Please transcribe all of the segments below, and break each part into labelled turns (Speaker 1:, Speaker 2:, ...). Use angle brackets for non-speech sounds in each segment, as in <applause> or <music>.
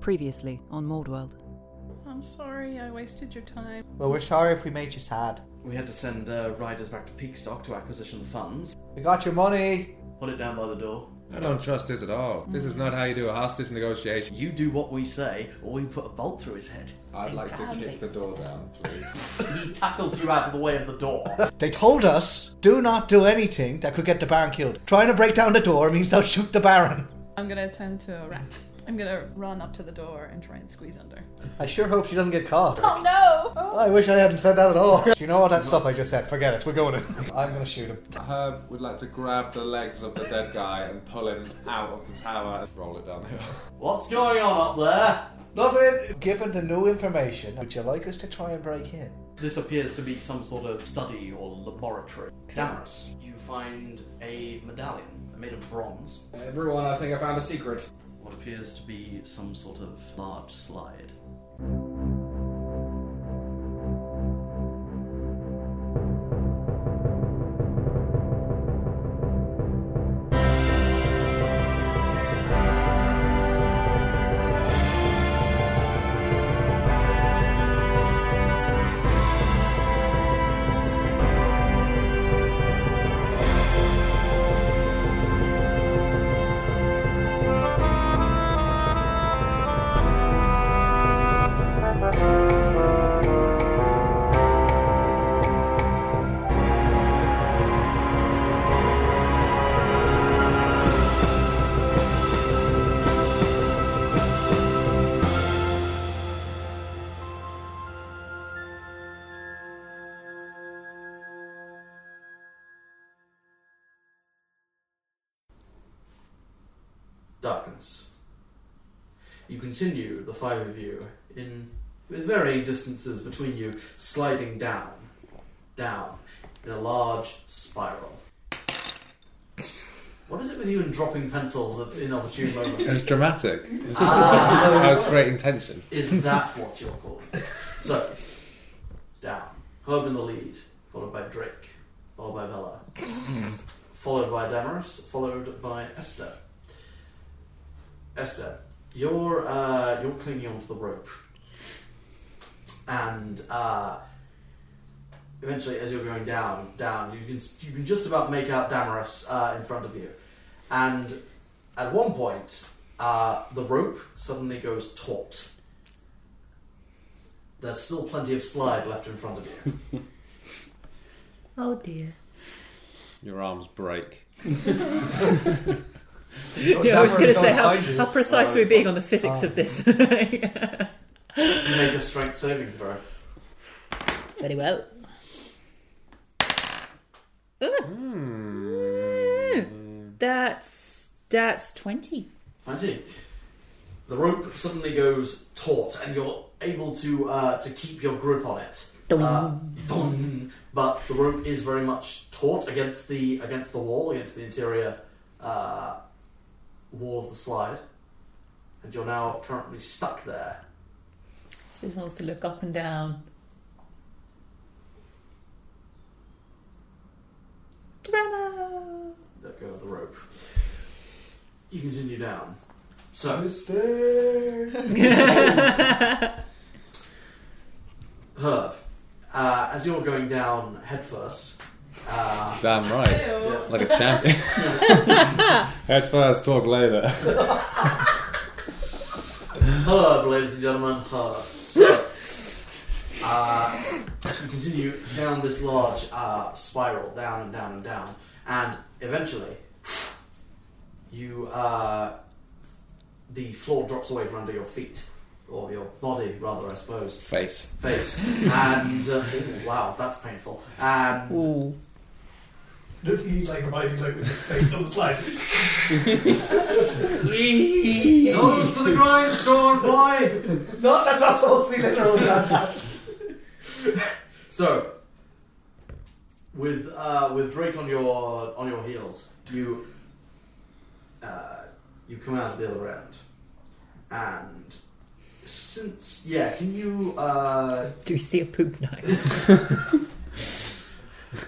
Speaker 1: Previously on Mordworld.
Speaker 2: I'm sorry I wasted your time.
Speaker 3: Well, we're sorry if we made you sad.
Speaker 4: We had to send uh, riders back to Peakstock to acquisition funds.
Speaker 3: We got your money.
Speaker 4: Put it down by the door.
Speaker 5: I don't trust this at all. This is not how you do a hostage negotiation.
Speaker 4: You do what we say, or we put a bolt through his head. <laughs>
Speaker 6: I'd like to kick the door down, please.
Speaker 4: He tackles you out of the way of the door. <laughs>
Speaker 3: They told us do not do anything that could get the Baron killed. Trying to break down the door means they'll shoot the Baron.
Speaker 2: I'm gonna turn to a rat. I'm gonna run up to the door and try and squeeze under.
Speaker 3: I sure hope she doesn't get caught.
Speaker 2: Oh no! Oh.
Speaker 3: I wish I hadn't said that at all. Do you know what that stuff I just said? Forget it. We're going in. <laughs> I'm gonna shoot him.
Speaker 6: Herb would like to grab the legs of the dead guy and pull him out of the tower and roll it down the hill.
Speaker 4: What's going on up there?
Speaker 3: Nothing. Given the new information, would you like us to try and break in?
Speaker 4: This appears to be some sort of study or laboratory. Damaris, you find a medallion made of bronze.
Speaker 7: Everyone, I think I found a secret.
Speaker 4: What appears to be some sort of large slide. darkness. You continue, the five of you, in with varying distances between you, sliding down, down, in a large spiral. What is it with you and dropping pencils at inopportune
Speaker 5: It's
Speaker 4: moments?
Speaker 5: dramatic. It's,
Speaker 4: Ah.
Speaker 5: I was creating tension.
Speaker 4: is that what you're calling? it? So, down. Herb in the lead, followed by Drake, followed by Bella, followed by Damaris, followed by Esther. Esther, you're uh, you're clinging onto the rope, and uh, eventually, as you're going down, down, you can you can just about make out Damaris uh, in front of you, and at one point, uh, the rope suddenly goes taut. There's still plenty of slide left in front of you.
Speaker 8: Oh
Speaker 9: <laughs>
Speaker 8: dear.
Speaker 5: Your arms break.
Speaker 8: yeah, I was going to say
Speaker 3: Damaris gone
Speaker 8: how,
Speaker 3: behind you.
Speaker 8: how precise we're being on the physics
Speaker 7: Ah.
Speaker 9: <laughs>
Speaker 8: of this.
Speaker 4: You make a strength saving throw.
Speaker 8: Very well.
Speaker 9: Ah.
Speaker 7: Hmm.
Speaker 8: Mm. That's that's twenty.
Speaker 4: I do. The rope suddenly goes taut, and you're able to uh, to keep your grip on it.
Speaker 7: Ah.
Speaker 8: Dong.
Speaker 4: Uh, dong. But the rope is very much taut against the against the wall, against the interior uh, wall of the slide, and you're now currently stuck there.
Speaker 8: So just wants to look up and
Speaker 7: <laughs>
Speaker 8: down. Drama.
Speaker 4: Let go of the rope. You continue down.
Speaker 8: <laughs>
Speaker 4: So,
Speaker 3: Mistake.
Speaker 4: Herb, uh, as you're going down headfirst, uh,
Speaker 5: Damn right.
Speaker 2: Ew.
Speaker 5: Like a champion.
Speaker 2: <laughs>
Speaker 5: Head first, talk later.
Speaker 4: Herb, ladies and gentlemen, Herb. So, uh, you continue down this large uh, spiral, down and down and down, and eventually, you uh, the floor drops away from under your feet, or your body, rather, I suppose,
Speaker 5: Face.
Speaker 4: face, and uh, ooh, wow, that's painful, and
Speaker 8: Ooh.
Speaker 10: He's like reminding like with his face on the slide.
Speaker 4: nose to the grindstone, boy.
Speaker 3: no, <laughs> that's not supposed to be literal.
Speaker 4: So, with uh, with Drake on your on your heels, you uh, you come out of the other end, and since yeah, can you? Uh,
Speaker 8: Do we see a poop knife?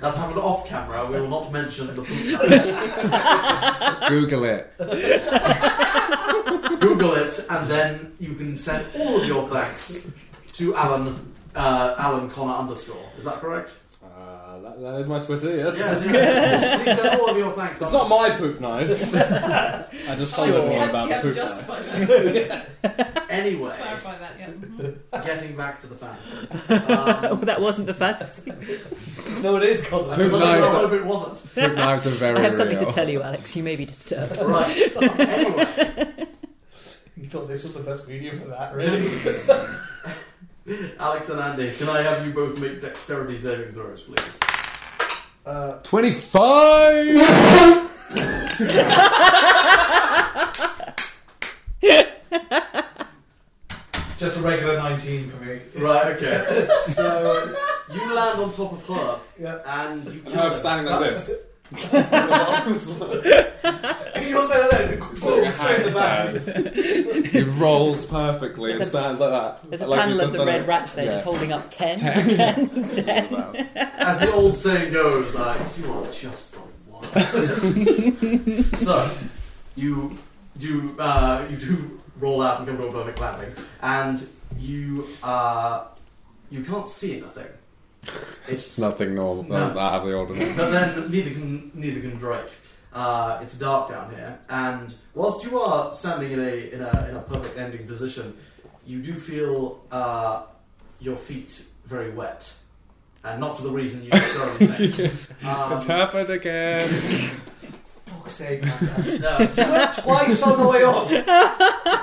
Speaker 4: that's happened off camera. We will not mention the.
Speaker 5: Uh, Google it.
Speaker 4: Google it, and then you can send all of your thanks to Alan. Uh, Alan Connor underscore. Is that correct?
Speaker 5: Uh, that, that is my Twitter, yes.
Speaker 4: Yes. yes. Please send all of your thanks.
Speaker 5: It's not my
Speaker 2: <laughs>
Speaker 5: poop knife. I just told
Speaker 9: Sure.
Speaker 5: everyone about
Speaker 2: you
Speaker 5: my
Speaker 2: have to
Speaker 5: poop knife.
Speaker 2: justify that.
Speaker 4: Anyway,
Speaker 2: Clarify that, yeah. Mhm.
Speaker 4: getting back to the fantasy.
Speaker 7: Ah.
Speaker 9: <laughs>
Speaker 5: <laughs>
Speaker 9: Oh,
Speaker 4: Um,
Speaker 9: that wasn't the fantasy.
Speaker 11: No, it is called
Speaker 4: I
Speaker 5: Who
Speaker 4: really
Speaker 5: knows?
Speaker 4: hope it wasn't.
Speaker 5: Poop knives are very
Speaker 9: I have
Speaker 5: real.
Speaker 9: something to tell you, Alex. You may be disturbed.
Speaker 4: Right. Anyway,
Speaker 11: You thought this was the best medium for that, really?
Speaker 4: Alex and Andy, can I have you both make dexterity saving throws, please?
Speaker 11: Uh,
Speaker 5: 25!
Speaker 3: Just a regular 19 for
Speaker 11: <laughs>
Speaker 3: me.
Speaker 4: Right. Okay. So you land on top of her,
Speaker 3: Yeah.
Speaker 4: and you.
Speaker 7: And I'm standing like this.
Speaker 3: You're saying that?
Speaker 7: Doing a
Speaker 3: Boom, straight in the back.
Speaker 7: handstand. He rolls perfectly and
Speaker 9: There's a-
Speaker 7: stands like that.
Speaker 9: There's a
Speaker 7: like he's
Speaker 9: panel of
Speaker 7: just
Speaker 9: the
Speaker 7: done
Speaker 9: red
Speaker 7: a-
Speaker 9: rats there,
Speaker 7: yeah.
Speaker 9: just holding up ten.
Speaker 7: Ten.
Speaker 9: ten, ten.
Speaker 4: As the old saying goes, Alex, you are just the worst. so, you do uh, you do roll out and come to a perfect landing, and you uh, you can't see anything.
Speaker 5: It's nothing normal.
Speaker 4: No.
Speaker 5: No. Not out of the ordinary.
Speaker 4: But then neither can neither can Drake. Uh, it's dark down here, and whilst you are standing in a in a in a perfect ending position, you do feel uh, your feet very wet, and not for the reason you necessarily
Speaker 5: <laughs>
Speaker 4: think.
Speaker 5: It's
Speaker 4: Um,
Speaker 5: happened again.
Speaker 11: fuck's sake, <laughs> man.
Speaker 4: no, you went twice on the way up.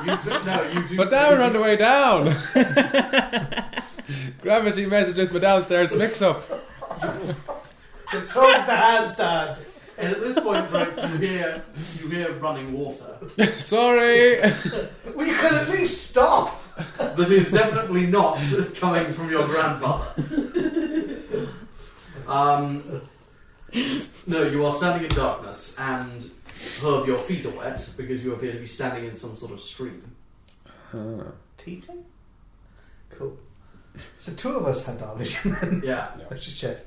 Speaker 4: You, fe- no, you do.
Speaker 5: But now we're on the way
Speaker 9: <laughs>
Speaker 5: down. Gravity messes with my downstairs mix-up.
Speaker 11: So with the handstand.
Speaker 4: And at this point, Drake, you hear you hear running water.
Speaker 5: Sorry.
Speaker 11: Well, you could at least
Speaker 4: <laughs>
Speaker 11: stop.
Speaker 4: that is definitely not coming from your grandfather. Um, no, you are standing in darkness, and Herb, your feet are wet because you appear to be standing in some sort
Speaker 11: <laughs>
Speaker 4: of stream.
Speaker 11: Teaching? Cool. So two of us had our vision <laughs> then.
Speaker 4: Yeah.
Speaker 11: Let's just check.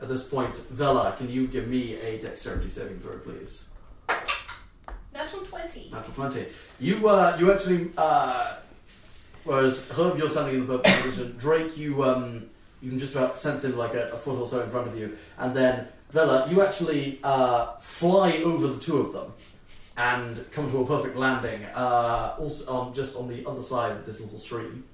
Speaker 4: At this point, Vela, can you give me a dexterity saving throw, please?
Speaker 2: Natural 20.
Speaker 4: Natural twenty. You uh, you actually. Uh, whereas Herb, you're standing in the perfect position. Drake, you um, you can just about sense him like a, a foot or so in front of you, and then Vela, you actually uh, fly over the two of them and come to a perfect landing. Uh, also, on just on the other side of this little stream.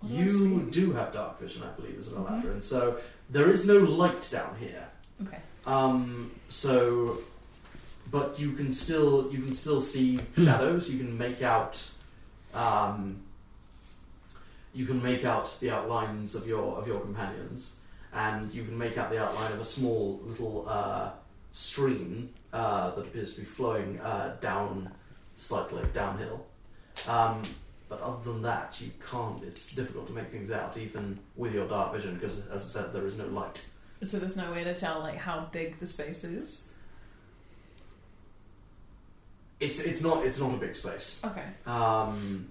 Speaker 2: What do I
Speaker 4: You
Speaker 2: see?
Speaker 4: do have dark vision, I believe, as an Eladrin, so there is no light down here.
Speaker 2: Okay.
Speaker 4: Um, so, but you can still you can still see shadows. You can make out, um, you can make out the outlines of your of your companions, and you can make out the outline of a small little uh, stream uh, that appears to be flowing uh, down slightly downhill. Um, but other than that, you can't. It's difficult to make things out, even with your dark vision, because as I said, there is no light.
Speaker 2: So there's no way to tell like how big the space is.
Speaker 4: It's it's not it's not a big space.
Speaker 2: Okay.
Speaker 4: Um,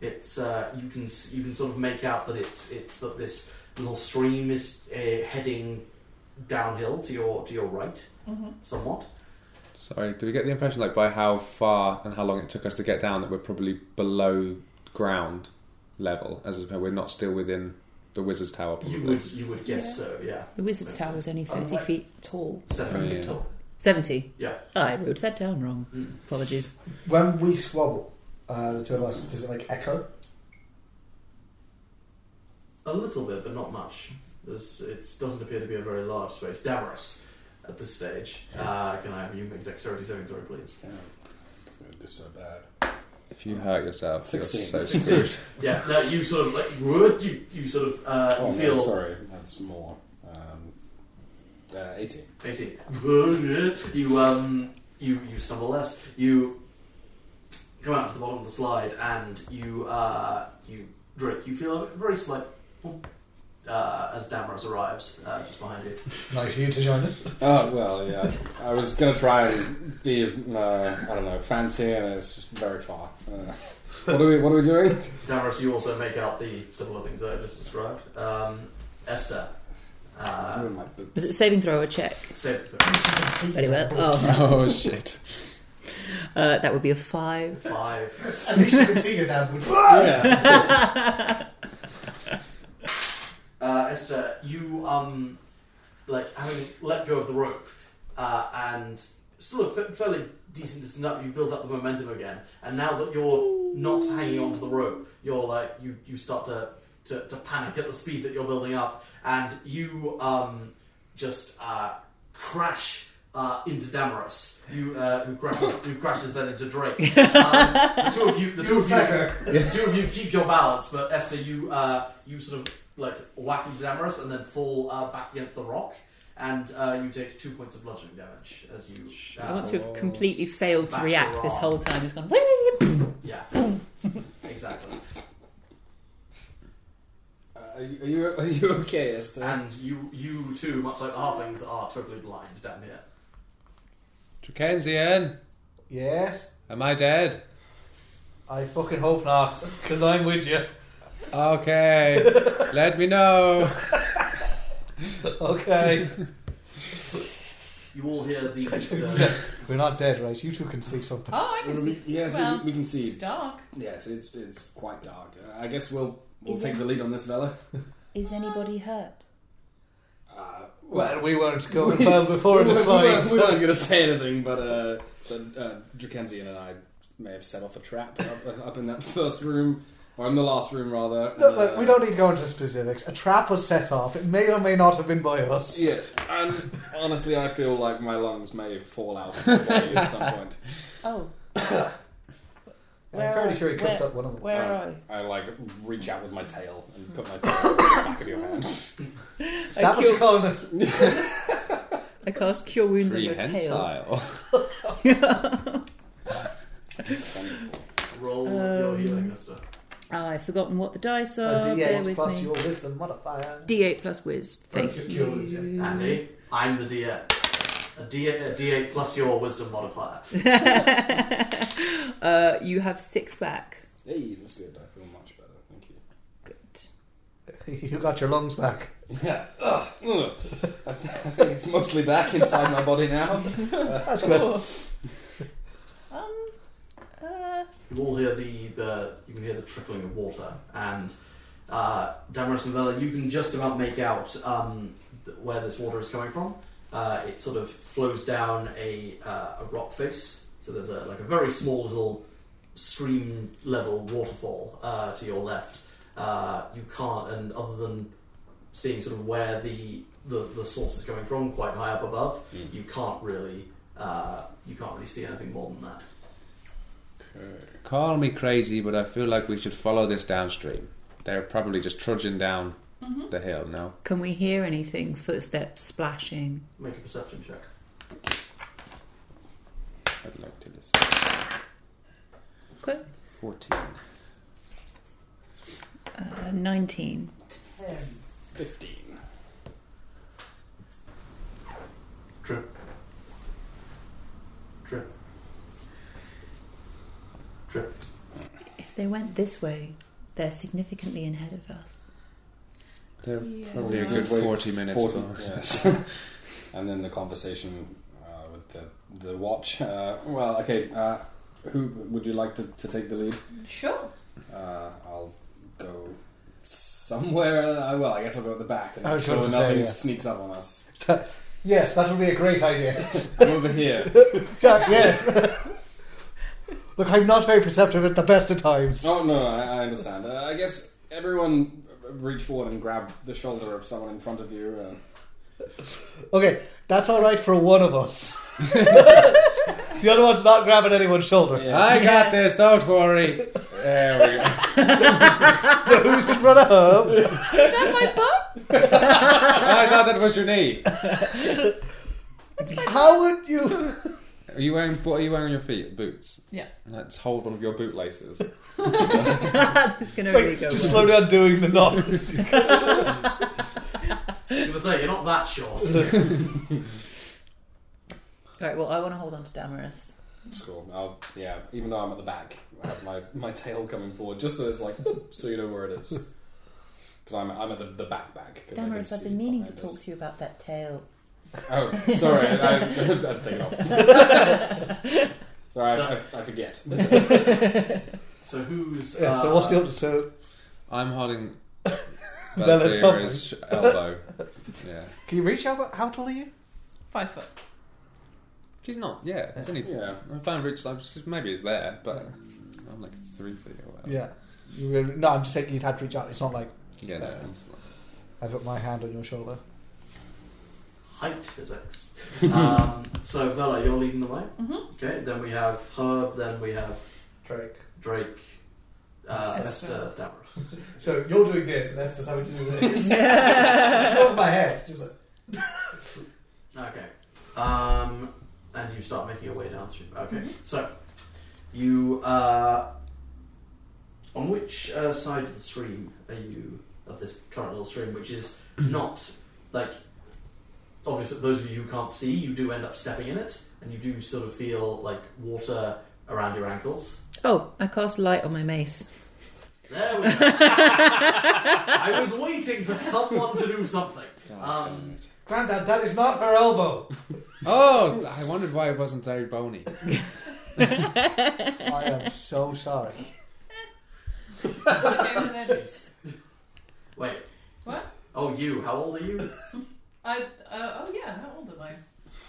Speaker 4: it's uh, you can s- you can sort of make out that it's it's that this little stream is uh, heading downhill to your to your right
Speaker 2: Mhm.
Speaker 4: somewhat.
Speaker 5: Sorry, do we get the impression, like, by how far and how long it took us to get down, that we're probably below ground level, as if we're not still within the Wizard's Tower,
Speaker 4: You
Speaker 5: probably?
Speaker 4: would you would guess so, yeah.
Speaker 9: <laughs> The wizard's tower is only thirty
Speaker 4: Alright.
Speaker 9: feet tall.
Speaker 4: Seven
Speaker 5: Oh,
Speaker 4: feet
Speaker 5: yeah.
Speaker 4: tall.
Speaker 9: Seventy.
Speaker 4: Yeah.
Speaker 9: I wrote that down wrong.
Speaker 4: Mm.
Speaker 9: Apologies.
Speaker 11: When we swabble, uh, the two of us, does it like echo?
Speaker 4: A little bit, but not much. There's, it doesn't appear to be a very large space. Damaris, at this stage, uh, can I have you make a dexterity saving throw, please?
Speaker 7: It'd be so bad.
Speaker 5: If you hurt yourself,
Speaker 7: 16.
Speaker 5: you're so screwed. <laughs>
Speaker 4: Yeah. No, you sort of like would you you sort of uh,
Speaker 7: Oh,
Speaker 4: you
Speaker 7: no,
Speaker 4: feel
Speaker 7: sorry, that's more. Um, uh, 18.
Speaker 4: 18. <laughs> You um you you stumble less. You come out to the bottom of the slide and you uh you Drake, you feel a very slight bump, uh, as Damaris arrives uh, just behind you.
Speaker 11: Nice of you to join
Speaker 3: <laughs>
Speaker 11: us.
Speaker 7: Oh, well, yeah. I was going to try and be, uh, I don't know, fancy, and it's just very far. Uh, what, are we, what are we doing?
Speaker 4: Damaris, you also make out the similar things that I just described. Um, Esther, uh,
Speaker 7: Doing my boots.
Speaker 9: Was it a saving throw or check?
Speaker 4: save
Speaker 9: Very well. Oh,
Speaker 5: oh, shit.
Speaker 8: Uh, that would be a five.
Speaker 4: Five.
Speaker 3: At least you can see your damn good.
Speaker 11: <laughs>
Speaker 7: <laughs> Yeah.
Speaker 4: Uh, Esther, you um, like having let go of the rope, uh, and still a fa- fairly decent distance up, you build up the momentum again. And now that you're not hanging onto the rope, you're like you you start to to, to panic at the speed that you're building up, and you um, just uh, crash. Uh, into Damaris, you, uh, who, crashes, who crashes then into Drake. Um, the two of you, the two of you, the two of you keep your balance, but Esther, you uh, you sort of like whack into Damaris and then fall uh, back against the rock, and uh, you take two points of bludgeoning damage as you.
Speaker 8: And
Speaker 4: Uh,
Speaker 8: Once we've completely failed to
Speaker 4: Bash
Speaker 8: react this
Speaker 4: her
Speaker 8: whole time, it's gone. "Whee!"
Speaker 4: yeah, exactly.
Speaker 7: Uh, <laughs> are, you, are you are you okay, Esther?
Speaker 4: And you you too, much like the halflings, are totally blind down here.
Speaker 5: Drakensian,
Speaker 3: Yes,
Speaker 5: am I dead?
Speaker 3: I fucking hope not, because I'm with you.
Speaker 5: <laughs> Okay, let me know.
Speaker 11: <laughs>
Speaker 3: Okay.
Speaker 4: You all hear the. the
Speaker 3: We're not dead, right? You two can see
Speaker 11: <laughs>
Speaker 3: something.
Speaker 2: Oh, I
Speaker 7: Well,
Speaker 2: can
Speaker 7: we,
Speaker 2: see.
Speaker 7: yes,
Speaker 2: well,
Speaker 7: we, we can see.
Speaker 2: It's dark.
Speaker 7: Yes, it's, it's quite dark. Uh, I guess we'll we'll
Speaker 8: Is
Speaker 7: take
Speaker 8: it-
Speaker 7: the lead on this, Vela.
Speaker 8: Is anybody hurt?
Speaker 7: Uh,
Speaker 3: Well, we weren't going well before this fight.
Speaker 7: We weren't
Speaker 3: so-
Speaker 7: going to say anything, but uh, but, uh, Drakensian and I may have set off a trap up, up in that first room, or in the last room rather.
Speaker 3: Look, look,
Speaker 7: Uh,
Speaker 3: we don't need to go into specifics. A trap was set off. It may or may not have been by us.
Speaker 7: Yes, and honestly, I feel like my lungs may fall out of my body at
Speaker 3: <laughs>
Speaker 7: some point.
Speaker 8: Oh,
Speaker 3: <coughs> I'm
Speaker 8: Where
Speaker 3: fairly
Speaker 8: are-
Speaker 3: sure he clipped
Speaker 8: where-
Speaker 3: up one of them.
Speaker 8: where
Speaker 7: Uh,
Speaker 8: are I?
Speaker 7: I like reach out with my tail and put my tail in the back of your hand.
Speaker 3: Is that what you're calling it?
Speaker 8: I cast Cure Wounds on your tail.
Speaker 5: Prehensile.
Speaker 7: Wonderful.
Speaker 4: roll your healing, Mister.
Speaker 8: Oh, I've forgotten what the dice
Speaker 3: A
Speaker 8: are. Bear
Speaker 3: D8
Speaker 8: with
Speaker 3: Uh, plus
Speaker 8: me.
Speaker 3: your wisdom modifier.
Speaker 8: <laughs> D8 plus whiz. Thank
Speaker 12: Okay,
Speaker 8: you.
Speaker 12: Cure Wounds, yeah.
Speaker 4: Andy, I'm the D8. A D8, a D8 plus your wisdom modifier.
Speaker 8: <laughs> uh, you have six back.
Speaker 7: Hey, that's good. I feel much better. Thank you.
Speaker 8: Good.
Speaker 3: you got your lungs back.
Speaker 7: Yeah. Ugh. Ugh. I, th- I think it's mostly back inside my body now.
Speaker 3: That's good.
Speaker 2: Um, uh,
Speaker 4: You all hear the, the you can hear the trickling of water, and uh, Damaris and Vela, you can just about make out um, th- where this water is coming from. Uh, it sort of flows down a, uh, a rock face, so there's a, like a very small little stream level waterfall uh, to your left. Uh, you can't, and other than seeing sort of where the the, the source is coming from, quite high up above, you can't really uh, you can't really see anything more than that.
Speaker 5: <laughs> Call me crazy, but I feel like we should follow this downstream. They're probably just trudging down the hill now.
Speaker 8: Can we hear anything? Footsteps splashing.
Speaker 4: Make a perception check.
Speaker 5: I'd like to listen.
Speaker 8: Okay.
Speaker 5: 14.
Speaker 8: Uh, 19.
Speaker 7: Fifteen.
Speaker 4: Trip. Trip. Trip.
Speaker 8: If they went this way, they're significantly ahead of <laughs> us.
Speaker 5: They're
Speaker 2: Yeah.
Speaker 5: probably a
Speaker 2: We
Speaker 5: good
Speaker 7: did wait
Speaker 5: 40 minutes.
Speaker 7: 40,
Speaker 5: behind.
Speaker 7: yes.
Speaker 5: <laughs>
Speaker 7: and then the conversation uh, with the the watch. Uh, well, okay. Uh, who would you like to, to take the lead?
Speaker 2: sure.
Speaker 7: Uh, I'll go somewhere. Uh, well, I guess I'll go at the back. And
Speaker 3: I was
Speaker 7: make
Speaker 3: going
Speaker 7: sure
Speaker 3: to say,
Speaker 7: nothing
Speaker 3: yeah.
Speaker 7: sneaks up on us.
Speaker 3: Yes, that would be a great idea. <laughs>
Speaker 7: I'm
Speaker 5: <laughs>
Speaker 7: over here.
Speaker 3: Jack, yes. <laughs> Look, I'm not very perceptive at the best of times.
Speaker 7: Oh no, I, I understand. Uh, I guess everyone uh, reach forward and grab the shoulder of someone in front of you. Uh,
Speaker 3: Okay, that's all right for one of us. the other one's not grabbing anyone's shoulder.
Speaker 7: yes.
Speaker 5: I <laughs> got this, don't worry. There we go. <laughs>
Speaker 3: So <laughs> who's in front of whom?
Speaker 5: I thought that was your knee.
Speaker 3: How would you?
Speaker 5: Are you wearing, what are you wearing on your feet? Boots?
Speaker 2: Yeah.
Speaker 5: Let's hold one of your
Speaker 2: <laughs>
Speaker 5: bootlaces.
Speaker 8: It's going to
Speaker 3: <laughs> It's like,
Speaker 8: really go
Speaker 3: just
Speaker 8: well.
Speaker 3: slow down doing the knot.
Speaker 4: I was gonna say you're not
Speaker 11: <laughs>
Speaker 4: that short.
Speaker 8: Right, well, I want to hold on to Damaris.
Speaker 7: It's cool. I'll, yeah, even though I'm at the back, I have my, <laughs> my tail coming forward just so it's like, <laughs> so you know where it is. Because I'm, I'm at the, the back back. 'cause I can
Speaker 8: Damaris, I've
Speaker 7: see
Speaker 8: been meaning to
Speaker 7: behind
Speaker 8: talk
Speaker 7: us.
Speaker 8: to you about that tail. <laughs>
Speaker 7: Oh, sorry. I, I, I've taken off. Sorry, I,
Speaker 4: So-
Speaker 7: I, I <laughs> forget.
Speaker 4: So who's?
Speaker 11: Yeah, so what's
Speaker 4: uh,
Speaker 11: the other? So
Speaker 5: I'm holding
Speaker 11: Bella's
Speaker 5: Belthere's sh- elbow. Yeah.
Speaker 11: can you reach out? How tall are you?
Speaker 2: Five foot.
Speaker 5: She's not, yeah. It's only,
Speaker 7: Yeah.
Speaker 5: I found Rich, I'm just- maybe it's there, but I'm like three feet or whatever.
Speaker 11: Yeah. You were, no, I'm just saying you'd had to reach out. It's not like
Speaker 5: Yeah, no, it's like,
Speaker 11: I put my hand on your shoulder.
Speaker 4: height physics? um, so Vela, you're leading the way.
Speaker 2: Mm-hmm.
Speaker 4: Okay. Then we have Herb. Then we have
Speaker 3: Drake.
Speaker 4: Drake. Uh,
Speaker 2: Esther.
Speaker 4: Esther Damaris.
Speaker 3: So you're doing this, and that's just how we do this. it's over my head. Just like,
Speaker 4: Okay. Um, and you start making your way downstream. Okay. So you uh, on which uh, side of the stream are you of this current little stream, which is not like obviously those of you who can't see, you do end up stepping in it, and you do sort of feel like water around your ankles.
Speaker 9: Oh, I cast light on my
Speaker 8: <laughs>
Speaker 9: mace.
Speaker 4: There we go. I was waiting for someone to do something.
Speaker 5: God,
Speaker 4: Um,
Speaker 3: Grandad, that is not her elbow.
Speaker 5: oh, I wondered why it wasn't very bony.
Speaker 11: I am so sorry.
Speaker 4: wait.
Speaker 2: What?
Speaker 4: Oh, you. How old are you?
Speaker 2: I, uh, oh yeah, how old am I?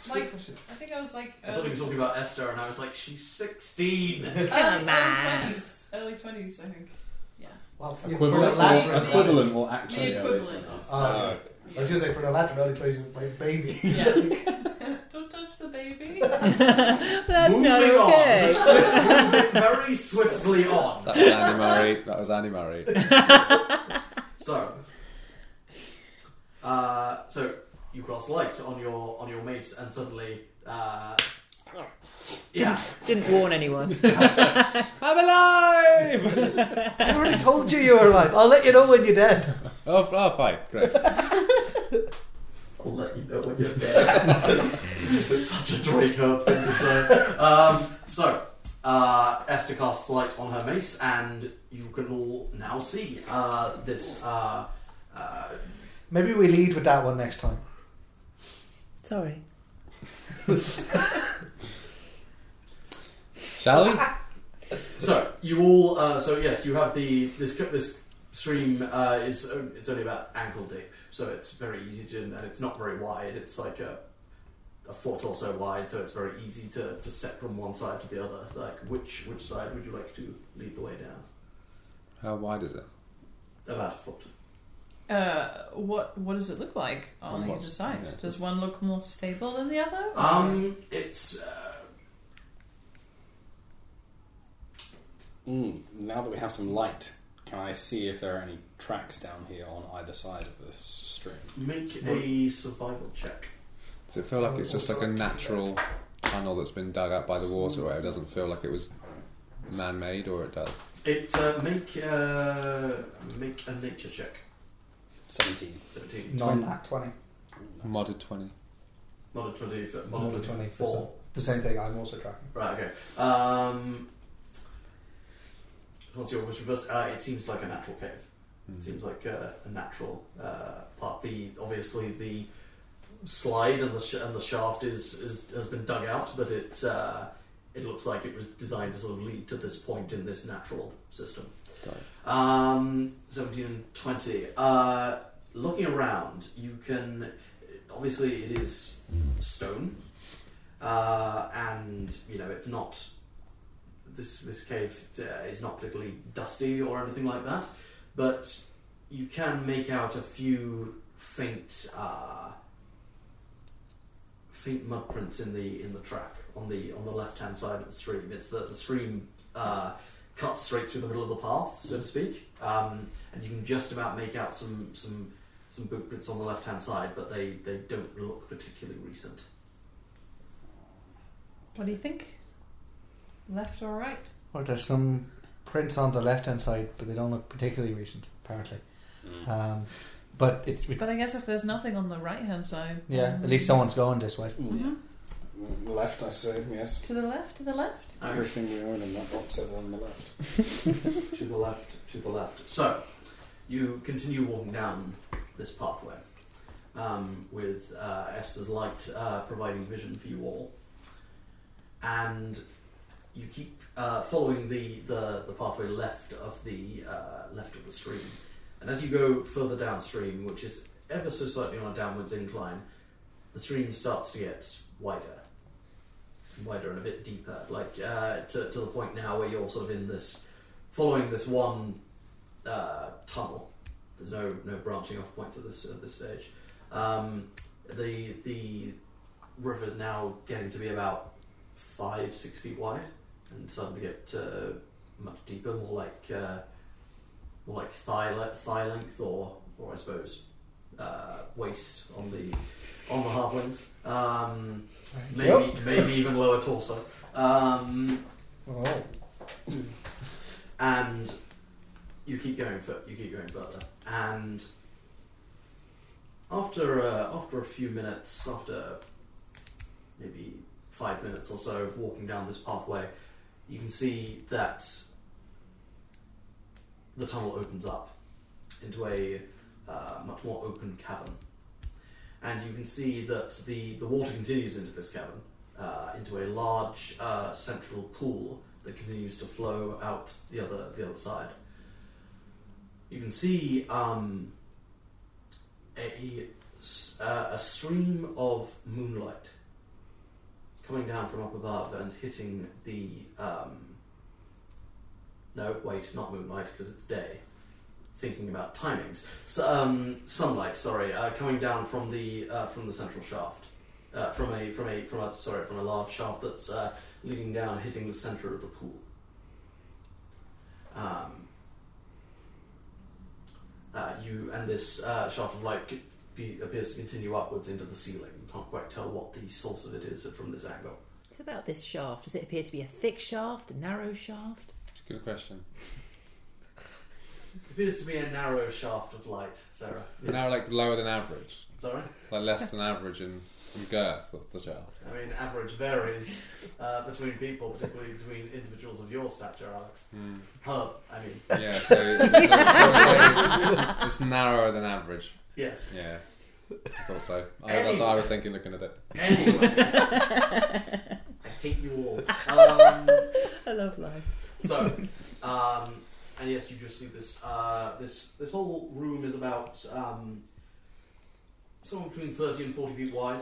Speaker 2: Like, I think I was like
Speaker 4: I thought he
Speaker 2: early,
Speaker 4: was talking about Esther, and I was like, she's 16.
Speaker 2: early, early
Speaker 9: man.
Speaker 2: 20s. Early 20s, I think.
Speaker 3: Well, for-
Speaker 7: Equivalent,
Speaker 3: for a
Speaker 7: or,
Speaker 3: lad-
Speaker 7: equivalent or actually Oh,
Speaker 2: The
Speaker 7: early
Speaker 2: equivalent.
Speaker 7: 20s.
Speaker 3: Uh, I was gonna say for the lad in early twenties is my baby.
Speaker 2: Yeah. Don't touch the
Speaker 9: <laughs>
Speaker 2: baby.
Speaker 9: That's
Speaker 4: Moving
Speaker 9: not
Speaker 4: on.
Speaker 9: okay.
Speaker 4: <laughs> Moving very swiftly on.
Speaker 5: That was Annie Murray. Oh, That was Annie Murray.
Speaker 2: <laughs>
Speaker 4: So, uh, so you cross light on your on your mace, and suddenly, uh, yeah,
Speaker 9: Didn't warn anyone.
Speaker 5: I'm alive!
Speaker 11: <laughs>
Speaker 5: <laughs>
Speaker 11: I already told you you were alive. I'll let you know when you're dead.
Speaker 5: oh, f- oh, fine, great.
Speaker 4: I'll let you know when you're dead. <laughs> Such a drink up thing to say. Um, so, uh, Esther casts light on her mace, and you can all now see uh, this. Uh, uh,
Speaker 11: Maybe we lead with that one next time.
Speaker 9: Sorry.
Speaker 5: Shall
Speaker 2: <laughs>
Speaker 5: we?
Speaker 4: so you all. Uh, so yes, you have the this this stream uh, is o- it's only about ankle deep, so it's very easy to and it's not very wide. It's like a a foot or so wide, so it's very easy to, to step from one side to the other. Like which which side would you like to lead the way down?
Speaker 5: How wide is it?
Speaker 4: About a foot.
Speaker 2: Uh, what what does it look like on
Speaker 5: On what-
Speaker 2: either side?
Speaker 5: yeah,
Speaker 2: does
Speaker 5: just-
Speaker 2: one look more stable than the other?
Speaker 4: Um, it's uh,
Speaker 7: Mm, now that we have some light, can I see if there are any tracks down here on either side of this stream?
Speaker 4: make a survival check.
Speaker 5: Does it feel like it's just like a natural tunnel that's been dug up by the water where it doesn't feel like it was man made or it does?
Speaker 4: It uh, make uh, make a nature check.
Speaker 7: 17.
Speaker 4: Seventeen.
Speaker 11: Nine at twenty.
Speaker 5: Modded 20.
Speaker 4: Mod twenty. For,
Speaker 11: Another
Speaker 4: mod twenty
Speaker 11: 20 for
Speaker 4: four.
Speaker 11: The same thing. I'm also tracking.
Speaker 4: Right. Okay. Um, what's your what's your first? Uh, it seems like a natural cave.
Speaker 5: Hmm.
Speaker 4: It seems like a, a natural uh, part. The obviously the slide and the sh- and the shaft is, is has been dug out, but it uh, it looks like it was designed to sort of lead to this point in this natural system.
Speaker 5: Got
Speaker 4: Um, Seventeen and twenty. Uh, looking around, you can obviously it is stone, uh, and you know it's not. This, this cave uh, is not particularly dusty or anything like that, but you can make out a few faint uh, faint mud prints in the in the track on the on the left hand side of the stream. It's the the stream uh, cuts straight through the middle of the path, so to speak, um, and you can just about make out some some some boot prints on the left hand side, but they they don't look particularly recent.
Speaker 2: What do you think? Left or right?
Speaker 11: Well, there's some prints on the left hand side, but they don't look particularly recent, apparently.
Speaker 7: Mm.
Speaker 11: Um, but it's
Speaker 2: But I guess if there's nothing on the right hand side,
Speaker 11: yeah,
Speaker 2: then-
Speaker 11: at least someone's going this way.
Speaker 7: Mm,
Speaker 2: Mhm.
Speaker 8: Mm-hmm.
Speaker 7: yeah. Left, I say, yes.
Speaker 2: To the left, to the left.
Speaker 4: Okay.
Speaker 7: Everything we own in that box other than the left.
Speaker 4: to the left, to the left. So, you continue walking down this pathway um, with uh, Esther's light uh, providing vision for you all. And you keep uh, following the, the, the pathway left of the uh, left of the stream, and as you go further downstream, which is ever so slightly on a downwards incline, the stream starts to get wider, and wider and a bit deeper, like uh, to to the point now where you're sort of in this following this one uh, tunnel. There's no no branching off points at this at this stage. Um, the the river's now getting to be about five, six feet wide, and starting to get uh, much deeper, more like uh, more like thigh le- thigh length, or or I suppose uh, waist on the on the halflings. Um, maybe
Speaker 11: Yep.
Speaker 4: maybe even lower torso. Um,
Speaker 11: Oh.
Speaker 4: and you keep going for you keep going further, and after uh, after a few minutes, after maybe five minutes or so of walking down this pathway, you can see that the tunnel opens up into a uh, much more open cavern, and you can see that the the water continues into this cavern, uh, into a large uh, central pool that continues to flow out the other the other side. You can see um, a s- uh, a stream of moonlight coming down from up above and hitting the. Um, no, wait, not moonlight because it's day. Thinking about timings, so, um, sunlight. Sorry, uh, coming down from the uh, from the central shaft, uh, from a from a from a sorry from a large shaft that's uh, leading down, hitting the center of the pool. Um, uh, you and this uh, shaft of light c- be, appears to continue upwards into the ceiling. You can't quite tell what the source of it is from this angle.
Speaker 8: It's about this shaft. Does it appear to be a thick shaft, a narrow shaft?
Speaker 5: Good question.
Speaker 4: It appears to be a narrow shaft of light, Sarah.
Speaker 5: Now, like lower than average,
Speaker 4: Sorry,
Speaker 5: like less than average in, in girth of the shaft.
Speaker 4: I mean average varies uh, between people, particularly between individuals of your stature, Alex. Hub, I mean,
Speaker 5: Hmm. Yeah, so, so, so it's, it's narrower than average.
Speaker 4: yes.
Speaker 5: Yeah, I thought so. I, that's what I was thinking looking at it.
Speaker 4: Anyway, I hate you all. Um,
Speaker 8: I love life.
Speaker 4: So, um, and yes, you just see this. Uh, this this whole room is about um, somewhere between thirty and forty feet wide.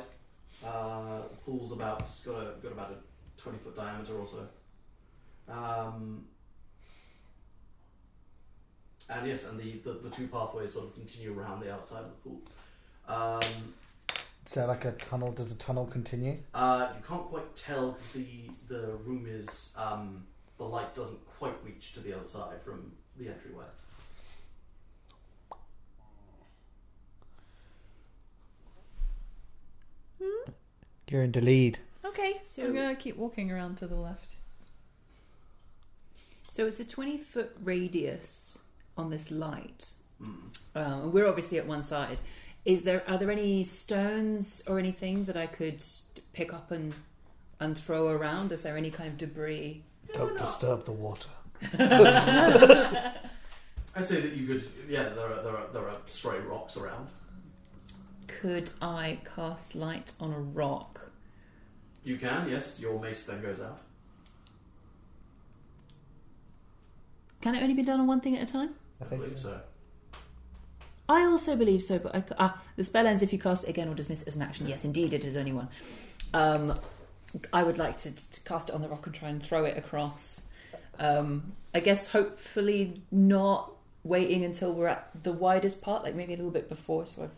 Speaker 4: Uh, the pool's about it's got a, got about a twenty foot diameter or so. Um, and yes, and the, the, the two pathways sort of continue around the outside of the pool. Um,
Speaker 11: Is there like a tunnel? Does the tunnel continue?
Speaker 4: uh, you can't quite tell 'cause the the room is um, the light doesn't quite reach to the other side from the entryway.
Speaker 11: You're in the lead.
Speaker 8: Okay, so
Speaker 2: I'm gonna keep walking around to the left.
Speaker 8: So it's a 20 foot radius on this light.
Speaker 4: Mm.
Speaker 8: Um, and we're obviously at one side. Is there are there any stones or anything that I could pick up and and throw around? Is there any kind of debris?
Speaker 11: Don't disturb the water.
Speaker 4: I say that you could, yeah. There are there are there are stray rocks around.
Speaker 8: Could I cast light on a rock?
Speaker 4: You can, yes. Your mace then goes out.
Speaker 8: Can it only be done on one thing at a time?
Speaker 11: I
Speaker 4: I
Speaker 11: think
Speaker 4: believe
Speaker 11: so.
Speaker 4: so.
Speaker 8: I also believe so, but I c ah, the spell ends if you cast it again or dismiss it as an action. Yes, indeed, it is only one. Um, I would like to, to cast it on the rock and try and throw it across. Um, I guess hopefully not waiting until we're at the widest part, like maybe a little bit before. So I've,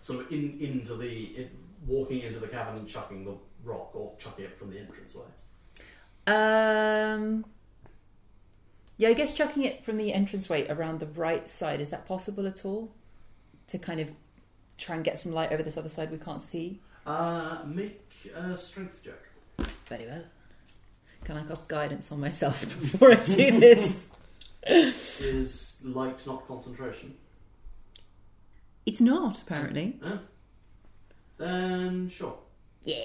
Speaker 4: Sort of in into the in, walking into the cavern and chucking the rock or chucking it from the entranceway.
Speaker 8: um, yeah, I guess chucking it from the entranceway around the right side is that possible at all? To kind of try and get some light over this other side we can't see.
Speaker 4: Uh, make a strength check.
Speaker 8: Very well. Can I cast guidance on myself <laughs> before I do this?
Speaker 4: Is light not concentration?
Speaker 8: <laughs> it's not, apparently.
Speaker 4: Huh? Then sure.
Speaker 8: Yeah.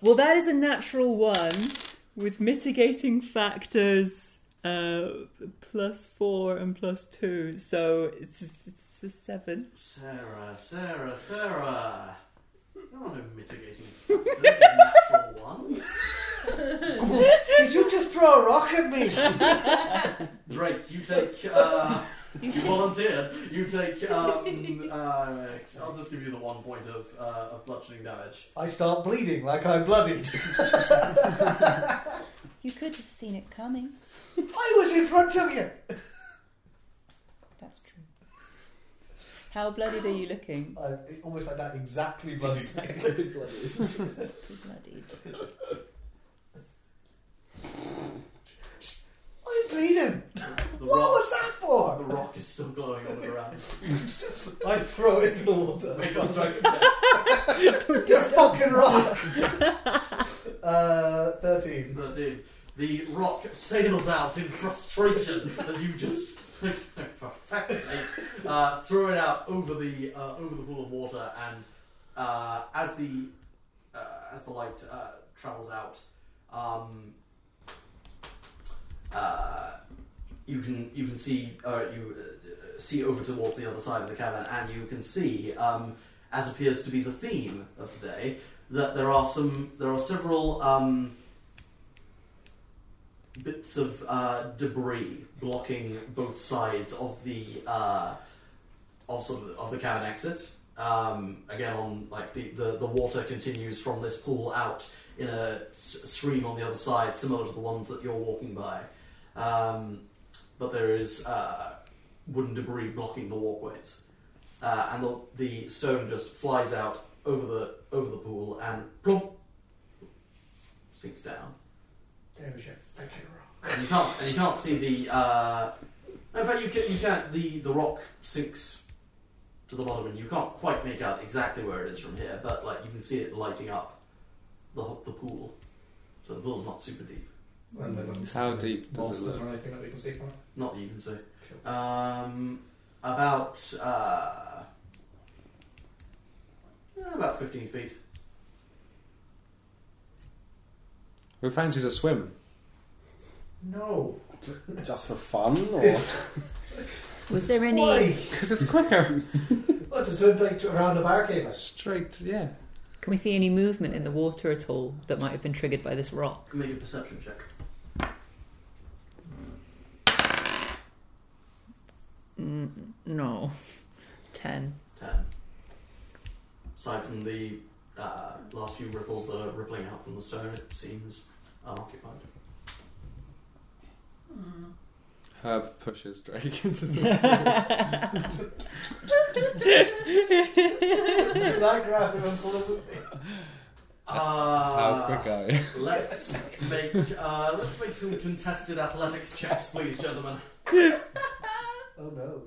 Speaker 8: well, that is a natural one with mitigating factors uh, plus four and plus two, so it's, it's a seven.
Speaker 4: Sarah, Sarah, Sarah. There are no mitigating factors. natural ones.
Speaker 11: Did you just throw a rock at me? <laughs>
Speaker 4: Drake, you take. Uh, you volunteered. You take. Um, uh, I'll just give you the one point of, uh, of bludgeoning damage.
Speaker 11: I start bleeding like I'm bloodied.
Speaker 8: You could have seen it coming.
Speaker 11: I was in front of you.
Speaker 8: That's true. How bloodied are you <laughs> looking?
Speaker 11: I, almost like that, exactly bloody.
Speaker 8: Exactly bloodied.
Speaker 11: I'm bleeding.
Speaker 4: The
Speaker 11: What
Speaker 4: rock,
Speaker 11: was that
Speaker 4: the
Speaker 11: for?
Speaker 4: rock is still glowing on the
Speaker 11: <laughs>
Speaker 4: ground.
Speaker 11: I throw it into the water.
Speaker 4: Make a
Speaker 11: <laughs>
Speaker 4: strike attack.
Speaker 11: The fucking rock. <laughs> uh, thirteen.
Speaker 4: 13. The rock sails out in frustration as you just, <laughs> for fuck's sake, uh, throw it out over the uh, over the pool of water, and uh, as the uh, as the light uh, travels out, um, uh, you can you can see uh, you uh, see over towards the other side of the cavern, and you can see, um, as appears to be the theme of today, that there are some there are several. Um, bits of uh, debris blocking both sides of the uh, of some of the cavern exit. Um, again, on like the, the, the water continues from this pool out in a s- stream on the other side, similar to the ones that you're walking by. Um, but there is uh, wooden debris blocking the walkways, uh, and the, the stone just flies out over the over the pool and plump sinks down.
Speaker 11: There was your fucking rock.
Speaker 4: And you can't, and you can't see the. Uh, in fact, you can. You can. The the rock sinks to the bottom, and you can't quite make out exactly where it is from here. But like, you can see it lighting up the ho- the pool. So the pool's not super deep.
Speaker 3: Well, there doesn't seem
Speaker 5: How
Speaker 3: to be
Speaker 5: deep does it
Speaker 3: monsters
Speaker 5: look?
Speaker 3: or anything that we can see from it.
Speaker 4: Not that you can see. Um, about uh, eh, about fifteen feet.
Speaker 5: Who fancies a swim?
Speaker 3: No.
Speaker 7: Just for fun, <laughs> or
Speaker 8: Was there any?
Speaker 11: Why?
Speaker 5: Because it's quicker.
Speaker 3: What, to swim like around a barricade? Like?
Speaker 5: Straight, yeah.
Speaker 8: Can we see any movement in the water at all that might have been triggered by this rock?
Speaker 4: Make a perception check.
Speaker 8: Mm, no. Ten.
Speaker 4: Ten. Aside from the uh, last few ripples that are rippling out from the stone, it seems unoccupied.
Speaker 5: Herb pushes Drake into
Speaker 11: <laughs>
Speaker 5: the
Speaker 11: that graphic on full of
Speaker 4: Uh,
Speaker 5: How quick are you?
Speaker 4: Ah, Let's make uh, let's make some contested athletics checks, please, gentlemen.
Speaker 11: Oh no.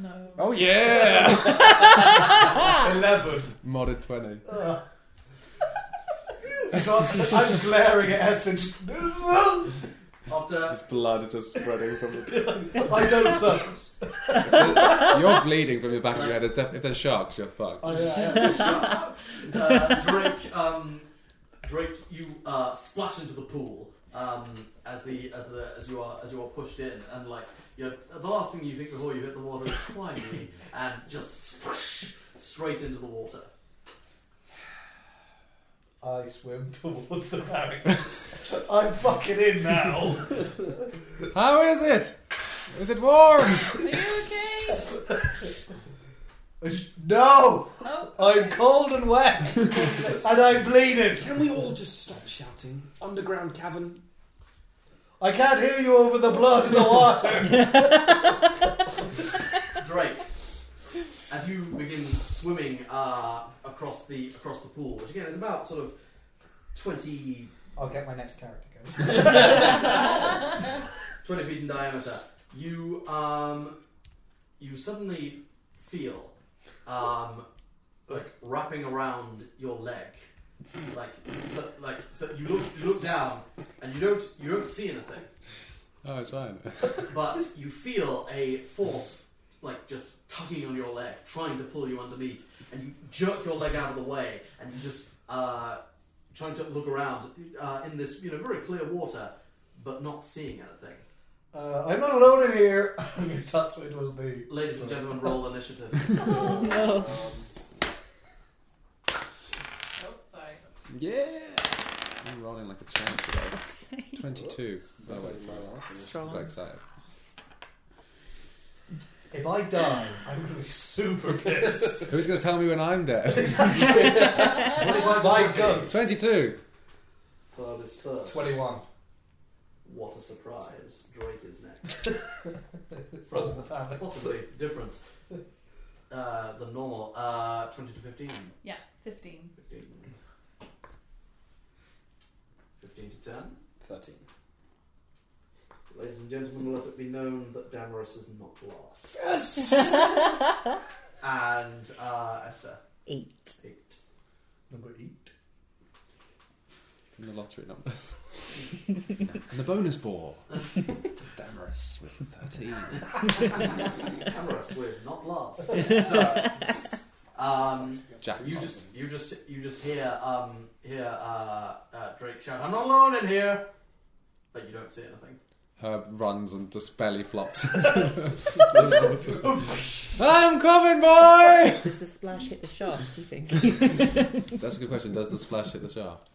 Speaker 2: No.
Speaker 5: Oh yeah!
Speaker 11: Eleven.
Speaker 5: Modded 20.
Speaker 11: Ugh. So I'm glaring at Essence. <laughs> I
Speaker 4: After
Speaker 5: Just blood is just spreading from <laughs> the...
Speaker 4: <laughs>
Speaker 11: don't surface.
Speaker 5: You're bleeding from the back of your head. There's def- if there's sharks, you're fucked.
Speaker 11: I, I,
Speaker 4: uh, Drake, um, Drake, you uh, splash into the pool um, as the as the as you are as you are pushed in, and like you know, the last thing you think before you hit the water is climbing, and just splash straight into the water.
Speaker 11: I swim towards the <laughs> barracks. I'm fucking in now.
Speaker 5: How is it? Is it warm?
Speaker 2: Are you okay?
Speaker 11: No!
Speaker 2: Oh,
Speaker 11: I'm cold and <laughs> wet. and I'm bleeding.
Speaker 7: can we all just stop shouting? Underground cavern.
Speaker 11: I can't hear you over the blood in the water.
Speaker 4: Drake, as you begin swimming uh, across the across the pool, which again is about sort of twenty
Speaker 11: I'll get my next character, guys.
Speaker 3: <laughs>
Speaker 4: 20 feet in diameter, you um, you suddenly feel um, like wrapping around your leg, like so, like so you look you look down and you don't you don't see anything,
Speaker 5: Oh, it's fine.
Speaker 4: but you feel a force like just tugging on your leg, trying to pull you underneath, and you jerk your leg out of the way, and you just uh, trying to look around uh, in this you know very clear water, but not seeing anything.
Speaker 11: Uh, I'm not alone in
Speaker 3: <laughs>
Speaker 11: here. I'm going to start swimming towards the.
Speaker 4: Ladies and gentlemen, roll initiative.
Speaker 8: No.
Speaker 2: <laughs>
Speaker 5: Yeah. I'm rolling like a champ today.
Speaker 8: Fuck's sake.
Speaker 5: 22.
Speaker 7: Oh,
Speaker 5: Oh,
Speaker 7: wait,
Speaker 5: wait,
Speaker 7: it's my
Speaker 5: sorry.
Speaker 7: last one.
Speaker 5: I'm
Speaker 8: Strong.
Speaker 5: excited.
Speaker 11: If I die, I'm going to be
Speaker 4: <laughs>
Speaker 11: super pissed.
Speaker 5: Who's going to tell me when I'm <laughs> dead?
Speaker 4: Twenty-five
Speaker 11: My
Speaker 4: to
Speaker 11: God.
Speaker 5: 22.
Speaker 4: Herb is first.
Speaker 11: 21.
Speaker 4: What a surprise. Drake is next.
Speaker 11: Runs the family.
Speaker 4: What's the difference? Uh, the normal. Uh, 20 to 15.
Speaker 2: Yeah, <laughs> 15.
Speaker 4: 15. 15 to 10.
Speaker 7: 13.
Speaker 4: Ladies and gentlemen, let it be known that Damaris is not last. <laughs> and uh, Esther.
Speaker 8: Eight.
Speaker 4: Eight.
Speaker 11: Number 8.
Speaker 5: From the lottery <laughs> numbers. and the bonus ball. Damaris with 13.
Speaker 4: Damaris with not last. So, um,
Speaker 5: Jack.
Speaker 4: you just you just you just hear um, hear uh, uh, Drake shout, "I'm not alone in here," but you don't see anything.
Speaker 5: Herb runs and just belly <laughs> flops. I'm coming, boy!
Speaker 8: Does the splash hit the shaft, do you think?
Speaker 5: That's a good question. Does the splash hit the shaft?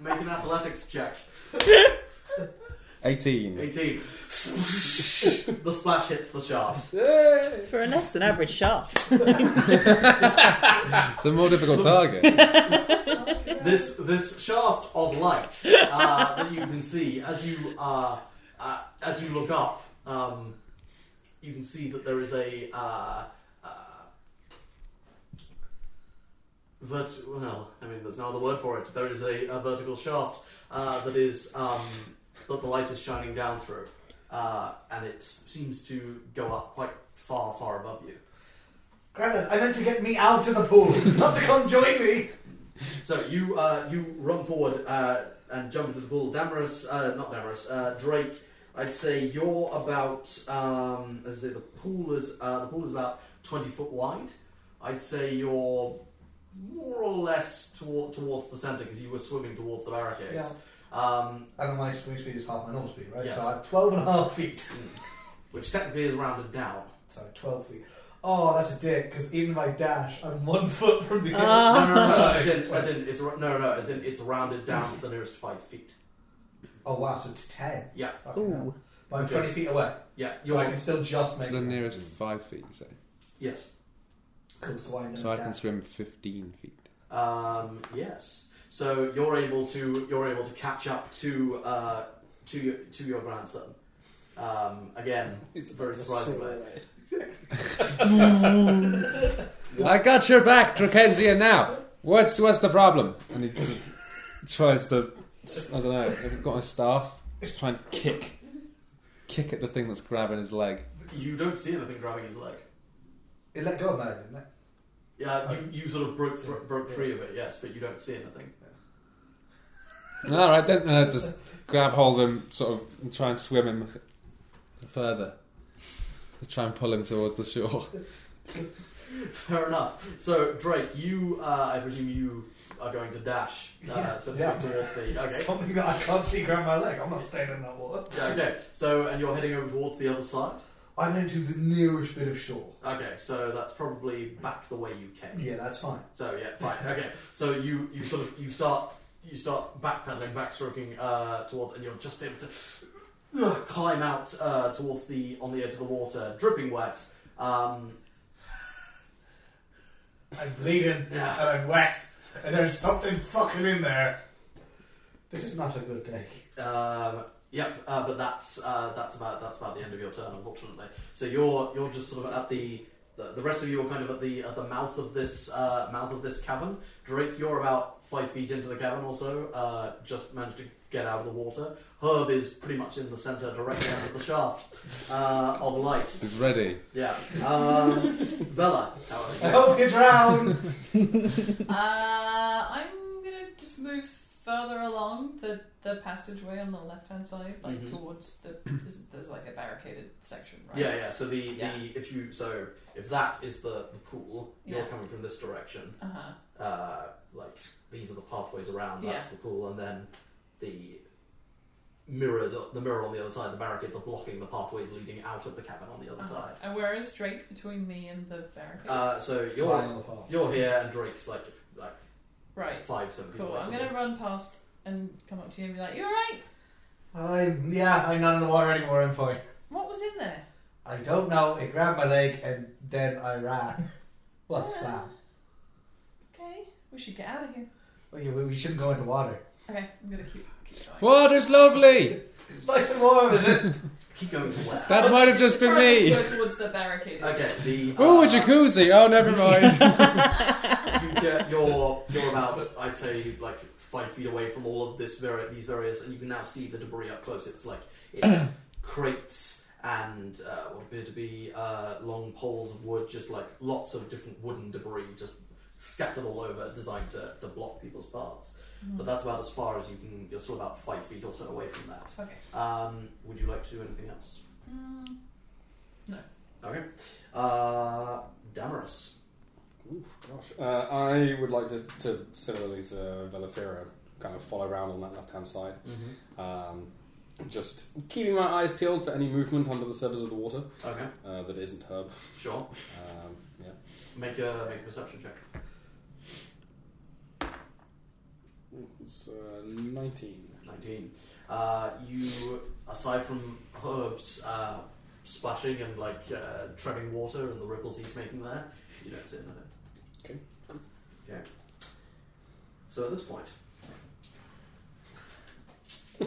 Speaker 4: Make an athletics check.
Speaker 5: 18.
Speaker 4: 18. the splash hits the shaft.
Speaker 8: <laughs> For a less than average shaft.
Speaker 5: It's a more difficult target.
Speaker 2: Oh,
Speaker 4: This this shaft of light uh, that you can see as you uh, uh, as you look up, um, you can see that there is a uh, uh, vert- Well, I mean, there's no other word for it. There is a, a vertical shaft uh, that is um, that the light is shining down through, uh, and it seems to go up quite far, far above you.
Speaker 3: Granted, I meant to get me out of the pool, not to come join me.
Speaker 4: So you uh, you run forward uh, and jump into the pool. Damaris, uh, not Damaris, uh, Drake. I'd say you're about. Um, as I say, the pool is uh, the pool is about twenty foot wide. I'd say you're more or less toward, towards the centre because you were swimming towards the barricades. Um,
Speaker 3: And my swing speed is half my normal speed, right?
Speaker 4: Yes.
Speaker 3: So I have 12 and a half feet.
Speaker 4: which technically is rounded down.
Speaker 3: So 12 feet. Oh, that's a dick, because even if I dash, I'm one <laughs> foot from the end.
Speaker 4: No, no, no, no. Ah. as, in, as in it's ra- no, no. As in it's rounded down to the nearest five feet.
Speaker 3: Oh, wow, so it's 10.
Speaker 4: Yeah,
Speaker 3: Fucking
Speaker 8: Ooh.
Speaker 3: hell. But I'm 20 feet away,
Speaker 4: yeah.
Speaker 3: so I
Speaker 4: You're,
Speaker 3: can still just
Speaker 5: To
Speaker 3: make
Speaker 5: the
Speaker 3: it.
Speaker 5: nearest 5 feet, you say.
Speaker 4: yes.
Speaker 3: Cool, so I, know
Speaker 5: So I
Speaker 3: that.
Speaker 5: can swim 15 feet.
Speaker 4: Um, yes. So you're able to you're able to catch up to uh, to your to your grandson. Um, again, it's very surprising. way.
Speaker 5: I got your back, Drakensia, now! What's, what's the problem? And he t- tries to. I don't know. I've got my staff. Just try and kick. Kick at the thing that's grabbing his leg.
Speaker 4: You don't see anything grabbing his leg.
Speaker 3: It let go of that, didn't it?
Speaker 4: Yeah,
Speaker 3: Oh.
Speaker 4: you, you sort of broke thr broke free of it, yes, but you don't see anything. <laughs>
Speaker 5: Alright then, uh, just grab hold of him, sort of, and try and swim him further. Just try and pull him towards the shore.
Speaker 4: Fair enough. So Drake, you uh, I presume you are going to dash uh,
Speaker 3: Yeah,
Speaker 4: essentially
Speaker 3: yeah.
Speaker 4: towards the okay.
Speaker 3: Something that I can't see grab my leg. I'm not staying in that water.
Speaker 4: Yeah, okay. So and you're heading over towards the other side.
Speaker 3: I'm into the nearest bit of shore.
Speaker 4: Okay, so that's probably back the way you came.
Speaker 3: Yeah, that's fine.
Speaker 4: So yeah, fine. Okay. So you you sort of you start you start backpedaling, backstroking uh, towards, and you're just able to uh, climb out uh, towards the on the edge of the water, dripping wet. Um,
Speaker 3: I'm bleeding
Speaker 4: Yeah.
Speaker 3: and I'm wet and there's something fucking in there. This is not a good day.
Speaker 4: um, yep. Uh, but that's uh, that's about that's about the end of your turn, unfortunately. So you're you're just sort of at the. The the rest of you are kind of at the at the mouth of this uh, mouth of this cavern. Drake, you're about five feet into the cavern or so. Uh, just managed to get out of the water. Herb is pretty much in the centre, directly out of the shaft uh, of light.
Speaker 5: He's ready.
Speaker 4: Yeah. Um, <laughs> Bella, however.
Speaker 3: I hope you drown! <laughs>
Speaker 2: Uh, I'm gonna just move further along the, the passageway on the left hand side, like
Speaker 4: Mhm.
Speaker 2: towards the. Is, there's like a barricaded section, right?
Speaker 4: Yeah, yeah. So the,
Speaker 2: Yeah.
Speaker 4: the if you so if that is the, the pool, you're
Speaker 2: Yeah.
Speaker 4: coming from this direction.
Speaker 2: Uh huh.
Speaker 4: Uh, like these are the pathways around. That's
Speaker 2: Yeah.
Speaker 4: the pool, and then the mirrored the mirror on the other side. The barricades are blocking the pathways leading out of the cavern on the other
Speaker 2: Uh-huh.
Speaker 4: side.
Speaker 2: And where is Drake between me and the barricade?
Speaker 4: Uh, so you're
Speaker 3: Lying on the path.
Speaker 4: you're here, and Drake's like like
Speaker 2: right.
Speaker 4: five seven people.
Speaker 2: Cool.
Speaker 4: away
Speaker 2: I'm
Speaker 4: from
Speaker 2: gonna
Speaker 4: you.
Speaker 2: run past and come up to you and be like, "You all right?
Speaker 3: I yeah, I'm not in the water anymore. I'm fine.
Speaker 2: What was in there?"
Speaker 3: I don't know. It grabbed my leg and then I ran. What's
Speaker 2: Uh,
Speaker 3: that?
Speaker 2: Okay. We should get out of here.
Speaker 3: Well, you- we shouldn't go into water.
Speaker 2: Okay. I'm gonna keep keep going.
Speaker 5: Water's lovely.
Speaker 3: It's nice and warm, is <laughs> it?
Speaker 4: Keep
Speaker 2: <laughs>
Speaker 4: going to west.
Speaker 5: That might have just been
Speaker 2: Sorry,
Speaker 5: me.
Speaker 2: Go towards the barricade.
Speaker 4: Okay. The uh,
Speaker 5: Oh, a jacuzzi. Oh, never mind.
Speaker 4: you get, you're you're about I'd say like five feet away from all of this vari- these various, and you can now see the debris up close. It's like it's crates and uh, what appear to be uh, long poles of wood, just like lots of different wooden debris just scattered all over, designed to, to block people's paths. But that's about as far as you can. You're still about five feet or so away from that.
Speaker 2: Okay.
Speaker 4: Um, would you like to do anything else?
Speaker 2: Mm,
Speaker 4: Okay. Uh, Damaris.
Speaker 7: Ooh, gosh. Uh, I would like to, to similarly to Velafira, kind of follow around on that left hand side.
Speaker 4: Mm-hmm.
Speaker 7: Um, just keeping my eyes peeled for any movement under the surface of the water
Speaker 4: Okay.
Speaker 7: uh, that isn't herb.
Speaker 4: Sure.
Speaker 7: Um, yeah.
Speaker 4: Make a make a perception check.
Speaker 7: It's uh, 19.
Speaker 4: 19. Uh, you, aside from herbs uh, splashing and like uh, treading water and the ripples he's making there, you don't see anything.
Speaker 7: Okay.
Speaker 4: Okay. So at this point,
Speaker 5: <laughs>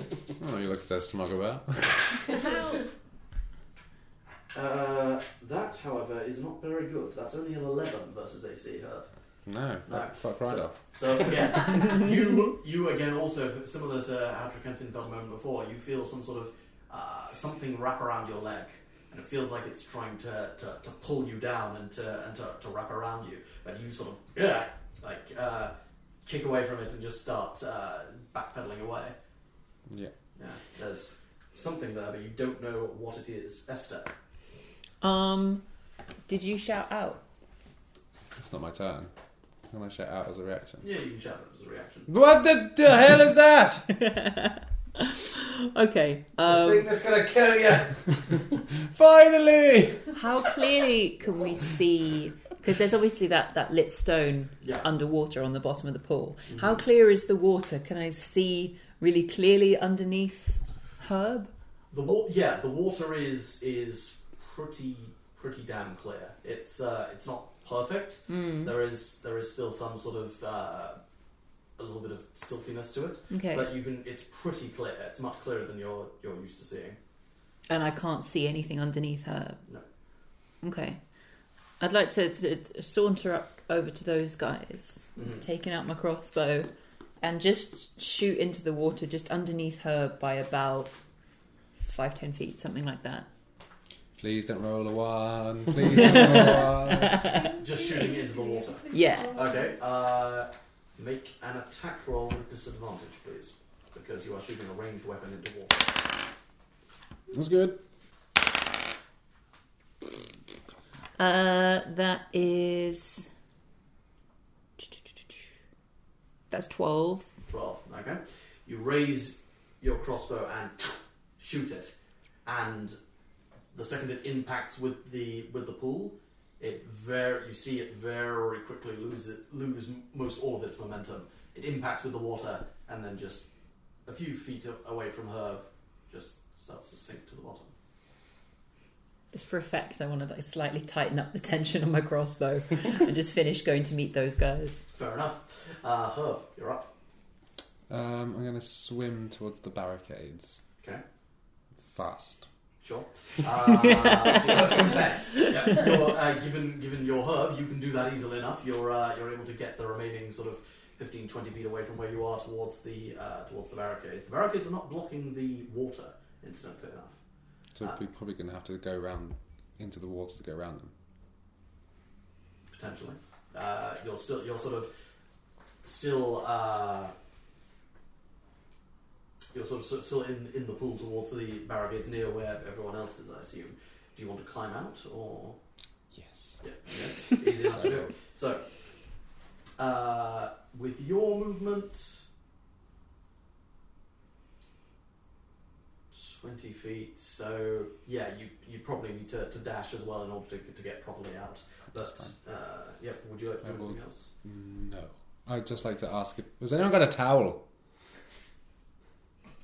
Speaker 5: Oh, you look so smug about.
Speaker 2: <laughs>
Speaker 4: uh, that, however, is not very good. That's only an 11 versus AC herb.
Speaker 5: No,
Speaker 4: No.
Speaker 5: fuck right
Speaker 4: So-
Speaker 5: off.
Speaker 4: So <laughs> again, you you again also similar to how Drakentin felt a moment before. You feel some sort of uh, something wrap around your leg, and it feels like it's trying to, to, to pull you down and to and to, to wrap around you. But you sort of yeah, like uh, kick away from it and just start uh, backpedaling away.
Speaker 5: Yeah.
Speaker 4: Yeah, there's something there, but you don't know what it is. Esther,
Speaker 8: Um, did you shout out?
Speaker 5: It's not my turn. I'm gonna shout out as a reaction.
Speaker 4: yeah, you can shout out as a reaction.
Speaker 5: What the, the hell is that?
Speaker 8: <laughs> Okay.
Speaker 3: I
Speaker 8: Um,
Speaker 3: think that's gonna kill you.
Speaker 4: <laughs>
Speaker 5: Finally!
Speaker 8: how clearly can we see? Because there's obviously that, that lit stone
Speaker 4: Yeah.
Speaker 8: underwater on the bottom of the pool. How clear is the water? Can I see really clearly underneath Herb?
Speaker 4: The wa- yeah, the water is is pretty pretty damn clear. It's uh, it's not perfect.
Speaker 8: Mm-hmm. Mm.
Speaker 4: There is there is still some sort of uh, a little bit of siltiness to it,
Speaker 8: Okay.
Speaker 4: but you can. It's pretty clear. It's much clearer than you're you're used to seeing.
Speaker 8: and I can't see anything underneath Herb.
Speaker 4: No.
Speaker 8: Okay. I'd like to, to, to saunter up over to those guys,
Speaker 4: Mhm.
Speaker 8: taking out my crossbow, and just shoot into the water just underneath Herb by about five ten feet, something like that.
Speaker 5: Please don't roll a one. Please don't roll a <laughs> one.
Speaker 4: Just shooting into the water.
Speaker 8: Yeah.
Speaker 4: Okay. Uh, make an attack roll with disadvantage, please, because you are shooting a ranged weapon into water.
Speaker 5: That's good.
Speaker 8: Uh, that is. That's 12.
Speaker 4: 12. Okay. You raise your crossbow and shoot it. And the second it impacts with the with the pool, it very you see it very quickly lose it, lose most all of its momentum. It impacts with the water and then just a few feet a- away from her just starts to sink to the bottom.
Speaker 8: Just for effect, I want to like slightly tighten up the tension on my crossbow and just finish going to meet those guys.
Speaker 4: Fair enough. Uh, her, you're up.
Speaker 5: Um, I'm gonna swim towards the barricades.
Speaker 4: Okay.
Speaker 5: Fast.
Speaker 4: Sure. Uh,
Speaker 3: That's the best.
Speaker 4: yeah, <laughs> you're, uh, given given your herb, you can do that easily enough. You're uh, you're able to get the remaining sort of 15, 20 feet away from where you are towards the uh, towards the barricades. The barricades are not blocking the water, incidentally enough.
Speaker 5: So
Speaker 4: Ah.
Speaker 5: we're probably gonna have to go around into the water to go around them.
Speaker 4: Potentially, uh, you're still you're sort of still uh, you're sort of sort of still in in the pool towards the barricades near where everyone else is. I assume. Do you want to climb out or?
Speaker 5: Yes.
Speaker 4: Yeah, yeah. Easy enough to do.
Speaker 5: <laughs>
Speaker 4: So, uh, with your movement, 20 feet, so yeah, you you probably need to, to dash as well in order to, to get properly out. But
Speaker 5: That's
Speaker 4: uh, yep, would you like to
Speaker 5: I
Speaker 4: do
Speaker 5: will.
Speaker 4: anything else?
Speaker 5: No. I'd just like to ask if. Has anyone got a towel?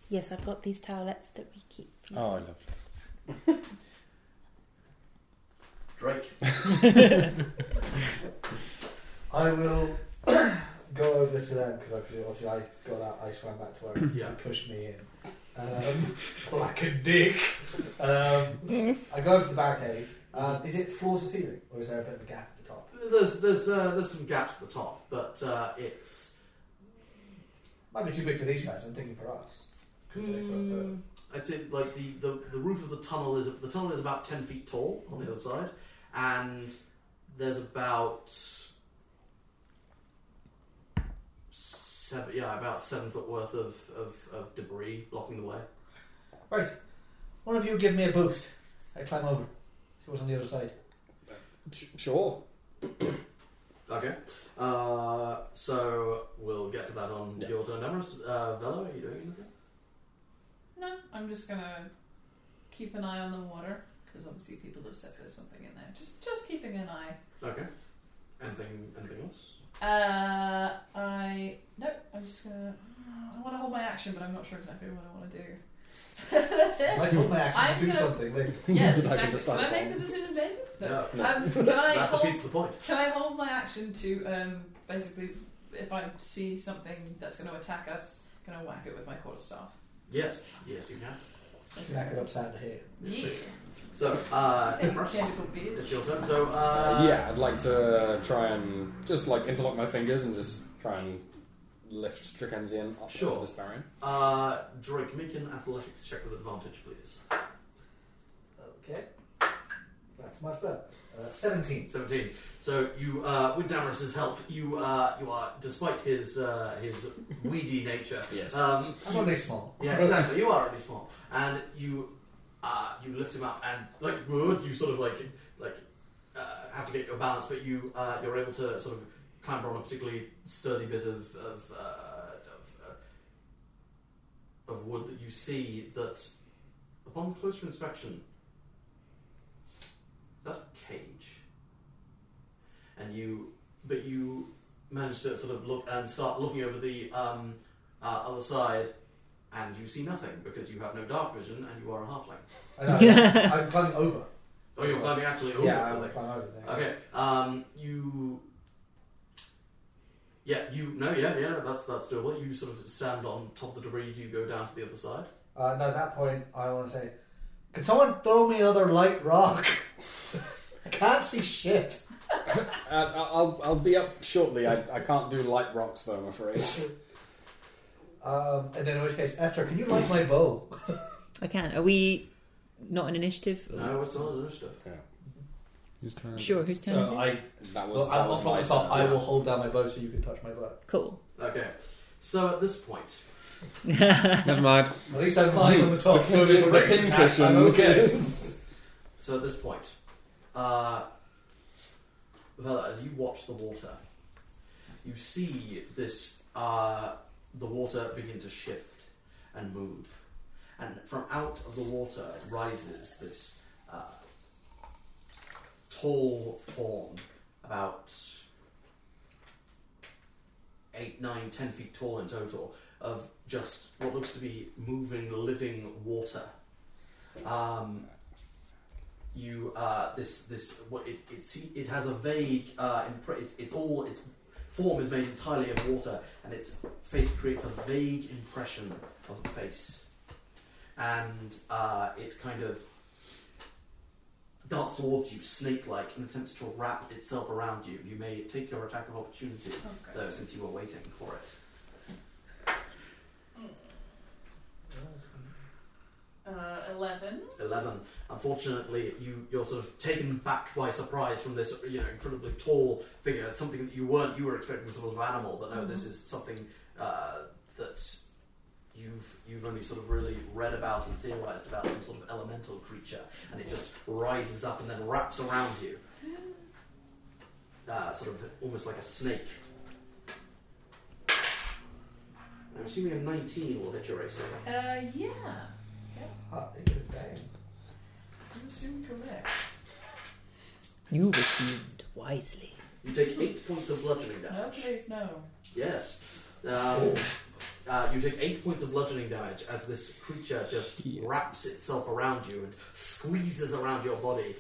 Speaker 8: Yes, I've got these towelettes that we keep.
Speaker 5: Oh, I love
Speaker 4: Drake,
Speaker 5: <laughs>
Speaker 11: I will <coughs> go over to them because obviously, obviously I got out. I swam back to where
Speaker 4: Yeah.
Speaker 11: you pushed me in. Um, <laughs> like a dick. Um, I go over to the barricade. Um, is it floor to ceiling or is there a bit of a gap at the top?
Speaker 4: there's there's uh, there's some gaps at the top, but uh, it's
Speaker 11: Might be too big for these guys. I'm thinking for us.
Speaker 3: Could they sort of-
Speaker 4: I'd say like the, the, the roof of the tunnel is the tunnel is about ten feet tall on the other side, and there's about seven yeah about seven foot worth of, of, of debris blocking the way.
Speaker 11: Right. One of you give me a boost. I climb over. See what's on the other side.
Speaker 7: Sh- sure.
Speaker 4: Okay, uh, so we'll get to that on
Speaker 7: Yeah.
Speaker 4: your turn, Emerus. Uh, Velo, are you doing anything?
Speaker 2: No, I'm just gonna keep an eye on the water because obviously people have said there's something in there. Just just keeping an eye.
Speaker 4: Okay, anything anything else?
Speaker 2: Uh, I no, I'm just gonna. I want to hold my action, but I'm not sure exactly what I want to do.
Speaker 11: I took my
Speaker 2: I'm
Speaker 11: action to do
Speaker 2: gonna-
Speaker 11: something. They
Speaker 2: yes,
Speaker 7: I
Speaker 2: exactly.
Speaker 7: can
Speaker 2: Can
Speaker 7: decide
Speaker 2: I
Speaker 7: on.
Speaker 2: make the decision later?
Speaker 4: No.
Speaker 2: Um, can I
Speaker 4: that
Speaker 2: hold?
Speaker 4: defeats the point.
Speaker 2: Can I hold my action to um, basically, if I see something that's going to attack us, can I whack it with my quarterstaff?
Speaker 4: Yes, yes, you can.
Speaker 11: smack it upside the head.
Speaker 2: Yeah.
Speaker 4: So, uh,
Speaker 2: Hey,
Speaker 4: Emerus,
Speaker 2: tentacle beard.
Speaker 4: it's <laughs> your turn. So, uh,
Speaker 7: yeah, I'd like to try and just like interlock my fingers and just try and lift Strakensian up
Speaker 4: Sure.
Speaker 7: this barrier.
Speaker 4: Uh, Drake, make an athletics check with advantage, please.
Speaker 11: Okay. That's much better. Uh, 17.
Speaker 4: 17. So you, uh, with Damaris's help, you, uh, you are, despite his uh, his weedy nature,
Speaker 7: Yes.
Speaker 4: um,
Speaker 11: I'm only small.
Speaker 4: yeah, exactly. You are really small, and you, uh, you lift him up, and like wood, you sort of like like uh, have to get your balance, but you uh, you're able to sort of clamber on a particularly sturdy bit of of, uh, of, uh, of wood that you see that, upon closer inspection, is that a cage, and you but you manage to sort of look and start looking over the um, uh, other side and you see nothing because you have no dark vision and you are a halfling.
Speaker 11: I know, <laughs> I'm climbing over.
Speaker 4: Oh, you're climbing actually over
Speaker 11: yeah,
Speaker 4: the
Speaker 11: I'm
Speaker 4: building.
Speaker 11: climbing over there.
Speaker 4: Okay. Um, you. Yeah, you no, yeah, yeah. That's that's doable. You sort of stand on top of the debris. You go down to the other side.
Speaker 11: Uh, now at that point, I want to say, could someone throw me another light rock? <laughs> I can't see shit.
Speaker 7: Uh, I'll, I'll be up shortly. I, I can't do light rocks though, I'm afraid.
Speaker 11: Um, and then in which case, Esther, can you light my bow?
Speaker 8: I can. Are we not an initiative?
Speaker 4: No, it's not an initiative.
Speaker 5: it.
Speaker 8: Sure, whose turn is it?
Speaker 11: I,
Speaker 7: That was,
Speaker 11: well,
Speaker 7: that
Speaker 11: I'm
Speaker 7: was
Speaker 11: off
Speaker 7: my
Speaker 11: on the top.
Speaker 7: turn.
Speaker 11: I
Speaker 4: yeah.
Speaker 11: will hold down my bow so you can touch my bow.
Speaker 8: Cool.
Speaker 4: Okay. So at this point,
Speaker 5: Never mind.
Speaker 11: At least I'm lying on <laughs> the top.
Speaker 7: The
Speaker 11: there's a
Speaker 7: pin- the
Speaker 11: raised
Speaker 7: pin
Speaker 11: hatch. I'm <laughs> okay.
Speaker 4: so at this point, uh, Vela, as you watch the water, you see this uh, the water begin to shift and move, and from out of the water rises this uh, tall form, about eight, nine, ten feet tall in total, of just what looks to be moving, living water. Um, you uh, this this what it it, se- it has a vague uh, impre- it's, it's all its form is made entirely of water and its face creates a vague impression of a face and uh, it kind of darts towards you snake like and attempts to wrap itself around you you may take your attack of opportunity
Speaker 2: Okay.
Speaker 4: though since you were waiting for it
Speaker 2: Uh, eleven.
Speaker 4: 11. Unfortunately, you, you're sort of taken back by surprise from this you know, incredibly tall figure. It's something that you weren't, you were expecting some sort of animal, but no, this is something uh, that you've, you've only sort of really read about and theorized about, some sort of elemental creature, and it just rises up and then wraps around you. Uh, sort of almost like a snake. I'm assuming a 19 will hit your AC.
Speaker 2: Uh, yeah.
Speaker 11: Hardly good at damn.
Speaker 2: You assume correct.
Speaker 8: You received wisely.
Speaker 4: You take eight points of bludgeoning damage.
Speaker 2: No, please, no.
Speaker 4: Yes. Um, uh, you take eight points of bludgeoning damage as this creature just wraps itself around you and squeezes around your body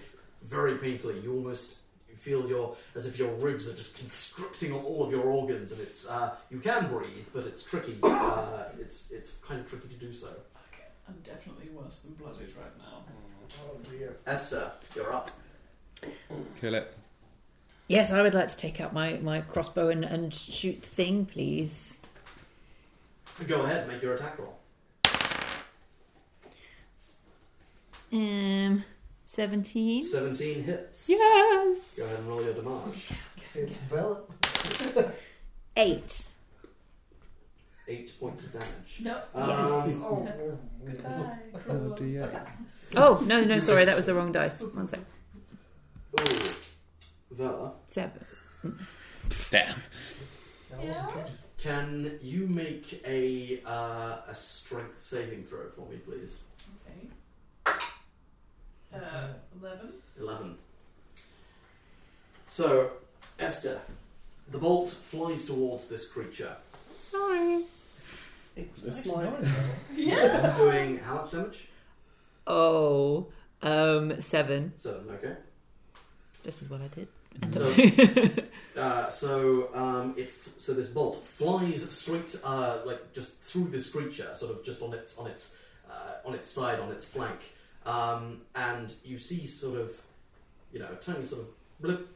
Speaker 4: very painfully. You almost feel your as if your ribs are just constricting on all of your organs, and it's uh, you can breathe, but it's tricky. Uh, it's it's kind of tricky to do so.
Speaker 2: Okay, I'm definitely worse than blooded right now.
Speaker 11: Oh dear.
Speaker 4: Esther, you're up.
Speaker 5: Kill it.
Speaker 8: Yes, I would like to take out my, my crossbow and, and shoot the thing, please.
Speaker 4: Go ahead, make your attack roll.
Speaker 8: Um, 17.
Speaker 4: Seventeen hits. Go
Speaker 8: Mm-hmm. Yes!
Speaker 4: ahead and roll your damage.
Speaker 11: It's Vel.
Speaker 8: Eight.
Speaker 4: Eight points of damage.
Speaker 2: No.
Speaker 4: Um,
Speaker 11: Oh,
Speaker 2: <laughs> Goodbye.
Speaker 5: Oh,
Speaker 2: cruel.
Speaker 5: dear.
Speaker 8: Oh, no, no, sorry, that was the wrong dice. One sec.
Speaker 4: ooh, Vela,
Speaker 8: Seven.
Speaker 5: Damn.
Speaker 11: that wasn't good.
Speaker 4: can you make a uh, a strength saving throw for me, please?
Speaker 2: Okay. Uh, 11.
Speaker 4: 11. So, Esther, the bolt flies towards this creature,
Speaker 8: Sorry.
Speaker 5: It's
Speaker 11: Actually, <laughs>
Speaker 5: my
Speaker 11: no, it's not.
Speaker 2: <laughs> Yeah.
Speaker 4: doing how much damage?
Speaker 8: Oh, um, seven.
Speaker 4: Seven, okay.
Speaker 8: Just as well I did. <laughs>
Speaker 4: Uh, so, um, it f- so this bolt flies straight, uh, like just through this creature, sort of just on its on its uh, on its side, on its flank, um, and you see sort of, you know, a tiny sort of blip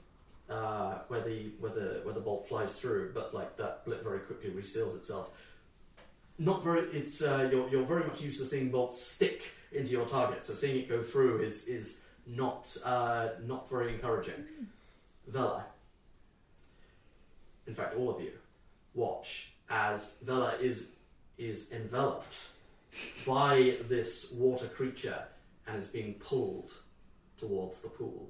Speaker 4: uh, where the where the where the bolt flies through, but like that blip very quickly reseals itself. Not very. It's uh, you're you're very much used to seeing bolts stick into your target, so seeing it go through is is not uh, not very encouraging. Vela, in fact, all of you, watch as Vela is is enveloped by this water creature and is being pulled towards the pool.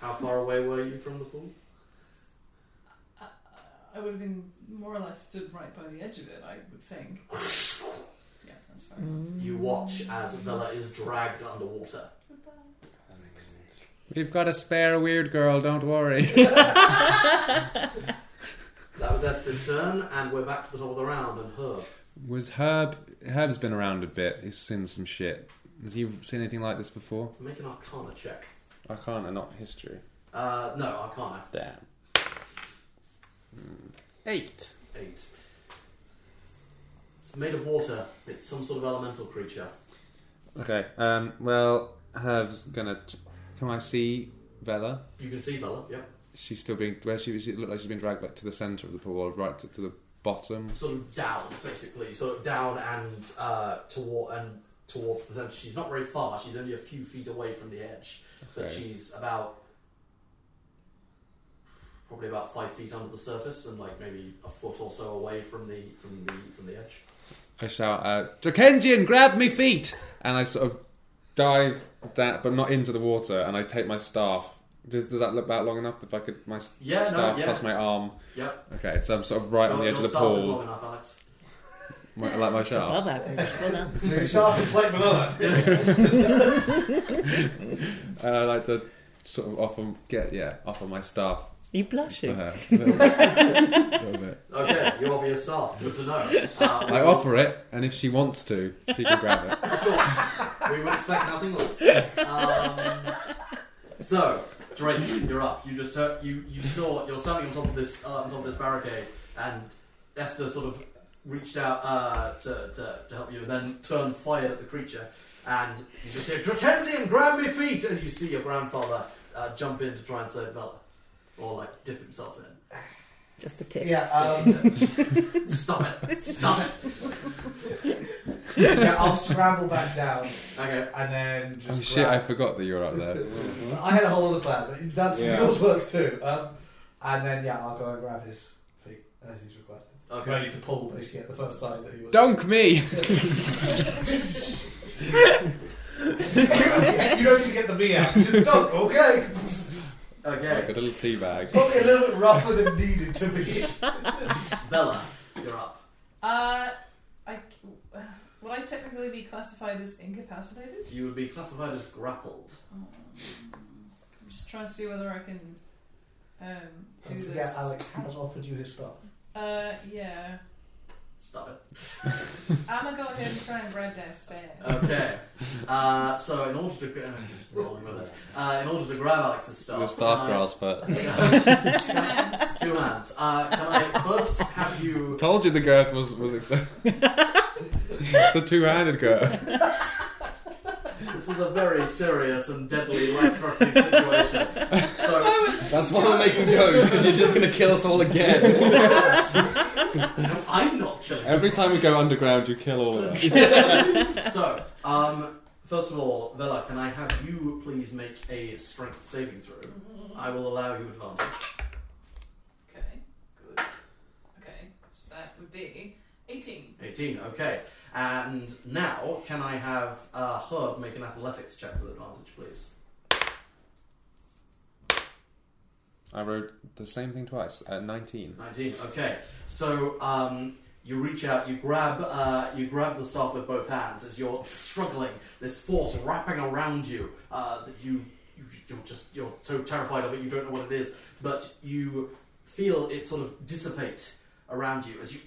Speaker 4: How far away were you from the pool?
Speaker 2: Uh, I would have been more or less stood right by the edge of it, I would think. <laughs> Yeah, that's fair.
Speaker 4: You watch as Vela is dragged underwater.
Speaker 5: We've got a spare weird girl, don't worry. <laughs>
Speaker 4: That was Esther's turn, and we're back to the top of the round and Herb.
Speaker 5: Was Herb. Herb's been around a bit. He's seen some shit. Has he seen anything like this before?
Speaker 4: Make an Arcana check.
Speaker 5: I can't, and not history.
Speaker 4: Uh, no, Arcana.
Speaker 5: Damn. Eight.
Speaker 4: Eight. It's made of water. It's some sort of elemental creature.
Speaker 5: Okay, um, well, Herb's gonna. Can I see Vela?
Speaker 4: You can see Vela, yeah.
Speaker 5: She's still being. Where she, she looked like she's been dragged back to the centre of the pool, or right to, to the bottom.
Speaker 4: sort of down, basically, sort of down and uh, toward and towards the center. She's not very far. She's only a few feet away from the edge, but
Speaker 5: Okay.
Speaker 4: she's about probably about five feet under the surface and like maybe a foot or so away from the from the from the edge.
Speaker 5: I shout out, Drakensian, grab me feet! And I sort of dive that, but not into the water, and I take my staff. Does, does that look about long enough? If I could, my s-
Speaker 4: Yeah, no,
Speaker 5: staff
Speaker 4: yeah.
Speaker 5: plus my arm.
Speaker 4: Yep.
Speaker 5: Okay, so I'm sort of right on
Speaker 4: Your-
Speaker 5: the edge
Speaker 4: your
Speaker 5: of the
Speaker 4: staff is long
Speaker 5: pool,
Speaker 4: enough, Alex.
Speaker 5: right, like my
Speaker 8: It's
Speaker 5: shaft.
Speaker 8: above average. Well done.
Speaker 3: The shark is like below
Speaker 11: <laughs>
Speaker 3: it.
Speaker 5: And I like to sort of offer get yeah offer my staff
Speaker 8: Are you
Speaker 5: to
Speaker 8: blushing?
Speaker 5: her. A little bit. A little bit.
Speaker 4: Okay, you offer your staff. Good
Speaker 5: <laughs>
Speaker 4: to know. Uh,
Speaker 5: I offer it, and if she wants to, she can grab it.
Speaker 4: we would expect nothing less. Um, so, Drake, you're up. You just uh, you you saw you're standing on top of this uh, on top of this barricade, and Esther sort of reached out uh, to, to to help you, and then turned fired at the creature, and you just hear Drakensian, grab me feet, and you see your grandfather uh, jump in to try and save Bella, or like dip himself in. it.
Speaker 8: Just the tip.
Speaker 3: Yeah, um,
Speaker 4: <laughs> Stop it! Stop it!
Speaker 3: yeah, I'll scramble back down
Speaker 4: Okay.
Speaker 3: and then just.
Speaker 5: Oh shit! I
Speaker 3: grab-
Speaker 5: forgot that you were up there.
Speaker 3: I had a whole other plan, but that's
Speaker 7: Yeah.
Speaker 3: yours works too. Um, and then, yeah, I'll go and grab his feet as he's requested.
Speaker 4: Okay.
Speaker 3: Ready to pull basically at the first sign that he was.
Speaker 5: Dunk me!
Speaker 3: <laughs> you don't need to get the me out. Just don't, okay?
Speaker 4: Okay.
Speaker 5: Like a little tea bag.
Speaker 3: Probably a little bit rougher than needed to be.
Speaker 4: Bella, you're up.
Speaker 2: Uh, I, well, Would I technically be classified as incapacitated?
Speaker 4: You would be classified as grappled.
Speaker 2: Um, I'm just trying to see whether I can um, do
Speaker 11: Don't
Speaker 2: this.
Speaker 11: forget, Alec has offered you his stuff.
Speaker 2: Uh, yeah.
Speaker 4: Stop it. <laughs>
Speaker 2: I'm gonna go ahead and try and grab that spare.
Speaker 4: Okay. uh, so in order to gra- I'm just rolling with this. Uh, in order to grab Alex's
Speaker 13: Your
Speaker 4: staff,
Speaker 13: staff
Speaker 4: <laughs>
Speaker 13: grasp it.
Speaker 2: Two
Speaker 4: can I-
Speaker 2: hands.
Speaker 4: two hands. Uh, can I first have you?
Speaker 5: Told you the girth was was extended. <laughs> it's a two-handed girth.
Speaker 4: This is a very serious and deadly life-threatening situation. So
Speaker 2: I would-
Speaker 7: That's why we're making jokes because you're just gonna kill us all again.
Speaker 4: no, I'm not chilling.
Speaker 5: Every time we go underground, you kill all of us.
Speaker 4: so, um, first of all, Vela, can I have you please make a strength saving throw? I will allow you advantage.
Speaker 2: Okay, good. Okay, so that would be 18.
Speaker 4: 18, okay. And now, can I have uh, Herb make an athletics check with advantage, please?
Speaker 5: I wrote the same thing twice at 19.
Speaker 4: 19, okay. So, um, you reach out, you grab, uh, you grab the staff with both hands as you're struggling. This force wrapping around you uh, that you, you you're just you're so terrified of it, you don't know what it is, but you feel it sort of dissipate around you as you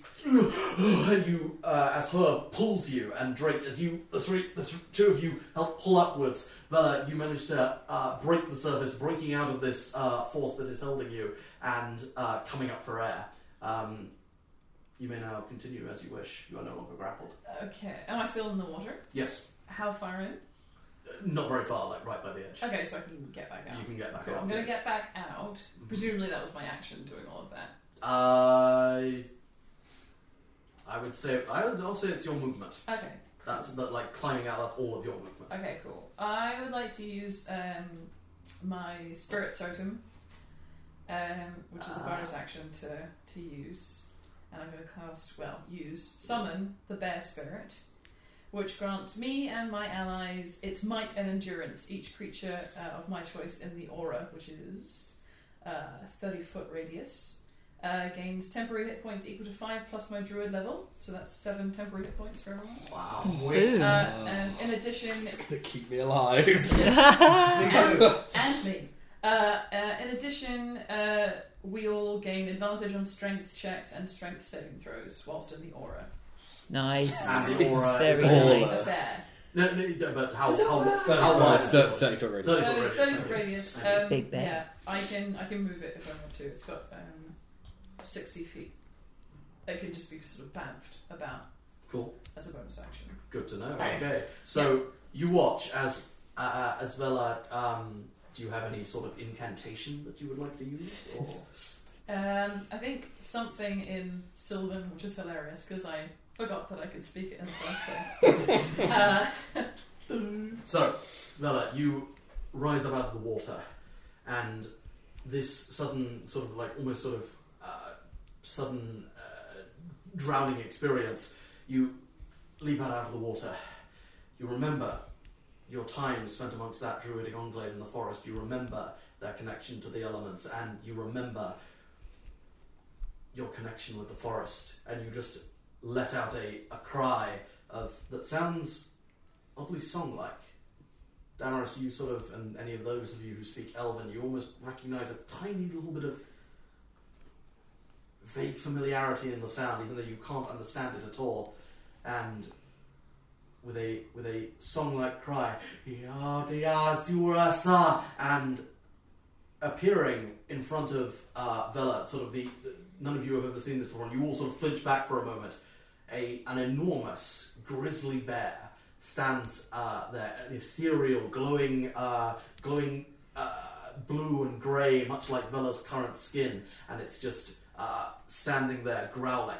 Speaker 4: <sighs> and you uh, as her pulls you and Drake as you the three the th- two of you help pull upwards. Vela, you manage to uh, break the surface, breaking out of this uh, force that is holding you and uh, coming up for air. Um, you may now continue as you wish. You are no longer grappled.
Speaker 2: Okay, am I still in the water?
Speaker 4: Yes,
Speaker 2: How far in?
Speaker 4: Uh, not very far, like right by the edge.
Speaker 2: Okay, so I can get back out.
Speaker 4: You can get back
Speaker 2: Cool,
Speaker 4: out.
Speaker 2: I'm gonna
Speaker 4: yes.
Speaker 2: get back out. Presumably that was my action doing all of that.
Speaker 4: I. I would say I would also say it's your movement.
Speaker 2: Okay, cool.
Speaker 4: That's that like climbing out. That's all of your movement.
Speaker 2: Okay, cool. I would like to use um, my spirit totem, um, which is a
Speaker 4: Ah.
Speaker 2: bonus action to, to use. And I'm going to cast, well, use, summon the bear spirit, which grants me and my allies its might and endurance, each creature uh, of my choice in the aura, which is uh, 30 foot radius. Uh, gains temporary hit points equal to 5 plus my druid level, so that's 7 temporary hit points for everyone.
Speaker 4: Wow.
Speaker 11: Wait.
Speaker 2: Uh, and in addition,
Speaker 7: It's gonna keep me alive.
Speaker 2: and me. Uh, uh, in addition, uh, we all gain advantage on strength checks and strength saving throws whilst in the aura.
Speaker 8: Nice.
Speaker 4: And the aura
Speaker 8: Very
Speaker 4: is
Speaker 7: all
Speaker 8: nice.
Speaker 7: us.
Speaker 2: There.
Speaker 4: No, no, no, but how how,
Speaker 3: Thirty
Speaker 4: how wide? is
Speaker 7: Thir-
Speaker 4: it?
Speaker 7: Thirty foot radius.
Speaker 2: So,
Speaker 4: Thirty. radius,
Speaker 2: 30
Speaker 4: okay.
Speaker 2: radius.
Speaker 4: It's
Speaker 8: a
Speaker 2: um,
Speaker 8: big bang.
Speaker 2: Yeah, I can I can move it if I want to. It's got um, sixty feet. It can just be sort of bounced about
Speaker 4: Cool.
Speaker 2: as a bonus action.
Speaker 4: Good to know. Okay, so you watch as uh, as Vela. Um, do you have any sort of incantation that you would like to use? Or
Speaker 2: Um, I think something in Sylvan, which is hilarious because I forgot that I could speak it in the first place. uh,
Speaker 8: <laughs>
Speaker 4: so, Vela, you rise up out of the water, and this sudden sort of like almost sort of uh, sudden uh, drowning experience. You leap out out of the water. You remember your time spent amongst that druidic enclave in the forest. You remember their connection to the elements, and you remember your connection with the forest. And you just let out a, a cry of that sounds oddly song-like. Damaris, you sort of, and any of those of you who speak Elven, you almost recognise a tiny little bit of vague familiarity in the sound, even though you can't understand it at all. And with a with a song-like cry, "Yadiazurasa," and appearing in front of uh, Vela, sort of the, the- none of you have ever seen this before, and you all sort of flinch back for a moment. A an enormous grizzly bear stands uh, there, an ethereal, glowing, uh, glowing uh, blue and grey, much like Vela's current skin, and it's just uh, standing there growling,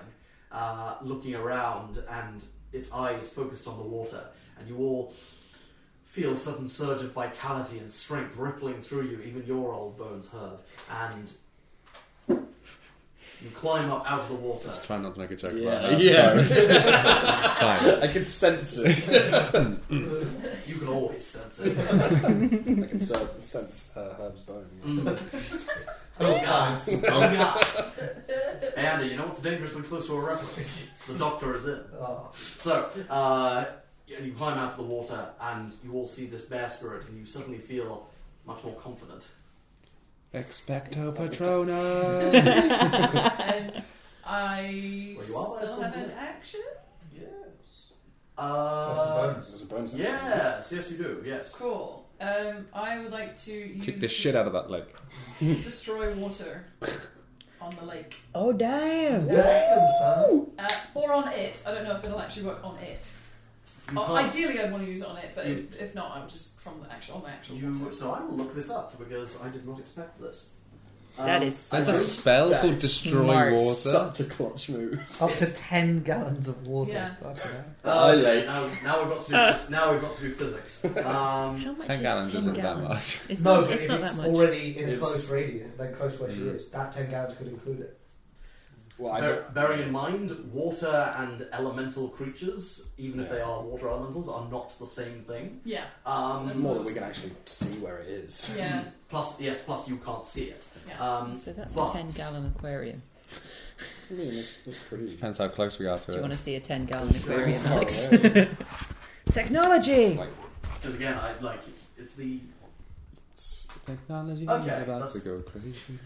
Speaker 4: uh, looking around, and its eyes focused on the water, and you all feel a sudden surge of vitality and strength rippling through you, even your old bones, Herb, and you climb up out of the water.
Speaker 5: Just try not to make a joke
Speaker 7: Yeah.
Speaker 5: about that. Fine. <laughs>
Speaker 7: I can sense it.
Speaker 4: You can always sense it.
Speaker 7: I
Speaker 11: <laughs>
Speaker 7: can so-
Speaker 4: Mm.
Speaker 7: sense uh, Herb's bone.
Speaker 4: Oh, God. Oh, God. <laughs> Hey Andy, you know what's dangerously close to a reference? The doctor is in.
Speaker 3: Oh.
Speaker 4: So, uh, and you climb out to the water, and you all see this bear spirit, and you suddenly feel much more confident.
Speaker 5: Expecto Patronum.
Speaker 2: And <laughs> I
Speaker 4: Well, you are
Speaker 2: still have
Speaker 4: absolutely.
Speaker 2: an action.
Speaker 3: Yeah. That's the
Speaker 4: Uh,
Speaker 3: bonus.
Speaker 7: There's a bonus. action.
Speaker 4: yes, yes, you do. Yes.
Speaker 2: Cool. Um, I would like to use
Speaker 5: Kick the shit out of that leg.
Speaker 2: dis- <laughs> destroy water on the lake.
Speaker 8: Oh damn!
Speaker 3: Damn, son.
Speaker 2: Uh, or on it. I don't know if it'll actually work on it.
Speaker 4: You
Speaker 2: Oh,
Speaker 4: can't.
Speaker 2: ideally, I'd want to use it on it, but
Speaker 4: You-
Speaker 2: if if not, I would just from the actual on the actual
Speaker 4: You,
Speaker 2: water.
Speaker 4: so I will look this up because I did not expect this. Um,
Speaker 8: That is
Speaker 5: There's a
Speaker 8: That's
Speaker 5: spell
Speaker 14: That
Speaker 5: called
Speaker 14: is
Speaker 5: Destroy
Speaker 14: smart.
Speaker 5: Water.
Speaker 14: Such a clutch move.
Speaker 3: Up to 10 gallons of water.
Speaker 2: Yeah.
Speaker 3: Fucking hell.
Speaker 4: Uh, okay, now, now
Speaker 8: <laughs>
Speaker 4: we've got to do phys- now we've got to do physics. Um,
Speaker 8: How much
Speaker 5: Ten
Speaker 8: is
Speaker 5: gallons
Speaker 8: 10
Speaker 5: isn't that
Speaker 8: gallons?
Speaker 5: much.
Speaker 8: It's
Speaker 11: No,
Speaker 8: not,
Speaker 11: but
Speaker 8: it's
Speaker 11: if
Speaker 8: not
Speaker 11: it's
Speaker 8: that much.
Speaker 11: already in
Speaker 7: It's-
Speaker 11: close radius, like close where she
Speaker 5: Mm.
Speaker 11: is, that 10 gallons could include it.
Speaker 7: Well, I
Speaker 4: bear-
Speaker 7: don't.
Speaker 4: bearing in mind, water and elemental creatures, even if
Speaker 7: Yeah.
Speaker 4: they are water elementals, are not the same thing.
Speaker 2: Yeah,
Speaker 7: There's
Speaker 4: Um,
Speaker 7: more that we can actually see where it is.
Speaker 2: yeah,
Speaker 4: plus, yes, plus you can't see it. <laughs>
Speaker 2: yeah.
Speaker 4: Um,
Speaker 8: So that's
Speaker 4: but-
Speaker 8: a ten gallon aquarium.
Speaker 7: I mean, it's, it's pretty.
Speaker 5: Depends how close we are
Speaker 8: Do you
Speaker 5: to
Speaker 8: want
Speaker 5: it.
Speaker 8: to see a ten gallon
Speaker 7: It's very
Speaker 8: aquarium,
Speaker 7: far
Speaker 8: Alex?
Speaker 7: away.
Speaker 8: <laughs> Technology.
Speaker 7: Like,
Speaker 4: Because again, I like it's the
Speaker 7: it's-
Speaker 5: Technology
Speaker 4: Okay,
Speaker 5: is about
Speaker 4: that's-
Speaker 5: to go crazy.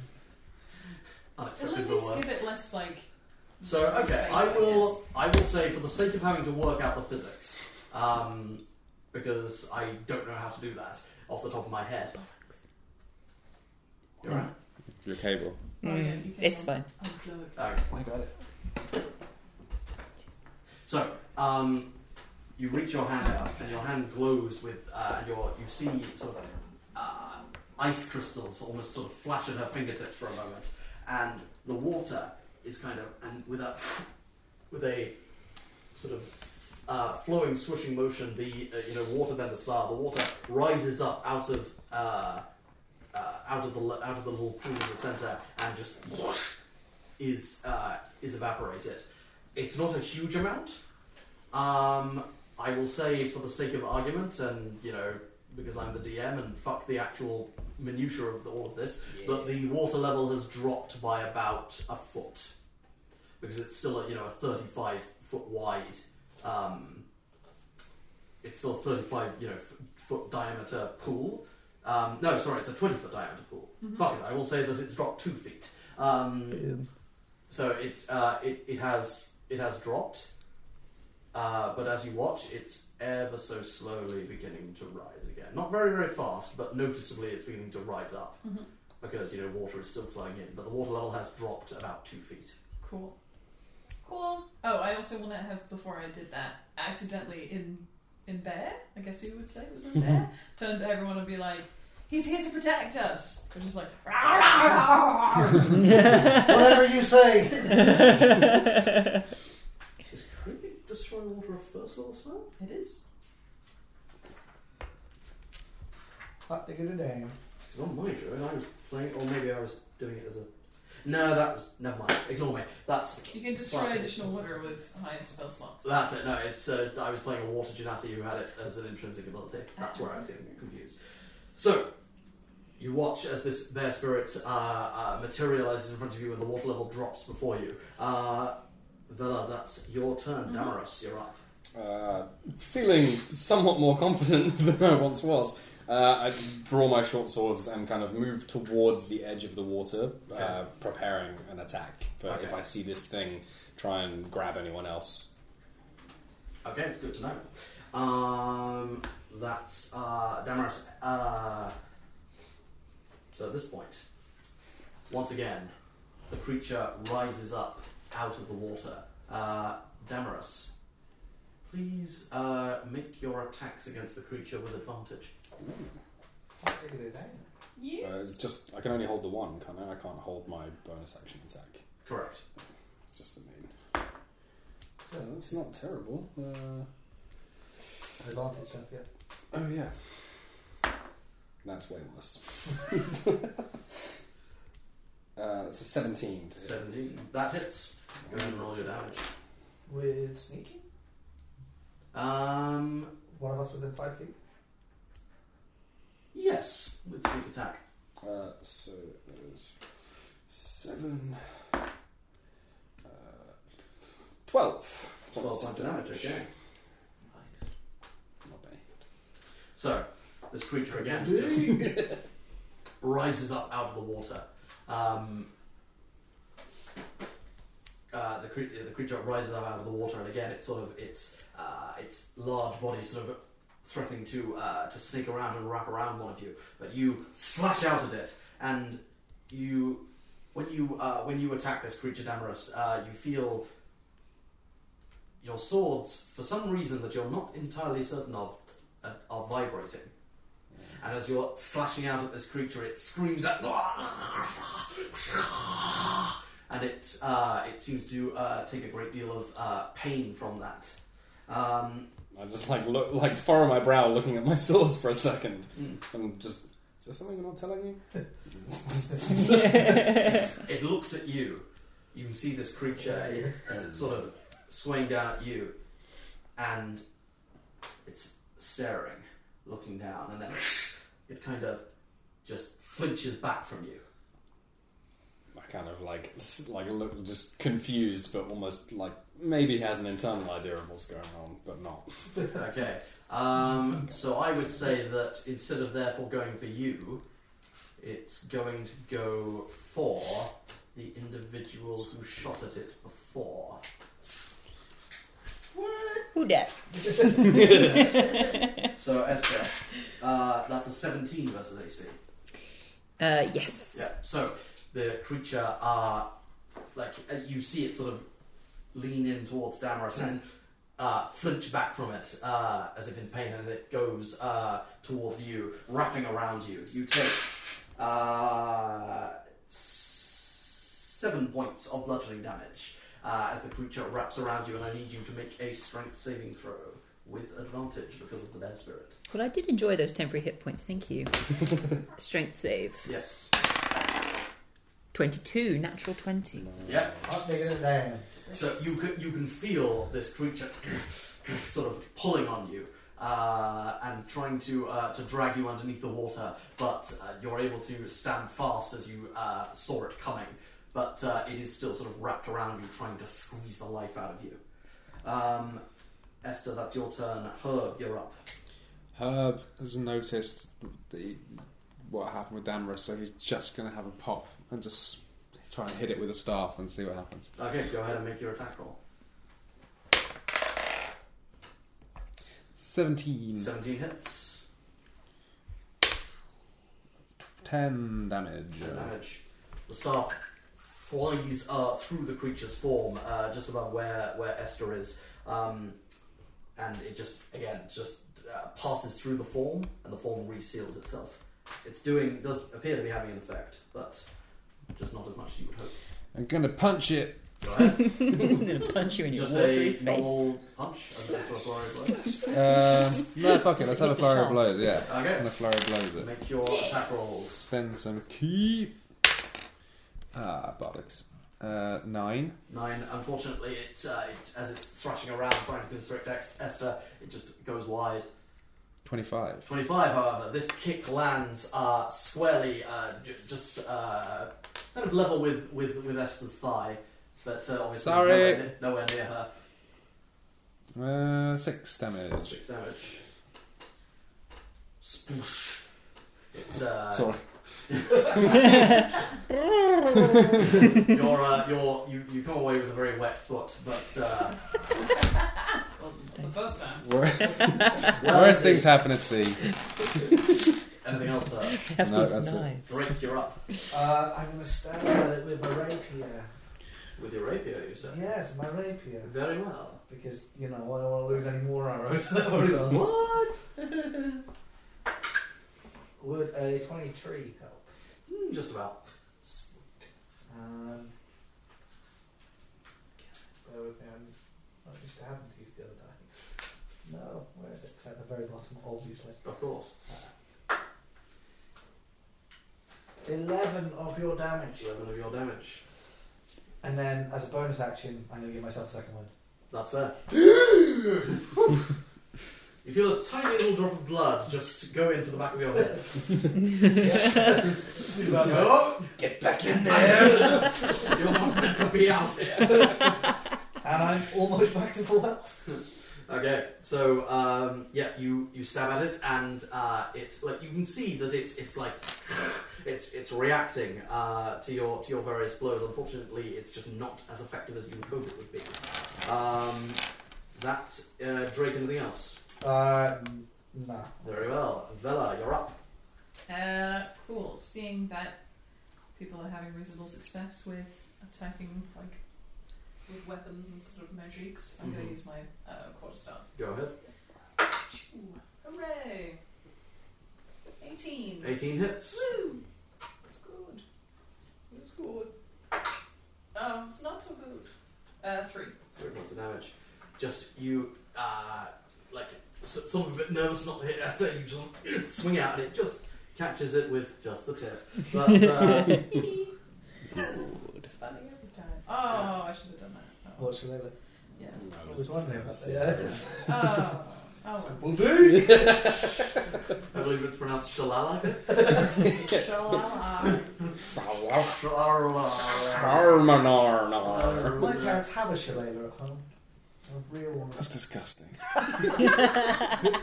Speaker 2: It'll
Speaker 4: unexpected
Speaker 2: at
Speaker 4: reward.
Speaker 2: least give it less like.
Speaker 4: So okay,
Speaker 2: space,
Speaker 4: I will.
Speaker 2: guess.
Speaker 4: I will say for the sake of having to work out the physics, um, because I don't know how to do that off the top of my head. You're right.
Speaker 5: Your cable.
Speaker 2: Oh, yeah,
Speaker 8: Mm.
Speaker 2: you can
Speaker 8: It's
Speaker 2: un-
Speaker 8: fine.
Speaker 2: unplug.
Speaker 4: Okay.
Speaker 3: I got it.
Speaker 4: So um, you reach your hand out, and your hand glows with, uh, and your you see sort of uh, ice crystals almost sort of flash at her fingertips for a moment, and the water is kind of and with a <sniffs> with a sort of uh, flowing, swishing motion, the uh, you know water then the star, the water rises up out of uh, uh, out of the li- out of the little pool in the center and just <sniffs> is uh, is evaporated. It's not a huge amount. Um, I will say, for the sake of argument, and you know, because I'm the DM and fuck the actual minutia of the, all of this, but the water level has dropped by about a foot because it's still a, you know a 35 foot wide. Um, it's still a 35 you know f- foot diameter pool. Um, no, sorry, it's a 20 foot diameter pool. Fuck it, I will say that it's dropped two feet. Um, so it, uh, it it has it has dropped, uh, but as you watch, it's ever so slowly beginning to rise again. Not very very fast, but noticeably it's beginning to rise up
Speaker 2: Mhm.
Speaker 4: because you know water is still flowing in, but the water level has dropped about two feet.
Speaker 2: Cool. Cool. Oh, I also want to have before I did that accidentally in in bear. I guess you would say it was in bear. Turned to everyone and be like, "He's here to protect us." Which is like, "Rah, rah, rah, rah, rah."
Speaker 11: <laughs> Whatever you say!
Speaker 4: Is creepy destroy water a first level spell?
Speaker 2: it is.
Speaker 3: Hot diggity damn.
Speaker 4: It's on my and I was playing, or maybe I was doing it as a. No, that was never mind. Ignore me. That's
Speaker 2: You can destroy
Speaker 4: Right.
Speaker 2: additional water with higher spell slots.
Speaker 4: that's it. No, it's uh, I was playing a water genasi who had it as an intrinsic ability. That's where I was getting confused. So you watch as this bear spirit uh, uh, materializes in front of you, and the water level drops before you. Uh, Vela, that's your turn. Damaris, you're up.
Speaker 7: Uh, feeling somewhat more confident <laughs> than I once was, uh, I draw my short swords and kind of move towards the edge of the water, uh,
Speaker 4: Okay.
Speaker 7: preparing an attack for
Speaker 4: Okay.
Speaker 7: if I see this thing try and grab anyone else.
Speaker 4: Okay, good to know. Um, that's uh, Damaris. Uh, so at this point, once again, the creature rises up out of the water. Uh, Damaris, please uh, make your attacks against the creature with advantage.
Speaker 3: Hot diggity damn.
Speaker 2: You.
Speaker 7: Uh, it's just I can only hold the one, can't I? I can't hold my bonus action attack.
Speaker 4: Correct.
Speaker 7: Just the main. Uh, that's not terrible. Uh,
Speaker 3: Advantage, don't forget.
Speaker 7: oh yeah, that's way worse. uh, it's a seventeen. To hit.
Speaker 4: Seventeen. That hits. Go ahead and roll your damage.
Speaker 3: With sneaking?
Speaker 4: Um,
Speaker 3: One of us within five feet?
Speaker 4: yes, with sneak attack.
Speaker 7: Uh, so that is seven Twelve.
Speaker 4: 12 points of damage, okay.
Speaker 7: Not bad.
Speaker 4: So, this creature again just <laughs> rises up out of the water. Um, uh, the, cre- uh, the creature rises up out of the water, and again, it's sort of its uh, its large body sort of threatening to uh, to sneak around and wrap around one of you, but you slash out at it, and you when you uh, when you attack this creature, Damaris, uh, you feel your swords, for some reason that you're not entirely certain of, uh, are vibrating. And as you're slashing out at this creature, it screams out, and it uh, it seems to uh, take a great deal of uh, pain from that. Um,
Speaker 7: I just like look like furrow my brow, looking at my <laughs> swords for a second, and just is there something I'm not telling you?
Speaker 4: it looks at you. You can see this creature it- as it's sort of swaying down at you, and it's staring, looking down, and then it kind of just flinches back from you.
Speaker 7: I kind of like s- like look just confused, but almost like maybe has an internal idea of what's going on, but not.
Speaker 4: Okay. Um, so I would say that instead of therefore going for you, it's going to go for the individual who shot at it before.
Speaker 8: Who dat?
Speaker 4: So Esther, uh, that's a 17 versus AC.
Speaker 8: Uh, yes.
Speaker 4: Yeah. So the creature, uh, like uh, you see it sort of lean in towards Damaris and uh, flinch back from it uh, as if in pain, and it goes uh, towards you, wrapping around you. You take uh, s- seven points of bludgeoning damage uh, as the creature wraps around you, and I need you to make a strength saving throw with advantage because of the bad spirit.
Speaker 8: Well, I did enjoy those temporary hit points. Thank you. Strength save.
Speaker 4: Yes.
Speaker 8: 22, natural 20.
Speaker 4: Yeah.
Speaker 11: I'm digging it down.
Speaker 4: So you can, you can feel this creature <coughs> sort of pulling on you uh, and trying to uh, to drag you underneath the water, but uh, you're able to stand fast as you uh, saw it coming. But uh, it is still sort of wrapped around you, trying to squeeze the life out of you. Um, Esther, that's your turn. Herb, you're up.
Speaker 5: Herb has noticed the, what happened with Damaris, so he's just going to have a pop and just try and hit it with a staff and see what happens.
Speaker 4: Okay, go ahead and make your attack roll.
Speaker 5: 17.
Speaker 4: Seventeen hits,
Speaker 5: 10 damage.
Speaker 4: Ten damage. The staff flies uh, through the creature's form, uh, just above where where Esther is. Um, and it just again just uh, passes through the form, and the form reseals itself. It's doing does appear to be having an effect, but just not as much as you would hope.
Speaker 8: <laughs>
Speaker 5: I'm going to punch it.
Speaker 4: Go ahead.
Speaker 8: <laughs> I'm going to punch you in your
Speaker 4: just
Speaker 8: watery
Speaker 4: a
Speaker 8: face.
Speaker 4: normal punch. I guess that's what flurry of blows.
Speaker 5: Um, no, fuck
Speaker 8: Does
Speaker 5: it, let's
Speaker 8: it hit
Speaker 5: have a
Speaker 8: the
Speaker 5: flurry of
Speaker 8: shaft?
Speaker 5: blows, yeah.
Speaker 8: <laughs>
Speaker 5: I'm
Speaker 4: Okay,
Speaker 5: going to flurry of blows it.
Speaker 4: make your attack rolls.
Speaker 5: Spend some key. Ah, bollocks. Uh, nine.
Speaker 4: Nine. Unfortunately, it, uh, it as it's thrashing around trying to constrict Ex- Esther, it just goes wide.
Speaker 5: 25.
Speaker 4: 25, however, this kick lands uh, squarely, uh, j- just uh, kind of level with, with, with Esther's thigh, but uh, obviously
Speaker 5: Sorry.
Speaker 4: Nowhere, near, nowhere near her.
Speaker 5: Uh, six damage.
Speaker 4: Six damage. Sploosh. It, uh,
Speaker 5: Sorry.
Speaker 4: <laughs> You're, uh, you're, you, you come away with a very wet foot, but
Speaker 5: <laughs>
Speaker 4: uh,
Speaker 2: The first time.
Speaker 5: Wor-
Speaker 4: well,
Speaker 5: Worst things happen at sea.
Speaker 4: Anything else, sir?
Speaker 8: Have
Speaker 5: No,
Speaker 8: these
Speaker 5: that's it.
Speaker 8: knives.
Speaker 4: Drake, you're up.
Speaker 11: Uh, I'm going to stab at it with my rapier.
Speaker 4: With your rapier, you said.
Speaker 11: Yes, my rapier.
Speaker 4: Very well.
Speaker 11: Because, you know, I don't want to lose any more arrows <laughs> than I've already lost.
Speaker 4: What?
Speaker 11: <laughs> Would a 23 help?
Speaker 4: Hmm, just about.
Speaker 11: Um, bear with me, I'm not used to having to use the other die. No, where is it? It's at the very bottom, obviously.
Speaker 4: Of course.
Speaker 11: 11 of your damage.
Speaker 4: 11 of your damage.
Speaker 11: And then, as a bonus action, I'm going to give myself a second
Speaker 4: <laughs>
Speaker 11: one.
Speaker 4: That's fair. you feel a tiny little drop of blood just go into the back of your head.
Speaker 11: No. <laughs>
Speaker 4: <laughs> Get back in there! You're not meant to be out here.
Speaker 3: and I'm almost back to full health.
Speaker 4: <laughs> Okay, so um, yeah, you you stab at it, and uh, it's like you can see that it's it's like <sighs> it's it's reacting uh, to your to your various blows. Unfortunately, it's just not as effective as you would hope it would be. Um, that uh, Drake, anything else?
Speaker 3: Uh,
Speaker 14: Um,
Speaker 3: no.
Speaker 4: Very well, Vela, you're up.
Speaker 2: Uh, cool. Seeing that people are having reasonable success with attacking like with weapons and sort of magics, I'm going to
Speaker 4: Mhm.
Speaker 2: use my uh, quarterstaff.
Speaker 4: Go ahead.
Speaker 2: Phew. Hooray! 18.
Speaker 4: Eighteen hits.
Speaker 2: Woo! It's good. It's good. Oh, it's not so good. Uh, three.
Speaker 4: Three points of damage. Just you, uh, like s- sort of a bit nervous not to hit Esther. You just swing out, and it just catches it with just the tip. But uh,
Speaker 2: it's funny every time. Oh, I should have done that. Oh,
Speaker 3: What's your name?
Speaker 2: yeah.
Speaker 3: Was my name?
Speaker 7: Yeah.
Speaker 3: Yeah.
Speaker 2: Oh, oh, well.
Speaker 3: Will do.
Speaker 4: I believe it's pronounced Shalala.
Speaker 2: Shalala.
Speaker 4: Shalala.
Speaker 7: Armanar.
Speaker 3: Um,
Speaker 4: <laughs>
Speaker 3: My parents have a shillelagh at home. A real one.
Speaker 5: That's disgusting.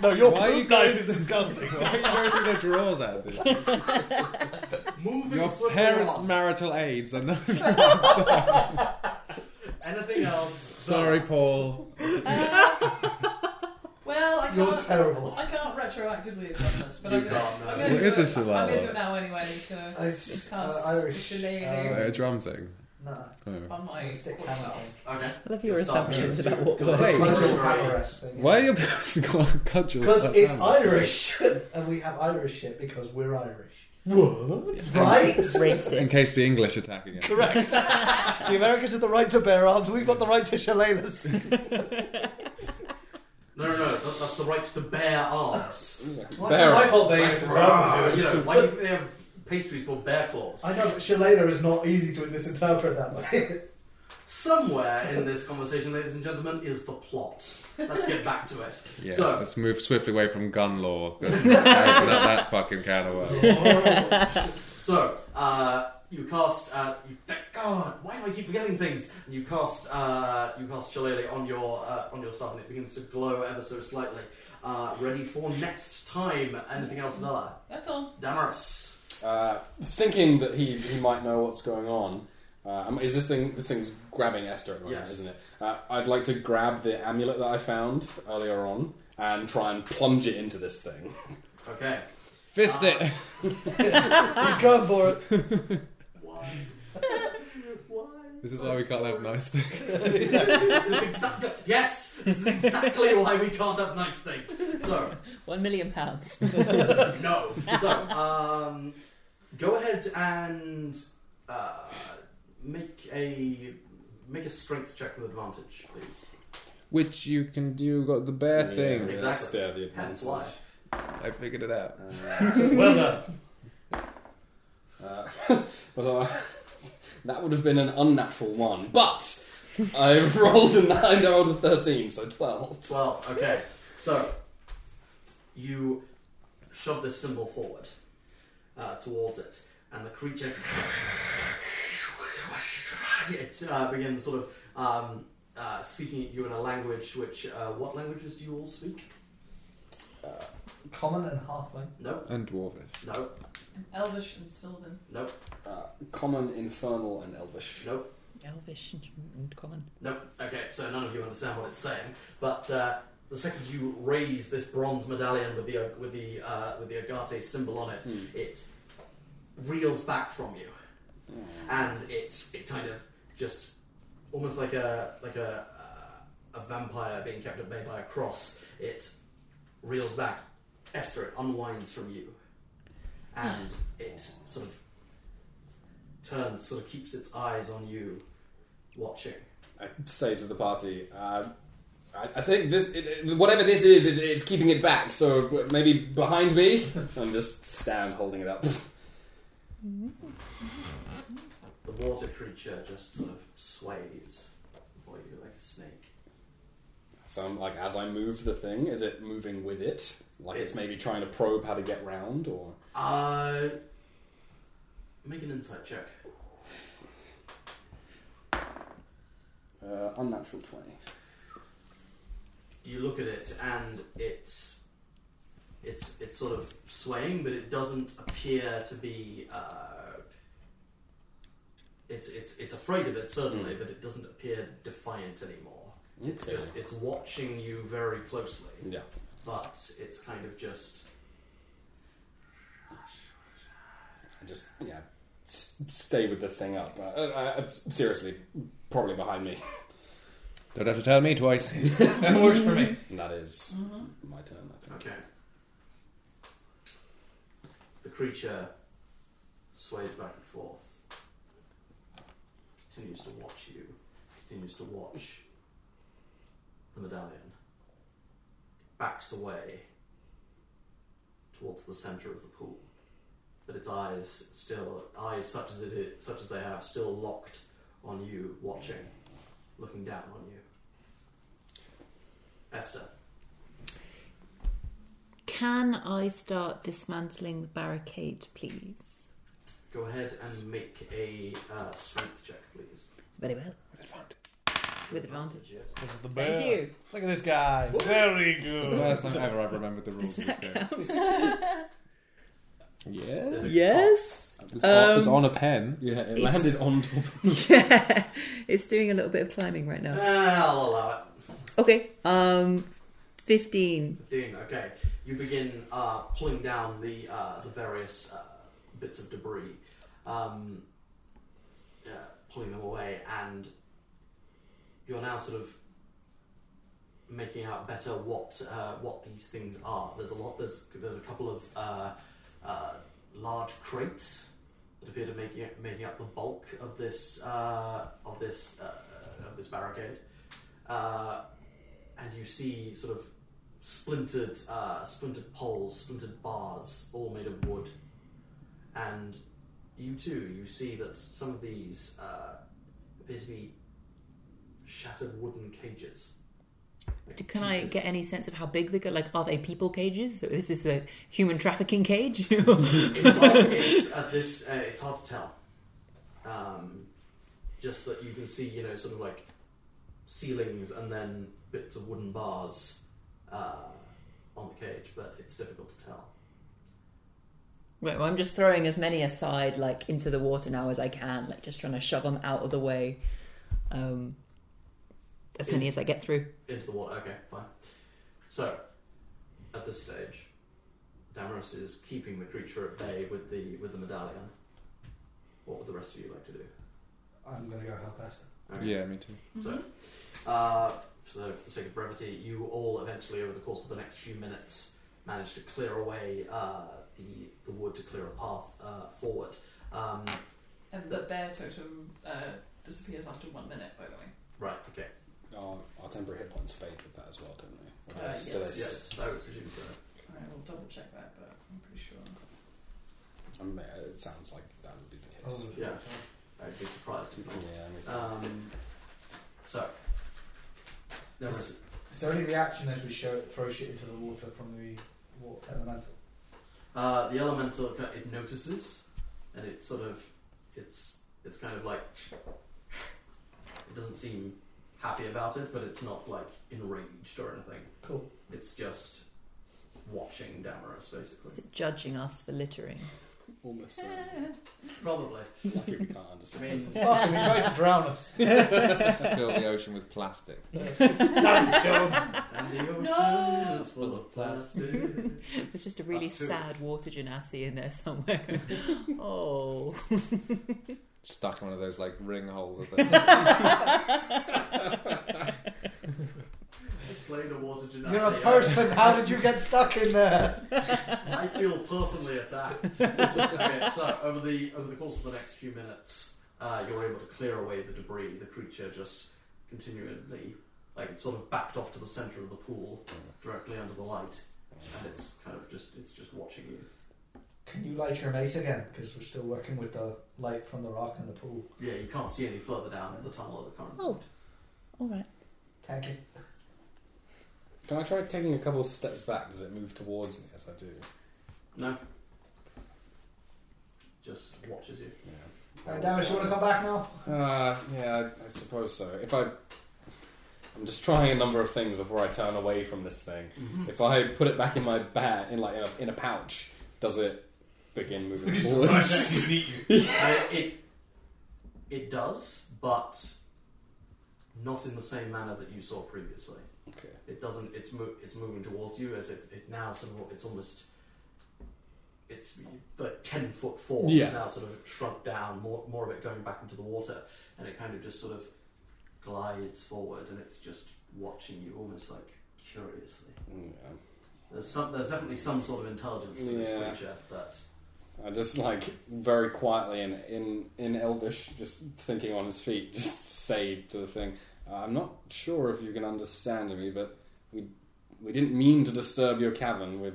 Speaker 14: No, your
Speaker 5: Why are you
Speaker 14: poop knife is disgusting.
Speaker 5: Why are you wearing their drawers out of this?
Speaker 4: Moving
Speaker 5: Your
Speaker 4: swiftly
Speaker 5: parents'
Speaker 4: on.
Speaker 5: marital aids are not.
Speaker 4: Anything else?
Speaker 5: <laughs> Sorry, Paul.
Speaker 2: Uh, well, I
Speaker 3: You're
Speaker 2: can't.
Speaker 3: terrible.
Speaker 2: I can't retroactively have done this, but
Speaker 4: You
Speaker 2: I'm gonna,
Speaker 4: can't, no.
Speaker 2: I'm gonna do
Speaker 5: What is
Speaker 2: it.
Speaker 5: this
Speaker 2: I'm
Speaker 5: Shalala?
Speaker 2: gonna do it now anyway. I'm just gonna
Speaker 3: It's
Speaker 2: cast
Speaker 3: uh, Irish.
Speaker 2: shillelagh.
Speaker 5: Uh, a
Speaker 3: um,
Speaker 5: drum thing.
Speaker 3: no,
Speaker 5: Oh.
Speaker 2: on my
Speaker 3: it's a stick
Speaker 2: quarterstaff.
Speaker 3: hammer thing.
Speaker 4: Okay.
Speaker 8: I love your
Speaker 4: Your staff
Speaker 8: assumptions about
Speaker 4: members do.
Speaker 8: what
Speaker 4: Good.
Speaker 3: It's
Speaker 8: works.
Speaker 3: like
Speaker 4: Hey, Nigel.
Speaker 3: a hammer rest thing.
Speaker 5: Why are your parents <laughs> going country?
Speaker 3: Because it's Irish, <laughs> and we have Irish shit because we're Irish. What? Right?
Speaker 8: Racist.
Speaker 5: In case the English attack again.
Speaker 14: Correct. <laughs> the Americans have the right to bear arms. We've got the right to shillelaghs.
Speaker 4: No, no, no. That, that's the right to bear arms.
Speaker 3: Why-
Speaker 7: Bear
Speaker 3: My fault they
Speaker 4: Like,
Speaker 3: use example
Speaker 4: rah,
Speaker 3: to
Speaker 4: you
Speaker 3: it.
Speaker 4: know, why do you think they have pastries called bear claws?
Speaker 3: I know, but shillelagh is not easy to misinterpret that way.
Speaker 4: Somewhere in this conversation, ladies and gentlemen, is the plot. Let's get back to it.
Speaker 5: Yeah,
Speaker 4: So-
Speaker 5: let's move swiftly away from gun law. Let's not open up that fucking can of worms.
Speaker 3: Oh. <laughs>
Speaker 4: So, uh, you cast. Uh, you, God, why do I keep forgetting things? You cast. Uh, you cast Shillelagh on your uh, on your staff, and it begins to glow ever so slightly. Uh, ready for next time. Anything else, Bella?
Speaker 2: That's all.
Speaker 4: Damaris.
Speaker 7: Uh, thinking that he, he might know what's going on. Uh, um, is this thing? This thing's grabbing Esther at the moment,
Speaker 4: Yes.
Speaker 7: isn't it? Uh, I'd like to grab the amulet that I found earlier on and try and plunge it into this thing.
Speaker 4: Okay.
Speaker 5: Fist it!
Speaker 3: He's going for it.
Speaker 4: Why?
Speaker 5: This is why we can't have nice things.
Speaker 4: this is exactly, yes, this is exactly why we can't have nice things. So,
Speaker 8: One million pounds.
Speaker 4: no. So, um, go ahead and uh, make a make a strength check with advantage, please.
Speaker 5: Which you can do, you got the bear thing.
Speaker 7: Yeah,
Speaker 4: Exactly.
Speaker 7: spare the
Speaker 4: Hence
Speaker 7: advances.
Speaker 4: why.
Speaker 5: I figured it out.
Speaker 3: Well done.
Speaker 7: Uh, but, uh, <laughs> that would have been an unnatural one, but I <laughs> rolled a nine, I rolled a thirteen, so twelve.
Speaker 4: Well, okay. So you shove this symbol forward uh, towards it, and the creature <laughs> it uh, begins sort of um, uh, speaking at you in a language which uh, what languages do you all speak?
Speaker 3: Common and halfling.
Speaker 4: No,
Speaker 5: And dwarfish.
Speaker 4: no,
Speaker 2: Elvish and Sylvan.
Speaker 4: no,
Speaker 7: Uh, common, infernal, and elvish.
Speaker 4: no.
Speaker 8: <laughs> Elvish and common.
Speaker 4: Nope. Okay, so none of you understand what it's saying. But uh, the second you raise this bronze medallion with the with the uh, with the agate symbol on it, it reels back from you, and it it kind of just almost like a like a uh, a vampire being kept at bay by a cross. It reels back. Esther, it unwinds from you, and it sort of turns, sort of keeps its eyes on you, watching.
Speaker 7: I say to the party, uh, I, I think this, it, it- whatever this is, it, it's keeping it back. So maybe behind me, <laughs> and just stand holding it up. <laughs>
Speaker 4: The water creature just sort of sways before you like a snake.
Speaker 7: So I'm like, as I move the thing, is it moving with it? Like it's,
Speaker 4: It's-
Speaker 7: maybe trying to probe how to get round, or
Speaker 4: Uh, make an insight check.
Speaker 7: Uh, unnatural 20.
Speaker 4: you look at it and it's it's it's sort of swaying, but it doesn't appear to be. Uh, it's it's it's afraid of it certainly, but it doesn't appear defiant anymore. It's
Speaker 7: Okay.
Speaker 4: just it's watching you very closely,
Speaker 7: Yeah.
Speaker 4: but it's kind of just
Speaker 7: And just, yeah, s- stay with the thing up. Uh, uh, uh, seriously, probably behind me.
Speaker 5: Don't have to tell me twice.
Speaker 3: That works for me.
Speaker 7: And that is my turn, I think.
Speaker 4: okay. The creature sways back and forth, continues to watch you, continues to watch the medallion. It backs away towards the center of the pool, but its eyes still eyes such as it is, such as they have still locked on you, watching, looking down on you. Esther,
Speaker 8: Can I start dismantling the barricade, please?
Speaker 4: go ahead and make a uh, strength check, please.
Speaker 8: Very well. With advantage.
Speaker 4: yes.
Speaker 3: the
Speaker 8: Thank you.
Speaker 3: Look at this guy. Very
Speaker 5: The
Speaker 3: good.
Speaker 5: first time ever I remembered the rules of this game. Yeah.
Speaker 4: There's a
Speaker 8: Yes.
Speaker 5: It's, on, it's on a pen.
Speaker 7: Yeah, it
Speaker 8: It's-
Speaker 7: landed on top
Speaker 8: <laughs>
Speaker 7: of <laughs>
Speaker 8: Yeah. It's doing a little bit of climbing right
Speaker 4: cop.
Speaker 8: now.
Speaker 4: Ah, I'll allow it.
Speaker 8: Okay. Um, fifteen.
Speaker 4: Fifteen. Okay. You begin uh, pulling down the uh, the various uh, bits of debris, um, uh, pulling them away, and you're now sort of making out better what uh, what these things are. There's a lot. There's there's a couple of uh, uh, large crates that appear to make it, making up the bulk of this uh, of this uh, of this barricade, uh, and you see sort of splintered uh, splintered poles, splintered bars, all made of wood, and you too you see that some of these uh, appear to be shattered wooden cages.
Speaker 8: Do- Can I get any sense of how big they go? Like, are they people cages? So This is a human trafficking cage. <laughs>
Speaker 4: it's, hard, it's, at this, uh, it's hard to tell. Um, just that you can see, you know, sort of like ceilings and then bits of wooden bars uh, on the cage, but it's difficult to tell.
Speaker 8: Right, well, I'm just throwing as many aside, like into the water now as I can, like just trying to shove them out of the way. Um, as many as I get through.
Speaker 4: Into the water. Okay, fine. So, at this stage, Damaris is keeping the creature at bay with the with the medallion. What would the rest of you like to do?
Speaker 3: I'm gonna go help Esther.
Speaker 4: Okay.
Speaker 5: Yeah, me too.
Speaker 4: Uh, so, for the sake of brevity, you all eventually, over the course of the next few minutes, manage to clear away uh, the, the wood to clear a path uh, forward. Um,
Speaker 2: And the bear totem uh, disappears after one minute, by the way.
Speaker 4: right, okay.
Speaker 7: Our, our temporary hit points fade with that as well, don't they? Or
Speaker 2: Uh,
Speaker 7: do they-
Speaker 2: yes.
Speaker 4: Yes, I would presume so.
Speaker 2: I will double check that, but I'm pretty sure.
Speaker 7: Um, yeah, it sounds like that would be the case.
Speaker 4: Yeah. I'd be surprised if not.
Speaker 7: Yeah, makes sense.
Speaker 4: Um, so, Damaris,
Speaker 3: Is there any reaction as we show throw shit into the water from the water elemental?
Speaker 4: Uh, the elemental ki- it notices, and it sort of it's it's kind of like it doesn't seem happy about it, but it's not like enraged or anything.
Speaker 3: Cool.
Speaker 4: It's just watching Damaris basically.
Speaker 8: Is it judging us for
Speaker 4: <laughs>
Speaker 8: littering?
Speaker 7: Almost uh, <laughs>
Speaker 4: Probably.
Speaker 7: lucky we can't
Speaker 4: I
Speaker 8: <laughs>
Speaker 7: understand.
Speaker 3: <laughs>
Speaker 4: mean,
Speaker 3: Fuck, and he tried to drown us.
Speaker 5: Fill the ocean with plastic.
Speaker 3: <laughs> Damn, Sean.
Speaker 4: and the ocean
Speaker 8: No!
Speaker 4: is full of plastic. <laughs>
Speaker 8: There's just a really
Speaker 4: That's true.
Speaker 8: sad water genasi in there somewhere. <laughs> oh.
Speaker 5: Stuck in one of those like ring holders.
Speaker 4: Played a water gymnasium.
Speaker 3: You're a person. How did you get stuck in there?
Speaker 4: I feel personally
Speaker 3: <laughs>
Speaker 4: attacked. okay, so over the over the course of the next few minutes, uh, you're able to clear away the debris. The creature just continually, like it's sort of backed off to the center of the pool, directly under the light, and it's kind of just it's just watching you.
Speaker 3: Can you light your mace again? Because we're still working with the light from the rock and the pool.
Speaker 4: Yeah, you can't see any further down in the tunnel of the current.
Speaker 8: Oh. All right.
Speaker 3: Thank you.
Speaker 7: Can I try taking a couple of steps back? Does it move towards me as I do?
Speaker 4: No. Just watches you.
Speaker 7: Yeah.
Speaker 3: All right, Darius, you want to come back now?
Speaker 7: Uh, yeah, I, I suppose so. If I I'm just trying a number of things before I turn away from this thing. If I put it back in my bag, in like in a, in a pouch, does it begin moving forwards?
Speaker 4: Uh, it it does, but not in the same manner that you saw previously.
Speaker 7: okay.
Speaker 4: It doesn't. It's mo- it's moving towards you as if it now somewhat. It's almost. It's like ten foot forward
Speaker 7: Yeah.
Speaker 4: It's now, sort of shrunk down. More more of it going back into the water, and it kind of just sort of glides forward, and it's just watching you almost like curiously.
Speaker 7: <laughs> Yeah.
Speaker 4: There's some. There's definitely some sort of intelligence to this
Speaker 7: Yeah.
Speaker 4: creature, but
Speaker 7: I just like very quietly and in in Elvish, just thinking on his feet, <laughs> just say to the thing, "Uh, "I'm not sure if you can understand me, but we we didn't mean to disturb your cavern. We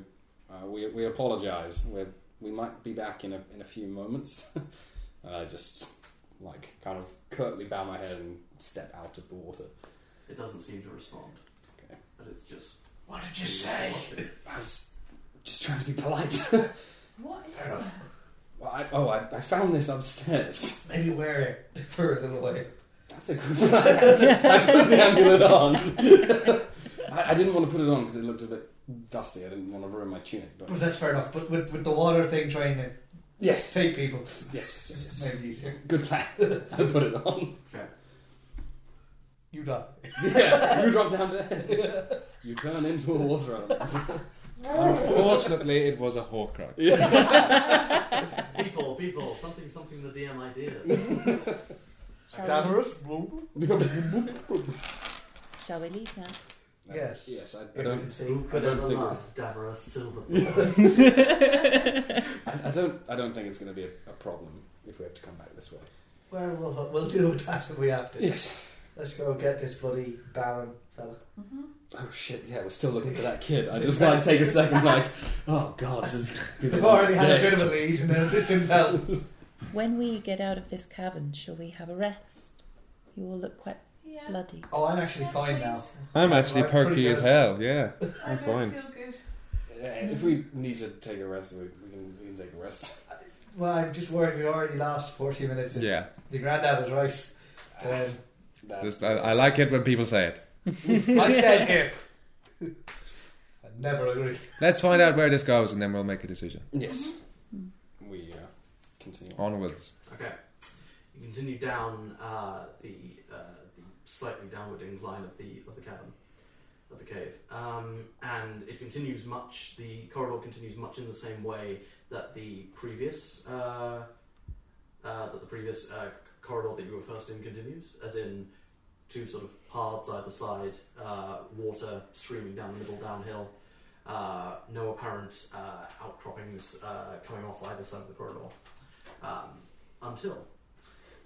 Speaker 7: uh, we we apologize. We we might be back in a in a few moments." and I just like kind of curtly bow my head and step out of the water.
Speaker 4: it doesn't seem to respond.
Speaker 7: Okay.
Speaker 4: But it's just.
Speaker 3: What did
Speaker 7: I was just trying to be polite.
Speaker 2: <laughs> What is
Speaker 3: Fair
Speaker 2: that?
Speaker 7: well, I, oh, I, I found this upstairs.
Speaker 3: Maybe wear it for a little way.
Speaker 7: That's a good plan. <laughs> I put the amulet on. <laughs> I, I didn't want to put it on because it looked a bit dusty. I didn't want to ruin my tunic. But
Speaker 3: But that's fair enough. But with, with the water thing trying to
Speaker 7: yes,
Speaker 3: take people,
Speaker 7: yes, yes, yes, yes.
Speaker 3: maybe easier.
Speaker 7: Good plan. I <laughs> put it on.
Speaker 3: You die.
Speaker 7: Yeah, you drop down dead. You turn into a water animal.
Speaker 5: Unfortunately, it was a Horcrux.
Speaker 4: People, people, something, something. The DM ideas.
Speaker 3: Um, Damaris?
Speaker 8: Shall we leave now?
Speaker 3: Yes.
Speaker 7: Yes, I, I don't.
Speaker 4: Who could
Speaker 7: I don't
Speaker 4: ever
Speaker 7: think-
Speaker 4: love Deborah Silver?
Speaker 7: <laughs> I, I don't. I don't think it's going to be a, a problem if we have to come back this way.
Speaker 3: Well, we'll, we'll do a task if we have to.
Speaker 7: Yes.
Speaker 3: Let's go get this bloody Baron fella.
Speaker 7: Oh shit! Yeah, we're still looking for that
Speaker 3: <laughs>
Speaker 7: kid. I <laughs> just like take a second, like, oh god, this is gonna be the
Speaker 3: We've already
Speaker 7: last
Speaker 3: had a
Speaker 7: day.
Speaker 3: bit of a lead, and then this didn't help.
Speaker 9: When we get out of this cavern, shall we have a rest? You all look quite
Speaker 2: Yeah.
Speaker 9: bloody.
Speaker 3: Oh, I'm actually
Speaker 2: Yes,
Speaker 3: fine
Speaker 2: please.
Speaker 5: I'm actually
Speaker 3: I'm pretty
Speaker 5: perky as
Speaker 3: good.
Speaker 5: hell. Yeah,
Speaker 2: I
Speaker 5: I'm
Speaker 2: don't
Speaker 5: fine.
Speaker 2: feel good.
Speaker 7: Yeah, If we need to take a rest, we, we can we can take a rest.
Speaker 3: now. Well, I'm just worried we already lost 40 minutes. in.
Speaker 5: yeah.
Speaker 3: Your granddad was right. Um, <laughs>
Speaker 7: That-
Speaker 5: Just I, I like it when people say it.
Speaker 3: I <laughs> said if. I never agree.
Speaker 5: Let's find out where this goes, and then we'll make a decision.
Speaker 7: Yes. We uh, continue.
Speaker 5: Onwards.
Speaker 4: Okay. You continue down uh, the uh, the slightly downward incline of the of the cavern of the cave, um, and it continues much. The corridor continues much in the same way that the previous uh, uh, that the previous uh, c- corridor that you were first in continues, as in two sort of paths either side, uh, water streaming down the middle downhill. Uh, no apparent uh, outcroppings uh, coming off either side of the corridor. Um, until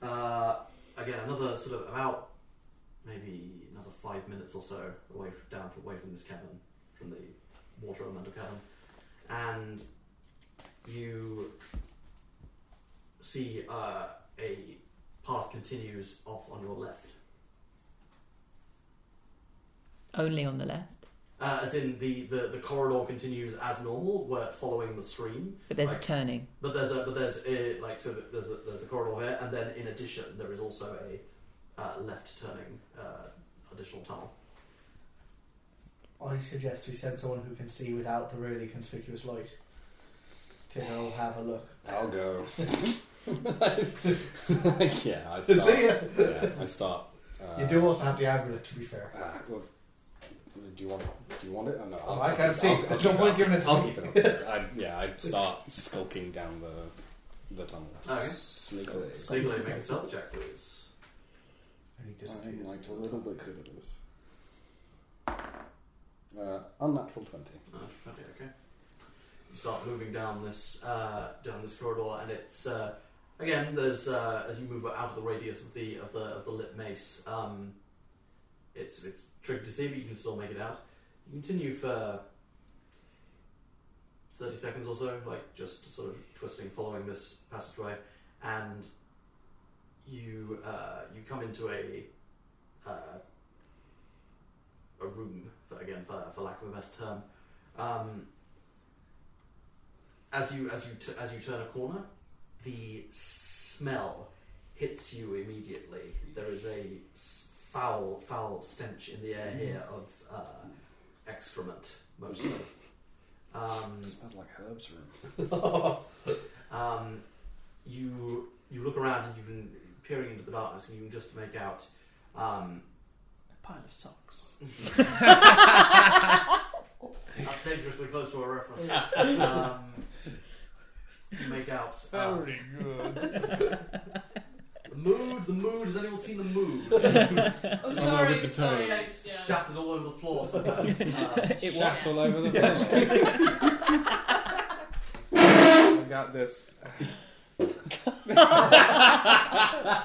Speaker 4: uh, again another sort of about maybe another five minutes or so away f down from, away from this cavern from the water elemental cavern and you see uh, a path continues off on your left
Speaker 8: Only on the left,
Speaker 4: uh, as in the, the, the corridor continues as normal where following the stream
Speaker 8: but there's
Speaker 4: Right.
Speaker 8: a
Speaker 4: <laughs>
Speaker 8: turning. <laughs>
Speaker 4: But there's a but there's a, like so that there's a, there's the corridor here, and then in addition there is also a uh, left turning uh, additional tunnel.
Speaker 3: I suggest we send someone who can see without the really conspicuous light to go have a look.
Speaker 7: I'll go. <laughs> yeah, I
Speaker 3: <laughs>
Speaker 7: start.
Speaker 3: See ya.
Speaker 7: Yeah, I start. Uh,
Speaker 3: You do also have the amulet, to be fair.
Speaker 7: Uh, well, do you want? Do you want it? Oh, no,
Speaker 3: Oh, I can't see.
Speaker 7: I'll- I'll
Speaker 3: There's
Speaker 7: keep
Speaker 3: no point giving it to
Speaker 7: I'll
Speaker 3: me.
Speaker 7: keep it. up. I, yeah, I start skulking down the the tunnel.
Speaker 4: Okay.
Speaker 7: Sneakily.
Speaker 4: So you guys make a stealth check, please.
Speaker 3: And he
Speaker 7: I'm
Speaker 3: disappears.
Speaker 7: like a little bit good at this. Uh, unnatural twenty.
Speaker 4: Uh, twenty, okay. You start moving down this uh, down this corridor, and it's uh, again there's uh, as you move out of the radius of the of the of the lit mace. Um, it's it's tricky to see, but you can still make it out. You continue for thirty seconds or so, like just sort of twisting, following this passageway, and you uh, you come into a uh, a room for, again for, for lack of a better term. Um, as you as you t- as you turn a corner, the smell hits you immediately. There is a s- foul, foul stench in the air here of uh, excrement, mostly. Um,
Speaker 7: It smells like Herb's room.
Speaker 4: <laughs> um, you you look around and you can peering into the darkness and you can just make out um, <laughs>
Speaker 2: A pile of socks.
Speaker 4: that's dangerously close to a
Speaker 8: <laughs>
Speaker 4: reference. Um, you make out uh,
Speaker 3: good.
Speaker 4: <laughs> the mood, the mood. Has anyone seen the
Speaker 8: <laughs>
Speaker 4: mood?
Speaker 2: Oh,
Speaker 7: Somewhere
Speaker 2: sorry,
Speaker 7: with the
Speaker 2: sorry, I,
Speaker 7: toes.
Speaker 2: yeah.
Speaker 4: Shattered all over the
Speaker 8: <laughs>
Speaker 4: floor. somewhere. Uh,
Speaker 8: It
Speaker 4: shat-
Speaker 5: Shats all over the place. I got
Speaker 7: <laughs>
Speaker 5: this.
Speaker 8: It's not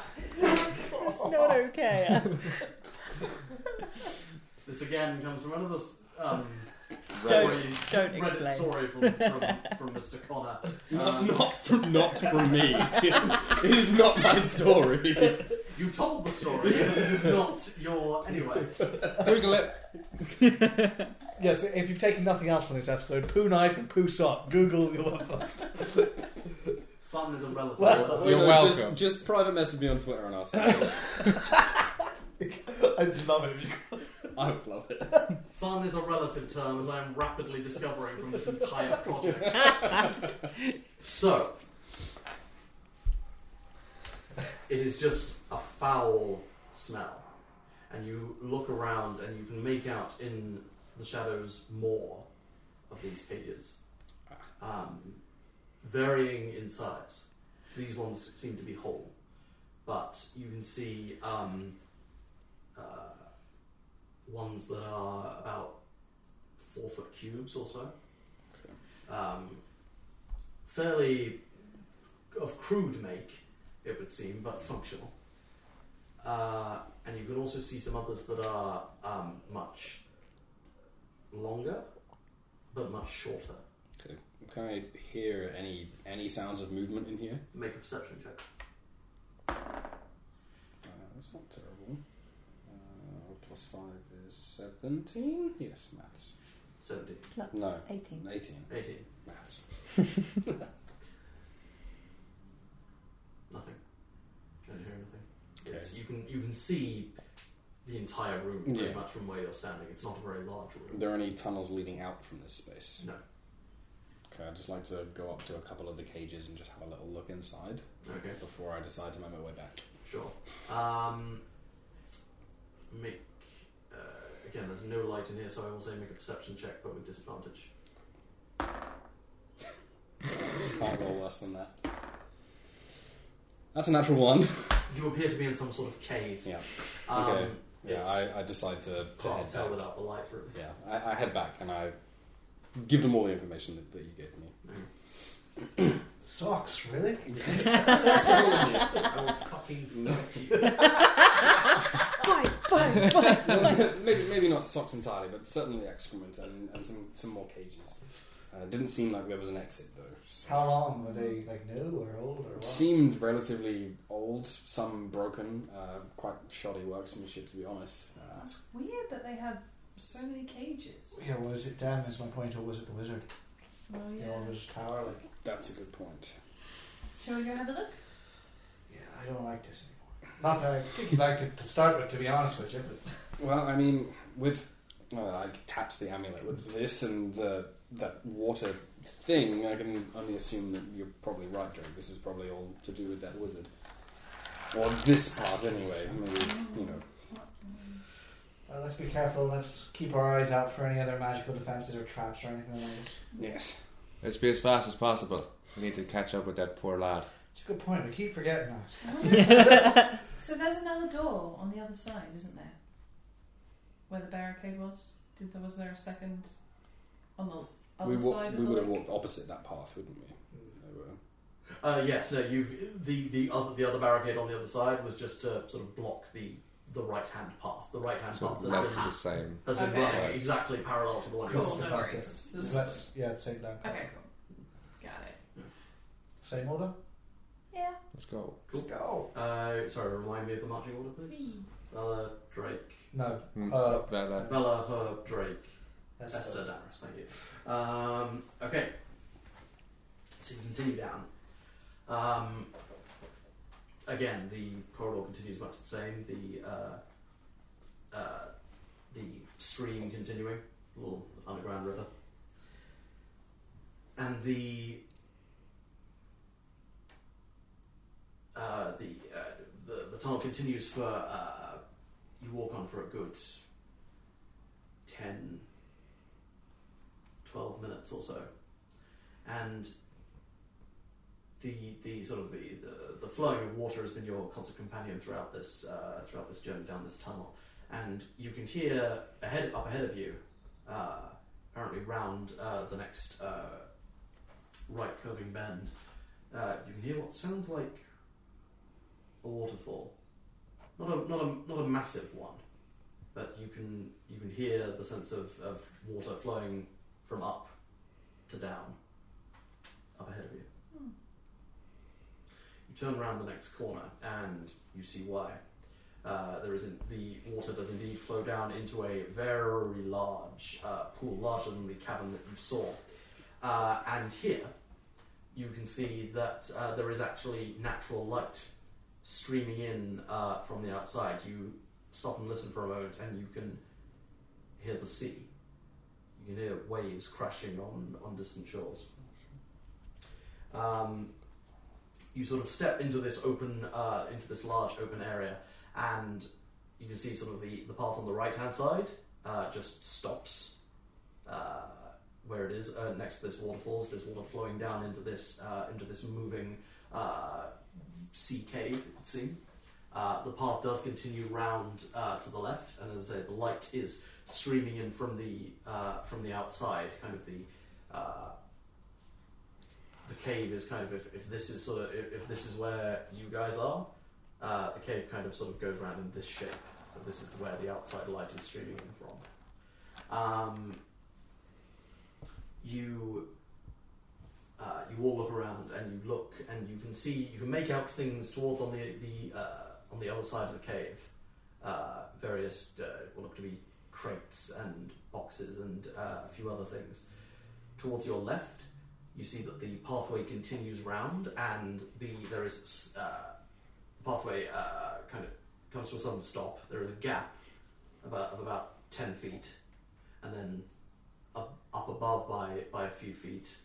Speaker 8: okay.
Speaker 4: This again comes from another s- um,
Speaker 8: Don't-
Speaker 4: story,
Speaker 8: don't
Speaker 4: Reddit
Speaker 8: explain.
Speaker 4: story from, from, from Mr. Connor. Um,
Speaker 7: not from not from me. <laughs> it is not my <laughs> story.
Speaker 4: You told the story, but it is not your. Anyway,
Speaker 5: Google it.
Speaker 14: Yes, if you've taken nothing else from this episode, poo knife and poo sock. Google
Speaker 3: <laughs>
Speaker 14: your
Speaker 4: fun is a relative.
Speaker 14: Well-
Speaker 5: You're
Speaker 7: Just,
Speaker 5: welcome.
Speaker 7: just private message me on Twitter and I'll send it.
Speaker 14: I'd love it if you
Speaker 7: <laughs> I would love it.
Speaker 4: Fun is a relative term, as I am rapidly discovering from this entire project. so, it is just a foul smell. And you look around and you can make out in the shadows more of these cages, um, varying in size. These ones seem to be whole, but you can see um, uh, ones that are about four foot cubes or so. Um, fairly of crude make, it would seem, but functional. Uh, and you can also see some others that are um, much longer, but much shorter.
Speaker 7: Can I hear any any sounds of movement in here?
Speaker 4: Make a perception check.
Speaker 7: Uh, that's not terrible. Uh, plus five is seventeen. Yes, maths.
Speaker 4: 17,
Speaker 9: Plus
Speaker 7: No.
Speaker 9: 18.
Speaker 7: Eighteen.
Speaker 4: 18,
Speaker 7: Maths.
Speaker 4: nothing. Don't hear anything.
Speaker 7: Okay.
Speaker 4: It's, you can you can see the entire room pretty
Speaker 7: Yeah.
Speaker 4: much from where you're standing. It's not a very large room.
Speaker 7: Are there any tunnels leading out from this space?
Speaker 4: No.
Speaker 7: Okay, I'd just like to go up to a couple of the cages and just have a little look inside
Speaker 4: Okay.
Speaker 7: before I decide to make my way back.
Speaker 4: Sure. Um, make uh, again. There's no light in here, so I will say make a perception check, but with disadvantage.
Speaker 7: Can't roll worse than that. That's a natural one.
Speaker 4: You appear to be in some sort of cave.
Speaker 7: Yeah.
Speaker 4: Um,
Speaker 7: Okay. Yeah,
Speaker 4: it's
Speaker 7: I, I decide to, to
Speaker 4: hard
Speaker 7: head
Speaker 4: to tell
Speaker 7: back.
Speaker 4: without the light room.
Speaker 7: Yeah, I, I head back and I give them all the information that, that you gave me.
Speaker 3: Socks, really?
Speaker 7: Yes.
Speaker 4: I will fucking fuck you.
Speaker 8: Fine, fine, fine.
Speaker 7: <laughs> maybe, maybe not socks entirely, but certainly excrement and, and some, some more cages. Uh, it didn't seem like there was an exit though. so-
Speaker 3: How long were they like new or old or
Speaker 7: It
Speaker 3: what?
Speaker 7: seemed relatively old, some broken, uh, quite shoddy workmanship to be honest. Uh,
Speaker 2: That's weird that they have so many cages.
Speaker 3: Yeah, was it them is my point, or was it the wizard?
Speaker 2: Oh yeah.
Speaker 3: The old wizard's tower, like
Speaker 7: that's a good point.
Speaker 2: Shall we go have a look?
Speaker 3: yeah, I don't like this anymore. Not that I think you liked it to start with, to be honest with you, but
Speaker 7: Well, I mean, with well, I tapped the amulet with this and the that water thing. I can only assume that you're probably right, Drake. This is probably all to do with that wizard, or this part anyway. Maybe you know.
Speaker 3: uh, let's be careful. Let's keep our eyes out for any other magical defenses or traps or anything like this.
Speaker 7: Yes.
Speaker 5: Let's be as fast as possible. We need to catch up with that poor lad.
Speaker 3: It's a good point. We keep forgetting that.
Speaker 2: I wonder- so there's another door on the other side, isn't there? Where the barricade was? Did there was there a second on the other
Speaker 7: We, wa-
Speaker 2: side of
Speaker 7: we
Speaker 2: the
Speaker 7: would have
Speaker 2: lake?
Speaker 7: walked opposite that path, wouldn't we? They were-
Speaker 4: <laughs> Uh, yes. No. You've the the other the other barricade on the other side was just to sort of block the the right hand path. The right hand
Speaker 5: So
Speaker 4: path
Speaker 5: we
Speaker 4: that has
Speaker 5: led to the
Speaker 4: been,
Speaker 5: same.
Speaker 4: has been
Speaker 2: Okay.
Speaker 4: running exactly parallel to the one. you're
Speaker 2: Cool.
Speaker 4: on.
Speaker 2: No
Speaker 3: Faster.
Speaker 2: worries. So this is-
Speaker 3: Let's, yeah, same down.
Speaker 2: Okay, cool. Got it.
Speaker 3: Same order.
Speaker 2: Yeah.
Speaker 5: Let's go.
Speaker 4: Cool.
Speaker 3: Go.
Speaker 4: Uh, sorry. Remind me of the marching order, please.
Speaker 2: Whee.
Speaker 4: Bella, Drake,
Speaker 3: No,
Speaker 5: Mm,
Speaker 3: Uh,
Speaker 5: that lad.
Speaker 4: Bella, Herb, Drake,
Speaker 3: that's
Speaker 4: Esther Damaris, thank you. Um, okay. So you continue down. Um, again, the corridor continues much the same. The uh, uh, the stream continuing, little underground river, and the uh, the, uh, the the tunnel continues for uh, you walk on for a good 10, 12 minutes or so, and the the sort of the, the, the flowing of water has been your constant companion throughout this uh, throughout this journey down this tunnel, and you can hear ahead up ahead of you, uh, apparently round uh, the next uh, right curving bend, uh, you can hear what sounds like a waterfall, not a not a not a massive one, but you can you can hear the sense of, of water flowing from up to down up ahead of you. You turn around the next corner and you see why. Uh, there isn't the water does indeed flow down into a very large uh, pool, larger than the cavern that you saw. Uh, and here, you can see that uh, there is actually natural light streaming in uh, from the outside. You stop and listen for a moment, and you can hear the sea. You can hear waves crashing on on distant shores. Um, you sort of step into this open, uh, into this large open area, and you can see sort of the, the path on the right hand side uh, just stops uh, where it is uh, next to this waterfalls. There's water flowing down into this uh, into this moving uh, sea cave. It would seem. Uh, the path does continue round uh, to the left, and as I say, the light is streaming in from the uh, from the outside, kind of the. Uh, the cave is kind of if, if this is sort of if, if this is where you guys are, uh, the cave kind of sort of goes round in this shape. So this is where the outside light is streaming in from. Um, you uh, you all look around and you look and you can see you can make out things towards on the the uh, on the other side of the cave. Uh, various uh, what look to be crates and boxes and uh, a few other things. Towards your left, you see that the pathway continues round, and the there is uh, pathway uh, kind of comes to a sudden stop. There is a gap about of about ten feet, and then up, up above by by a few feet,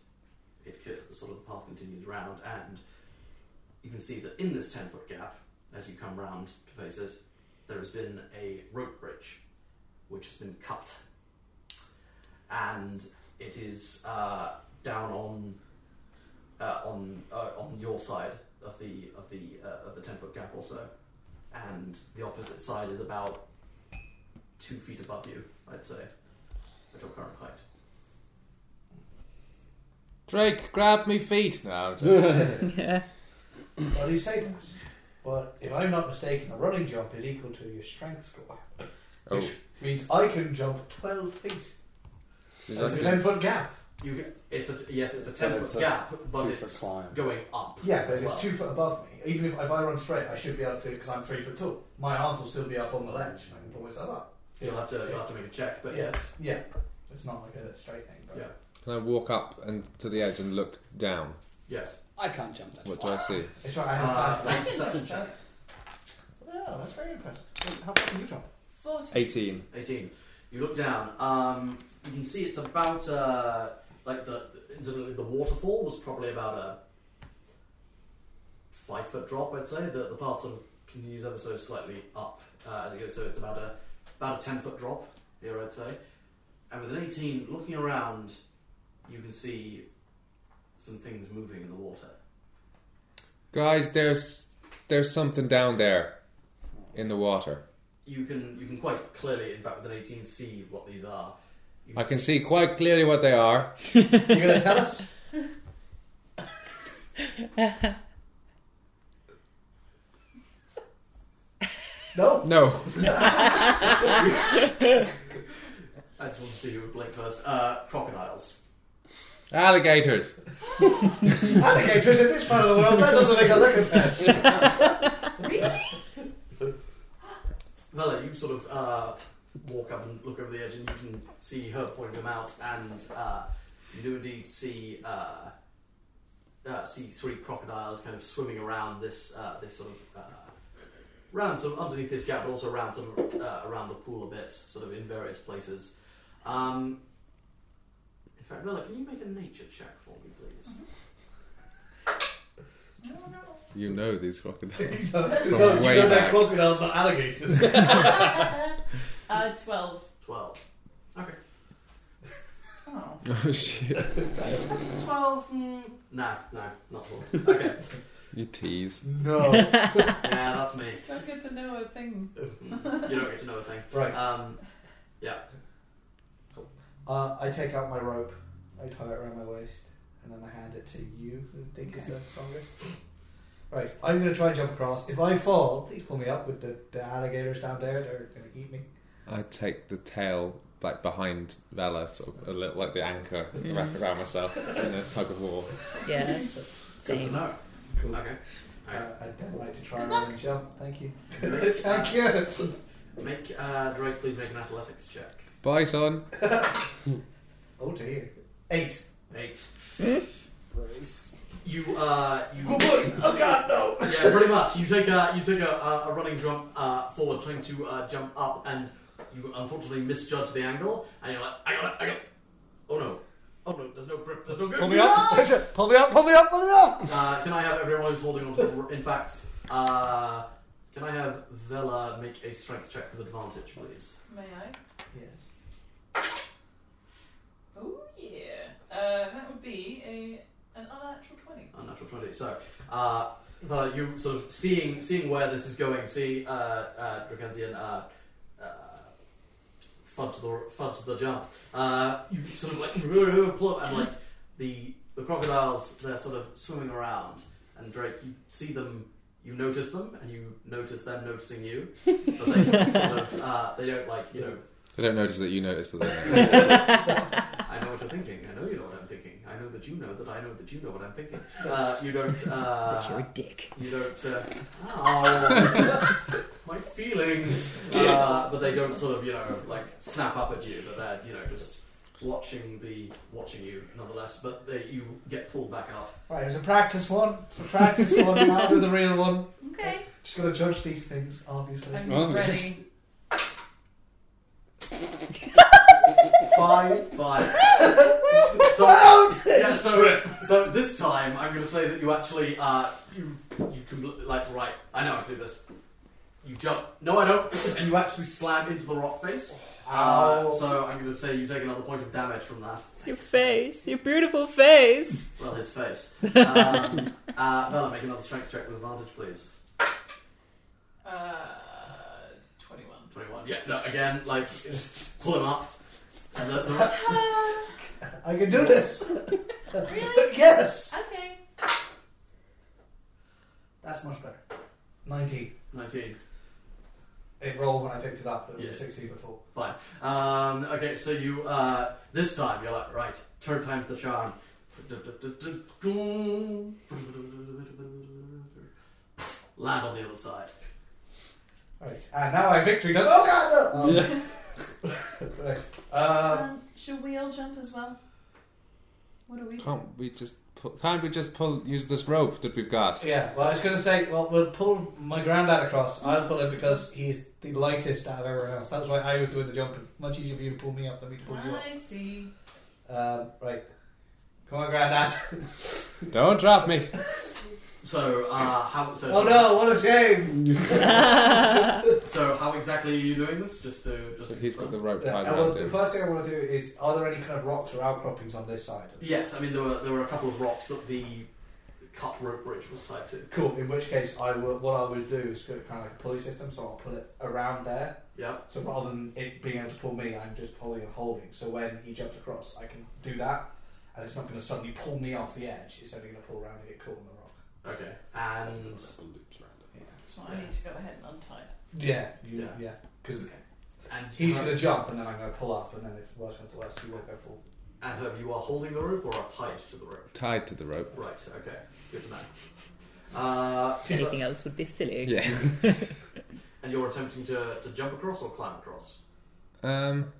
Speaker 4: it co- sort of the path continues round, and you can see that in this ten foot gap, as you come round to face it, there has been a rope bridge, which has been cut, and it is. Uh, down on uh, on uh, on your side of the of the uh, of the ten foot gap or so, and the opposite side is about two feet above you, I'd say, at your current height.
Speaker 5: Drake, grab me feet. No,
Speaker 14: <laughs>
Speaker 5: I'm joking.
Speaker 2: <laughs>
Speaker 8: yeah.
Speaker 3: Well, you say that. But if I'm not mistaken, a running jump is equal to your strength score.
Speaker 5: oh,
Speaker 3: Which means I can jump 12 feet. That's a 10 foot gap.
Speaker 4: You can, it's a yes, it's a ten
Speaker 7: And
Speaker 4: foot
Speaker 7: it's a
Speaker 4: gap, but
Speaker 7: two
Speaker 4: it's
Speaker 7: for climb.
Speaker 4: going up.
Speaker 3: Yeah, but
Speaker 4: as
Speaker 3: if it's
Speaker 4: well.
Speaker 3: two foot above me, even if, if I run straight, I should be able to because I'm three foot tall. My arms will still be up on the ledge. and I can pull myself up.
Speaker 4: You'll have to you'll have to make a check, but
Speaker 3: Yeah.
Speaker 4: yes,
Speaker 3: Yeah. It's not like a straight thing. But
Speaker 4: Yeah.
Speaker 5: can I walk up and to the edge and look down?
Speaker 4: yes.
Speaker 7: I can't jump that
Speaker 5: What do
Speaker 7: far.
Speaker 5: I see?
Speaker 3: It's right, I have
Speaker 4: Uh,
Speaker 3: five.
Speaker 4: make a perception check.
Speaker 3: Wow, that's very impressive. How far can you jump?
Speaker 2: 40.
Speaker 5: 18.
Speaker 4: 18. You look down. Um, you can see it's about uh, like the incidentally the waterfall was probably about a five foot drop. I'd say the the path sort of continues ever so slightly up uh, as it goes. So it's about a about a ten foot drop here. I'd say. And with an 18, looking around, you can see some things moving in the water.
Speaker 5: Guys, there's there's something down there in the water.
Speaker 4: You can you can quite clearly, in fact, with an 18, see what these are. You
Speaker 5: I can see quite clearly what they are.
Speaker 3: You're going to tell
Speaker 4: <laughs>
Speaker 3: us? no.
Speaker 5: No. <laughs>
Speaker 4: I just want to see who would blink first. Uh, crocodiles.
Speaker 5: Alligators.
Speaker 3: Alligators in this part of the world, that doesn't make a lick of sense.
Speaker 4: Vella, you sort of uh, walk up and look over the edge, and you can see her pointing them out, and uh, you do indeed see uh, uh, see three crocodiles kind of swimming around this uh, this sort of uh, around some underneath this gap, but also around some uh, around the pool a bit, sort of in various places. Um, in fact, Bella, can you make a nature check for me, please?
Speaker 5: You know these crocodiles. <laughs>
Speaker 14: So,
Speaker 5: From
Speaker 14: you know
Speaker 5: way
Speaker 14: they're
Speaker 5: back.
Speaker 14: crocodiles, not alligators.
Speaker 2: <laughs> uh, 12.
Speaker 4: Twelve. Okay.
Speaker 2: Oh.
Speaker 5: oh shit!
Speaker 4: Twelve. Mm, no, no, not twelve. Okay.
Speaker 5: You tease.
Speaker 4: no. yeah, that's me.
Speaker 2: So good to know a thing.
Speaker 4: Mm, You don't get to know a thing.
Speaker 3: Right.
Speaker 4: Um,
Speaker 3: Uh, I take out my rope, I tie it around my waist, and then I hand it to you, who I think is the strongest. Right, I'm going to try and jump across. If I fall, please pull me up with the, the alligators down there. They're going to eat <laughs> me.
Speaker 5: I take the tail like behind Vela, sort of a little like the anchor, and wrap it around myself in a tug of war.
Speaker 8: Yeah.
Speaker 4: good to
Speaker 8: Same.
Speaker 4: know.
Speaker 3: Cool. <laughs>
Speaker 4: Okay.
Speaker 3: Uh, I'd then like to try and
Speaker 2: Good
Speaker 3: run and jump. Thank you.
Speaker 4: Make,
Speaker 3: Thank you. <laughs>
Speaker 4: Make uh, Drake please make an athletics check.
Speaker 5: Bison.
Speaker 3: Oh dear. Eight.
Speaker 4: Eight.
Speaker 7: Brace.
Speaker 4: You uh you
Speaker 3: Oh god, no!
Speaker 4: yeah pretty much you take a you take a, a, a running jump uh, forward trying to uh, jump up and you unfortunately misjudge the angle and you're like I got it I got it oh no oh no there's no grip there's no grip
Speaker 14: pull <laughs> me up! pull me up! Pull me up! Pull me up!
Speaker 4: uh, can I have everyone who's holding on to the r- in fact uh can I have Vela make a strength check with advantage please
Speaker 2: May I?
Speaker 3: Yes.
Speaker 2: Oh, yeah. Uh, that would be a, an unnatural 20.
Speaker 4: unnatural twenty so uh Vela you sort of seeing seeing where this is going see uh uh Drakensian uh uh fudge the fudge the jump. Uh, you sort of like <laughs> plop and like the the crocodiles they're sort of swimming around and Drake you see them you notice them and you notice them noticing you but they don't sort of <laughs> uh, they don't like you know <laughs>
Speaker 5: They don't notice that you notice that they're
Speaker 4: I know what you're thinking I know you know what I'm thinking I know that you know that I know that you know what I'm thinking uh, you don't uh,
Speaker 8: But you're a dick.
Speaker 4: you don't. Uh, oh, <laughs> my feelings. Uh, but they don't sort of, you know, like snap up at you. But they're, you know, just watching the watching you nonetheless. But they, you get pulled back up.
Speaker 3: Right, it was a practice one. It's a practice one, not with a real one.
Speaker 2: Okay.
Speaker 3: Just gotta judge these things, obviously.
Speaker 2: I'm
Speaker 7: Oh,
Speaker 2: ready.
Speaker 7: yes.
Speaker 3: Five.
Speaker 4: Fine. so, yeah, so, so this time I'm going to say that you actually uh, you you compl- like right. I know I can do this. You jump. No, I don't. And you actually slam into the rock face. Uh,
Speaker 3: Ow.
Speaker 4: so I'm going to say you take another point of damage from that.
Speaker 8: Your face, your beautiful face.
Speaker 4: Well,
Speaker 3: <laughs>
Speaker 4: his face. Um, uh, Bella, make another strength check with advantage, please.
Speaker 2: Uh, 21.
Speaker 4: 21. Yeah, no, again, like, pull him up. And the, the,
Speaker 3: I can do this.
Speaker 2: <laughs>
Speaker 3: <laughs>
Speaker 2: really? <laughs>
Speaker 3: yes.
Speaker 2: Okay.
Speaker 3: That's much better. Nineteen.
Speaker 4: 19.
Speaker 3: It rolled when I picked it up. It was
Speaker 4: Yeah.
Speaker 3: a sixteen before.
Speaker 4: Fine. Um, okay, so you, uh, this time, you're like, right, third time's the charm. Land on the other side.
Speaker 3: Right, and now my victory does. Oh god! No. Um, <laughs> right. Um,
Speaker 2: Um, shall we all jump as well? What are we?
Speaker 5: Can't we just pull, can't we just pull use this rope that we've got?
Speaker 3: yeah. Well, I was gonna say, well, we'll pull my granddad across. I'll pull him because he's the lightest out of everyone else. That's why I was doing the jumping. Much easier for you to pull me up than me to pull you up.
Speaker 2: I see.
Speaker 3: Um, right. Come on, granddad.
Speaker 5: Don't drop me.
Speaker 4: So, uh, how, so,
Speaker 3: oh no! What a shame.
Speaker 4: so how exactly are you doing this? Just to, just
Speaker 5: So he's got the rope
Speaker 3: Yeah,
Speaker 5: tied
Speaker 3: I want-
Speaker 5: around
Speaker 3: the
Speaker 5: him.
Speaker 3: first thing I want to do is: are there any kind of rocks or outcroppings on this side?
Speaker 4: Yes, I mean, there were, there were a couple of rocks that the cut rope bridge was tied to.
Speaker 3: Cool. In which case, I will, what I would do is go kind of like a pulley system, so I'll put it around there.
Speaker 4: Yeah.
Speaker 3: So rather than it being able to pull me, I'm just pulling and holding. So when he jumps across, I can do that, and it's not going to suddenly pull me off the edge. It's only going to pull around and get caught on the rock.
Speaker 4: Okay. And
Speaker 2: So I need to go ahead and untie it.
Speaker 3: Yeah. You,
Speaker 4: Yeah.
Speaker 3: yeah. Because
Speaker 4: and
Speaker 3: he's
Speaker 4: Herb,
Speaker 3: going to jump, and then I'm going to pull up, and then if worse comes to worse, he won't go full.
Speaker 4: and Herb, you are holding the rope or are tied to the rope?
Speaker 5: Tied to the rope.
Speaker 4: Right. Okay. Good to know. Uh, so-
Speaker 8: Anything else would be silly.
Speaker 5: Yeah.
Speaker 4: and you're attempting to, to jump across or climb across.
Speaker 5: <laughs> Um,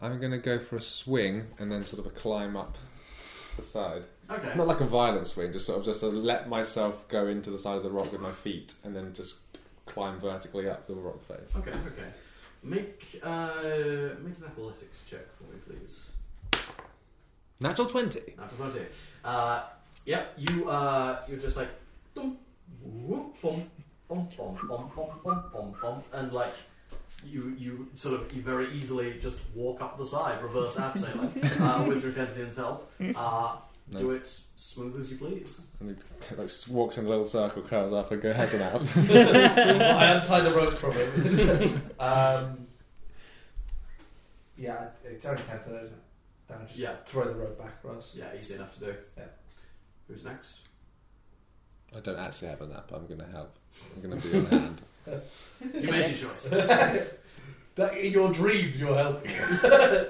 Speaker 5: I'm gonna go for a swing and then sort of a climb up the side.
Speaker 4: Okay.
Speaker 5: Not like a violent swing, just sort of just to let myself go into the side of the rock with my feet and then just climb vertically up the rock face.
Speaker 4: Okay, okay. Make uh, make an athletics check for me, please.
Speaker 5: Natural 20.
Speaker 4: Natural twenty. Uh, yeah, you uh, you're just like, dum, whoop, bum, bum, bum, bum, bum, bum, bum, bum, and like. You, you sort of you very easily just walk up the side, reverse abseiling uh, with Drakensian's help. Uh,
Speaker 5: No.
Speaker 4: Do it s- smooth as you please.
Speaker 5: And he like, walks in a little circle, curls up, and goes, has <laughs> an
Speaker 3: <laughs>
Speaker 5: out.
Speaker 3: I untied the rope from him. <laughs> um, yeah, it's only 10 foot, isn't it? Then I just
Speaker 4: Yeah.
Speaker 3: throw the rope back across.
Speaker 4: Yeah, easy enough to do.
Speaker 3: Yeah.
Speaker 4: Who's next?
Speaker 5: I don't actually have a nap, I'm going to help. I'm going to be on <laughs> hand.
Speaker 4: You made your choice.
Speaker 3: <laughs> That, in your dreams, you're helping.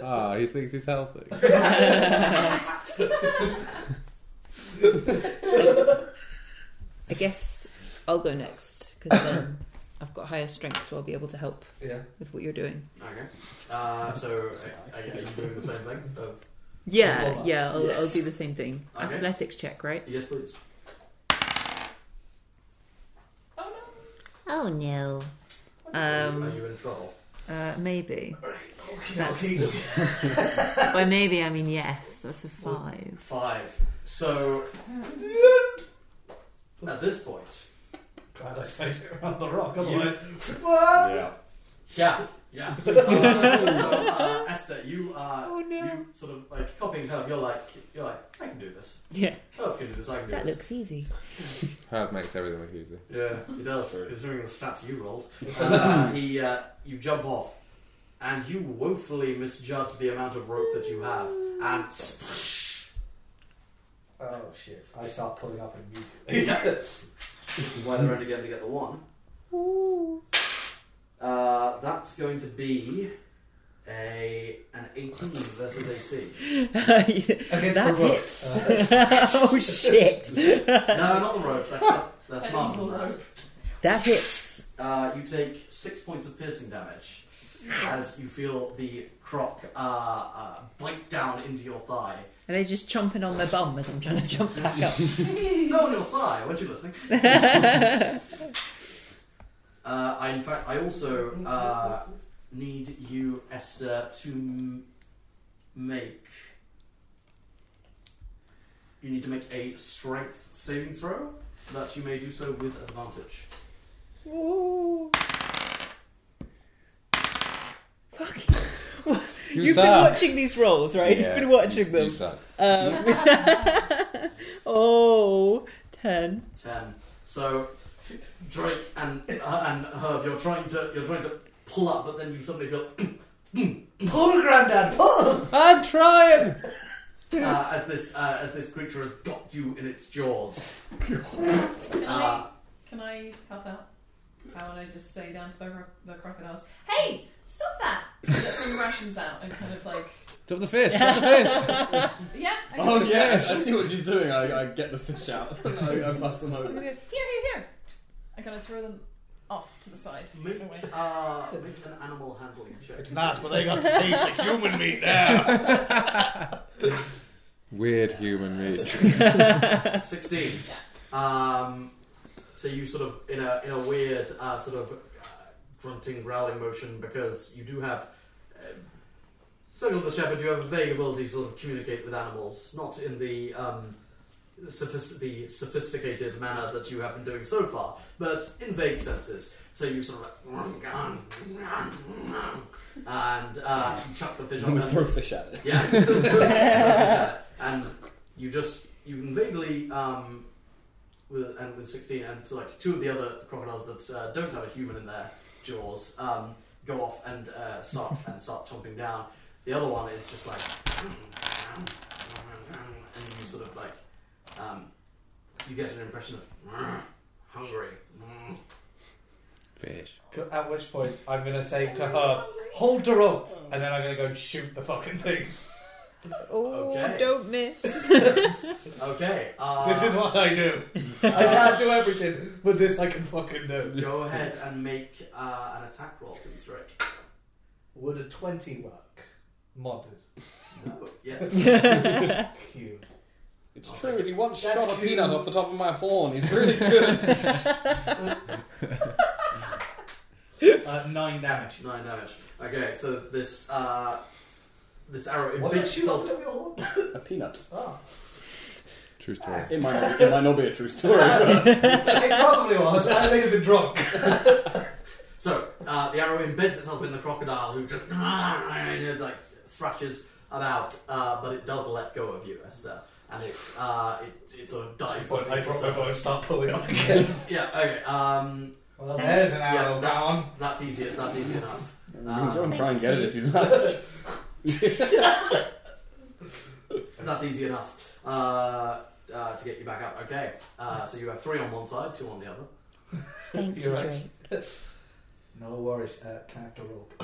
Speaker 5: Ah, he thinks he's helping.
Speaker 8: <laughs> I guess I'll go next because then I've got higher strength, so I'll be able to help
Speaker 3: Yeah.
Speaker 8: with what you're doing.
Speaker 4: Okay. Uh, so, are, are you doing the same thing? Uh,
Speaker 8: Yeah,
Speaker 3: Alright.
Speaker 8: yeah, I'll, I'll
Speaker 4: Yes.
Speaker 8: do the same thing.
Speaker 4: Okay.
Speaker 8: Athletics check, right?
Speaker 4: yes, please.
Speaker 2: Oh no!
Speaker 8: Oh no.
Speaker 4: are
Speaker 8: Um,
Speaker 4: you in trouble?
Speaker 8: uh, maybe. That's, <laughs> by maybe I mean yes. That's a five.
Speaker 4: Five. So, at this point,
Speaker 3: Glad I tied it around the rock,
Speaker 4: Yeah.
Speaker 3: otherwise.
Speaker 7: Yeah.
Speaker 4: yeah, <laughs> yeah. Uh, so, uh, Esther, you uh,
Speaker 8: Oh, no.
Speaker 4: you sort of like copying her. You're like, you're like, I can do this.
Speaker 8: Yeah,
Speaker 4: Oh, I can do this. I can do
Speaker 8: that
Speaker 4: this.
Speaker 8: looks easy.
Speaker 5: Herb makes everything look easy.
Speaker 4: Yeah, he does. Considering the stats you rolled, <laughs> uh, he uh, you jump off, and you woefully misjudge the amount of rope that you have, and splash.
Speaker 3: Oh, shit. I start pulling up immediately.
Speaker 4: <laughs> <laughs> Yeah. Weather end again to get the one. Uh, that's going to be a an 18 versus AC.
Speaker 3: Against
Speaker 8: that
Speaker 3: the Uh. rope.
Speaker 8: hits. <laughs>
Speaker 3: <laughs>
Speaker 8: oh shit!
Speaker 2: <laughs>
Speaker 4: No, not the rope. That, that, that's
Speaker 2: An
Speaker 4: smarter
Speaker 2: evil
Speaker 4: than that.
Speaker 2: rope.
Speaker 8: That hits.
Speaker 4: Uh, you take six points of piercing damage as you feel the croc uh, uh, bite down into your thigh.
Speaker 8: Are they just chomping on my bum as I'm trying to jump back up?
Speaker 2: <laughs>
Speaker 4: No, on your thigh. Weren't you listening? uh, I, in fact, I also uh, need you, Esther, to m- make. You need to make a strength saving throw that you may do so with advantage.
Speaker 8: Fuck.
Speaker 5: <laughs> You
Speaker 8: You've
Speaker 5: suck.
Speaker 8: been watching these rolls, right?
Speaker 5: Yeah,
Speaker 8: You've been
Speaker 5: you-
Speaker 8: watching
Speaker 5: You
Speaker 8: them.
Speaker 5: suck.
Speaker 8: Um, <laughs> oh, 10.
Speaker 4: Ten. So, Drake and uh, and Herb, you're trying to you're trying to pull up, but then you suddenly feel <clears throat>
Speaker 3: Pull,
Speaker 14: <laughs>
Speaker 3: Grandad, pull!
Speaker 5: I'm trying!
Speaker 4: uh, as this uh, as this creature has got you in its jaws.
Speaker 2: Can I,
Speaker 4: Uh,
Speaker 8: Ah.
Speaker 2: can I help out? How would I just say down to the, ro- the crocodiles, "Hey, stop that!" Get some rations out and kind of like,
Speaker 5: Drop the fish, drop the fish!
Speaker 2: yeah. I
Speaker 7: <laughs> Oh
Speaker 2: just-
Speaker 7: yeah, I see what she's doing. I, I get the fish out. <laughs> I, I bust them
Speaker 2: I'm
Speaker 7: open.
Speaker 2: gonna go, Here, here, here. I kind of throw them off to the side.
Speaker 4: Make,
Speaker 2: Away.
Speaker 4: uh, make an animal handling check.
Speaker 14: It's not, but they got to taste the human meat now.
Speaker 5: Weird human meat.
Speaker 7: <laughs>
Speaker 4: 16. Um, so you sort of, in a, in a weird uh, sort of uh, grunting, growling motion, because you do have. Uh, Circle the Shepherd, you have a vague ability to sort of communicate with animals, not in the. Um, Sophist- the sophisticated manner that you have been doing so far, but in vague senses. So you sort of like, and uh, you chuck the fish
Speaker 7: <laughs> I'm
Speaker 4: on
Speaker 7: gonna
Speaker 4: them.
Speaker 7: throw fish at it.
Speaker 3: <laughs>
Speaker 4: Yeah. and you just you can vaguely um with and with sixteen and so like two of the other crocodiles that uh, don't have a human in their jaws um go off and
Speaker 3: <laughs>
Speaker 4: uh, start and start chomping down. The other one is just like and you sort of like um you get an impression of hungry.
Speaker 5: Fish.
Speaker 3: <laughs> At which point, I'm going to say to her, hold the rope! And then I'm going to go and shoot the fucking thing.
Speaker 8: Oh,
Speaker 4: Okay.
Speaker 8: don't miss.
Speaker 4: Okay. Uh,
Speaker 3: This is what I <laughs> do. I can't do everything, but this I can fucking do.
Speaker 4: go ahead and make uh, an attack roll, please, Rick.
Speaker 3: Would a 20 work? Modded.
Speaker 4: No. Yes.
Speaker 3: Q.
Speaker 7: It's true. He once
Speaker 3: That's
Speaker 7: shot a
Speaker 3: cute.
Speaker 7: <laughs> peanut off the top of my horn. He's really good.
Speaker 14: Uh, nine damage.
Speaker 4: Nine damage. Okay, so this uh, this arrow
Speaker 3: Why
Speaker 4: embeds
Speaker 3: don't you
Speaker 4: itself.
Speaker 3: look at me all?
Speaker 7: A peanut.
Speaker 3: Oh.
Speaker 5: True story.
Speaker 7: It might, not, it might not be a true story. <laughs>
Speaker 3: It probably was. I think it's been drunk.
Speaker 4: So uh, the arrow embeds itself in the crocodile, who just <laughs> like thrashes about, uh, but it does let go of you, Esther, and it uh, it, it sort of dives.
Speaker 14: <laughs> I drop my bow and start pulling up.
Speaker 4: Yeah. Okay. Um,
Speaker 3: Well, there's an
Speaker 4: yeah.
Speaker 3: arrow
Speaker 4: That's,
Speaker 3: down.
Speaker 4: that's easy. That's easy enough.
Speaker 7: You
Speaker 4: Ah.
Speaker 7: can go and try and get it if you like.
Speaker 4: That's easy enough uh, uh, to get you back up. Okay. Uh, so you have three on one side, two on the other.
Speaker 9: Thank you,
Speaker 3: You're right.
Speaker 9: Drake.
Speaker 3: No worries. Uh, can I have the rope?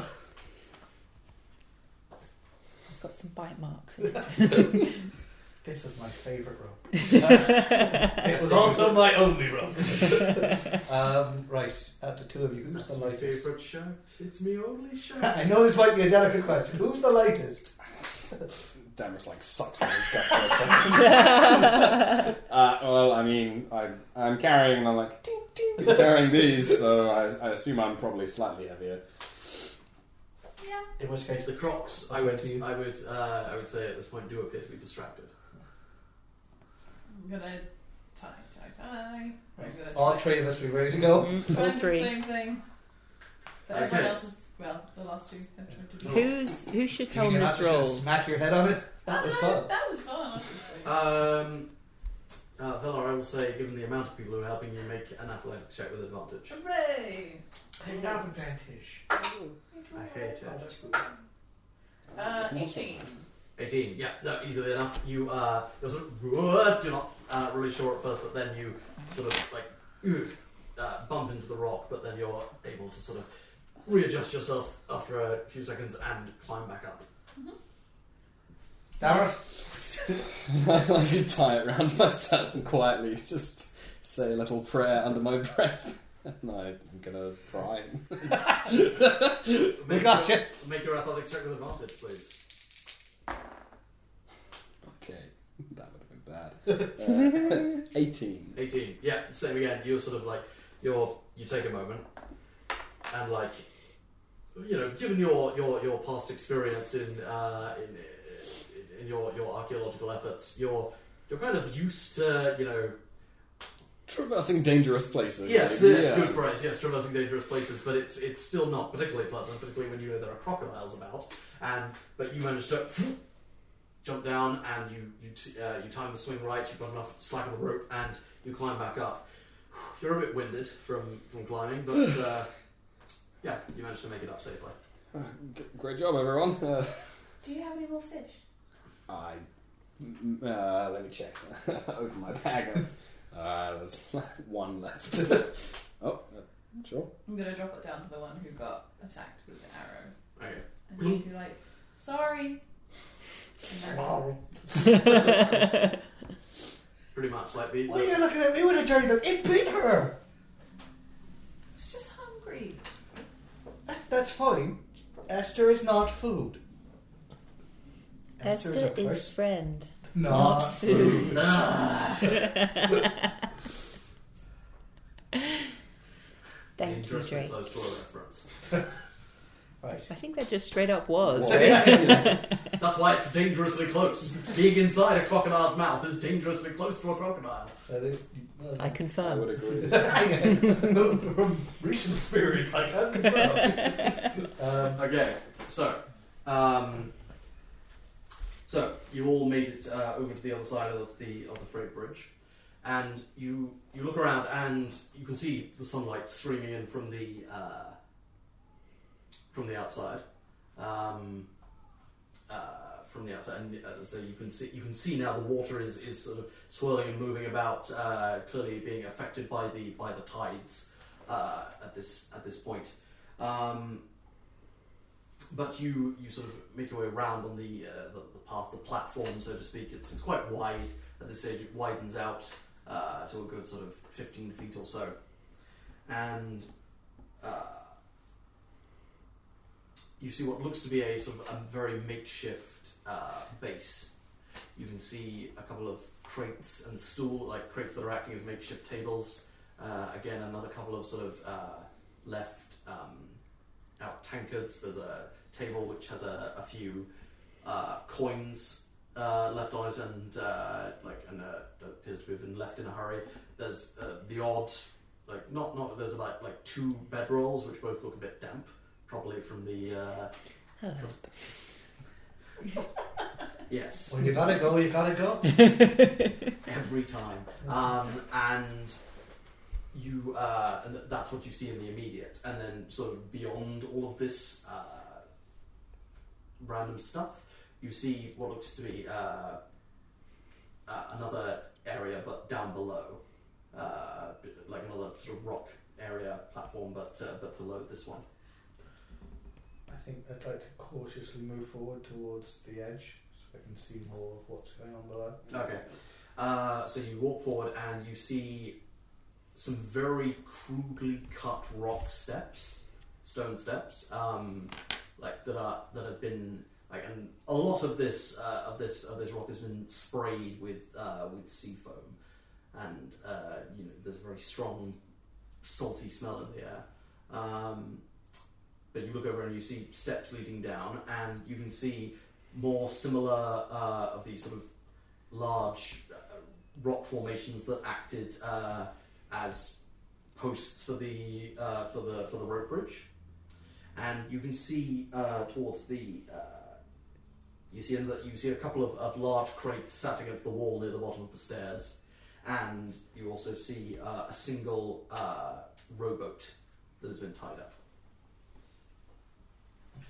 Speaker 9: It's got some bite marks. In it.
Speaker 8: <laughs>
Speaker 3: This was my favourite rope.
Speaker 14: It was also my only roll.
Speaker 3: <laughs> Um, right, out of the two of you, who's
Speaker 4: That's
Speaker 3: the
Speaker 4: my
Speaker 3: lightest?
Speaker 4: favourite shirt. It's me only
Speaker 3: <laughs>
Speaker 4: shirt.
Speaker 3: I know this might be a delicate question. Who's the lightest?
Speaker 7: Damage like sucks in his gut for a second. <laughs> uh, well, I mean, I, I'm carrying and I'm like ting, ting, carrying these, so I, I assume I'm probably slightly heavier. <laughs>
Speaker 2: Yeah.
Speaker 3: In which
Speaker 4: the Crocs, I would, I would, uh, I would say at this point do appear to be distracted.
Speaker 2: I'm gonna tie, tie, tie. I'm gonna
Speaker 3: all
Speaker 2: try-
Speaker 3: three of us we ready to go.
Speaker 2: try
Speaker 8: All
Speaker 2: and do the
Speaker 8: three.
Speaker 2: Same thing. But
Speaker 4: Okay.
Speaker 2: everyone else is well. The last two have tried to do. it.
Speaker 8: Who's who should helm
Speaker 3: You're
Speaker 8: this
Speaker 3: not just gonna
Speaker 8: role?
Speaker 3: smack your head on it. That was
Speaker 2: Oh, No,
Speaker 3: fun.
Speaker 2: That was fun. Obviously.
Speaker 4: Um, uh, Velar, I will say, given the amount of people who are helping you, make an athletics check with advantage.
Speaker 2: Hooray!
Speaker 3: advantage.
Speaker 4: I hate it.
Speaker 2: Uh, 18.
Speaker 4: 18. Yeah, no, easily enough. You, uh, you're sort of, "What?" you're not uh, really sure at first, but then you sort of like oof, uh, bump into the rock, but then you're able to sort of readjust yourself after a few seconds and climb back up.
Speaker 3: Damaris,
Speaker 7: I like to tie it round <laughs> myself and quietly just say a little prayer under my breath. <laughs> And I'm gonna cry. <laughs>
Speaker 4: Make
Speaker 14: gotcha.
Speaker 4: Your, make your athletics check with advantage, please.
Speaker 7: Okay, that would have <laughs> been bad. Uh, 18.
Speaker 4: 18. Yeah, same again. You're sort of like you're you take a moment and like you know, given your your your past experience in uh, in, in your your archaeological efforts, you're you're kind of used to you know
Speaker 7: Traversing dangerous places.
Speaker 4: yes,
Speaker 7: like,
Speaker 4: that's good for us. Yes, traversing dangerous places, but it's it's still not particularly pleasant, particularly when you know there are crocodiles about. And but you manage to jump down and you you t- uh, you time the swing right. You've got enough slack on the rope and you climb back up. <sighs> You're a bit winded from from climbing, but uh, yeah, you manage to make it up safely.
Speaker 7: G- Great job, everyone. Uh,
Speaker 2: Do you have any more fish?
Speaker 7: I. m- Uh, let me check. <laughs> Open my bag. Uh, there's <laughs> one left. oh, uh, sure.
Speaker 2: I'm gonna drop it down to the one who got attacked with an arrow
Speaker 4: Okay.
Speaker 2: and just be like, sorry. And then-
Speaker 4: Pretty much like the,
Speaker 3: what are
Speaker 4: the-
Speaker 3: you looking at me when I turned up? It bit her.
Speaker 2: I was just hungry.
Speaker 3: That's, that's fine. Esther is not food.
Speaker 9: Esther
Speaker 3: a
Speaker 9: is
Speaker 3: person.
Speaker 9: friend.
Speaker 3: not
Speaker 4: <laughs>
Speaker 3: food.
Speaker 4: Ah,
Speaker 9: Thank you,
Speaker 4: interesting
Speaker 9: Drake.
Speaker 4: close to a reference.
Speaker 3: Right.
Speaker 8: I
Speaker 3: <laughs>
Speaker 8: think that just straight up was.
Speaker 4: That's why it's dangerously close. Being inside a crocodile's mouth is dangerously close to a crocodile.
Speaker 3: That is. Well,
Speaker 8: I
Speaker 3: <laughs>
Speaker 7: I
Speaker 8: confirm.
Speaker 7: would agree.
Speaker 3: From recent experience, I can confirm. um,
Speaker 4: Okay, so, um, so you all made it uh, over to the other side of the of the freight bridge, and you you look around and you can see the sunlight streaming in from the uh, from the outside, um, uh, from the outside, and uh, so you can see you can see now the water is, is sort of swirling and moving about, uh, clearly being affected by the by the tides uh, at this at this point. Um, but you, you sort of make your way around on the, uh, the the path, the platform, so to speak. It's, it's quite wide at this stage. It widens out uh, to a good sort of fifteen feet or so, and uh, you see what looks to be a sort of a very makeshift uh, base. You can see a couple of crates and stool, like crates that are acting as makeshift tables. Uh, again, another couple of sort of uh, left. Um, out tankards. There's a table which has a, a few uh, coins uh, left on it, and uh, like and uh, that appears to have been left in a hurry. There's uh, the odd like not not there's like like two bedrolls which both look a bit damp, probably from the uh, yes
Speaker 3: Well, you gotta go, you gotta go.
Speaker 4: every time. Um, and you, uh, and th- that's what you see in the immediate. And then, sort of beyond all of this uh, random stuff, you see what looks to be uh, uh, another area, but down below, uh, b- like another sort of rock area platform, but uh, but below this one.
Speaker 3: I think I'd like to cautiously move forward towards the edge so I can see more of what's going on below.
Speaker 4: Okay. Uh, so you walk forward and you see some very crudely cut rock steps, stone steps, um, like that are that have been like and a lot of this uh, of this of this rock has been sprayed with uh, with sea foam, and uh, you know there's a very strong salty smell in the air. Um, but you look over and you see steps leading down, and you can see more similar uh, of these sort of large uh, rock formations that acted uh, as posts for the uh, for the for the rope bridge, and you can see uh, towards the uh, you see another, you see a couple of, of large crates sat against the wall near the bottom of the stairs, and you also see uh, a single uh, rowboat that has been tied up.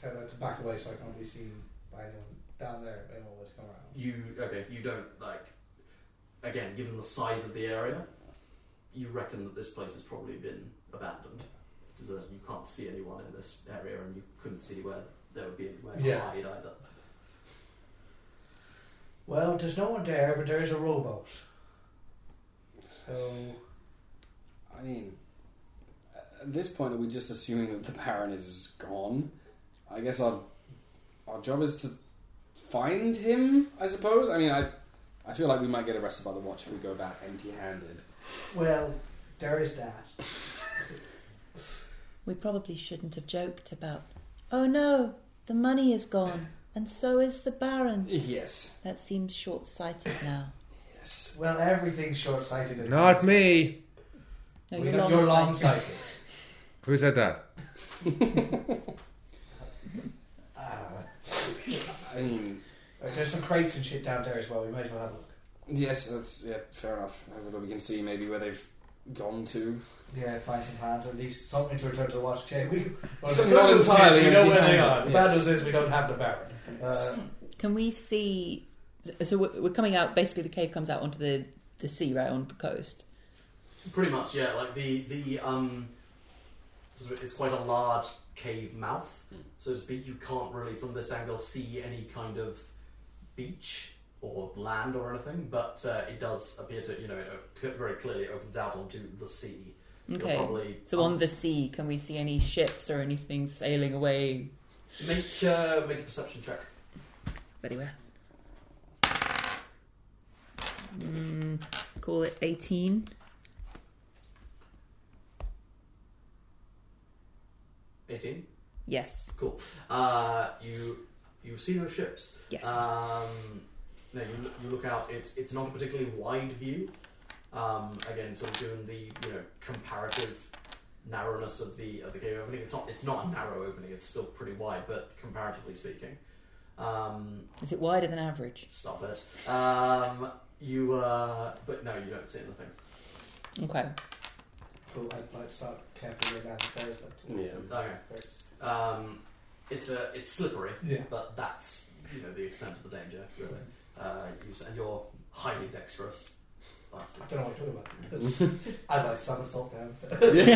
Speaker 3: Okay, I'd like to back away so I can't be seen by anyone down there. They always come around.
Speaker 4: You okay? You don't like again, given the size of the area, you reckon that this place has probably been abandoned, deserted. You can't see anyone in this area, and you couldn't see where there would be anywhere to
Speaker 3: Yeah.
Speaker 4: hide either.
Speaker 3: Well, there's no one there, but there is a rowboat. So,
Speaker 7: I mean, at this point, are we just assuming that the Baron is gone? I guess our our job is to find him. I suppose. I mean, I I feel like we might get arrested by the Watch if we go back empty-handed.
Speaker 3: well, there is that.
Speaker 9: We probably shouldn't have joked about, oh no, the money is gone, and so is the Baron.
Speaker 7: Yes.
Speaker 9: That seems short sighted now.
Speaker 7: Yes.
Speaker 3: Well, everything's short sighted.
Speaker 5: Not me.
Speaker 8: No,
Speaker 3: you're
Speaker 8: you're long.
Speaker 3: long
Speaker 8: sighted.
Speaker 3: sighted.
Speaker 5: Who said that?
Speaker 7: I mean,
Speaker 3: Ah. Uh, there's some crates and shit down there as well. We might as well have a look.
Speaker 7: yes. That's yeah. Fair enough. Hopefully, we can see maybe where they've gone to.
Speaker 3: Yeah, find some hands, or at least something to return to the watch chain. We,
Speaker 7: So
Speaker 3: the
Speaker 7: not
Speaker 3: good news
Speaker 7: entirely
Speaker 3: is We know where they
Speaker 7: empty-handed,
Speaker 3: are. The
Speaker 7: yes.
Speaker 3: bad news is we don't have the baron. Uh,
Speaker 8: Can we see? So we're we're coming out. Basically, the cave comes out onto the the sea, right on the coast.
Speaker 4: Pretty much, yeah. Like the the um, sort of- it's quite a large cave mouth, so to speak. You can't really, from this angle, see any kind of beach or land or anything, but uh, it does appear to you know it o- very clearly opens out onto the sea. You're
Speaker 8: Okay.
Speaker 4: Probably
Speaker 8: So on the sea, can we see any ships or anything sailing away?
Speaker 4: Make uh, make a perception check.
Speaker 8: Very well. Mm, call it eighteen.
Speaker 4: Eighteen.
Speaker 8: Yes.
Speaker 4: Uh, you you see no ships.
Speaker 8: Yes.
Speaker 4: Um, no, you look, you look out. It's it's not a particularly wide view. Um, again, sort of doing the you know comparative narrowness of the of the cave opening. It's not it's not a narrow opening. It's still pretty wide, but comparatively speaking, um,
Speaker 8: Is it wider than average?
Speaker 4: stop it. Um, you uh, but no, you don't see anything.
Speaker 8: Okay.
Speaker 3: cool. I'd like to start carefully going downstairs. Then.
Speaker 7: Yeah.
Speaker 4: Okay.
Speaker 3: Crates.
Speaker 4: Um, it's a it's slippery.
Speaker 3: Yeah.
Speaker 4: But that's you know the extent of the danger, really. Uh, you, s- and you're highly dexterous. Bastard.
Speaker 3: I don't know what I'm talking <laughs> about. As I somersault downstairs.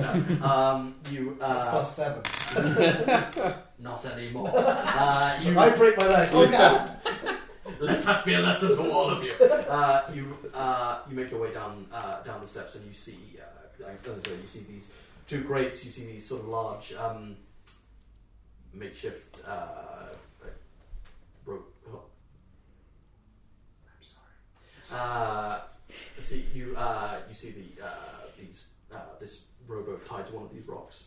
Speaker 4: no. <laughs> um, you
Speaker 3: That's
Speaker 4: uh,
Speaker 3: plus seven.
Speaker 4: not anymore.
Speaker 3: <laughs>
Speaker 4: Uh, you <laughs>
Speaker 3: I break my leg. Look out!
Speaker 4: let that be a lesson to
Speaker 3: <laughs>
Speaker 4: all of you. Uh, you uh, you make your way down uh, down the steps, and you see, uh, like, as I say, you see these two grates. You see these sort of large um, makeshift uh, like, rope. Oh. I'm sorry. Uh, see you. Uh, you see the uh, these uh, this rowboat tied to one of these rocks.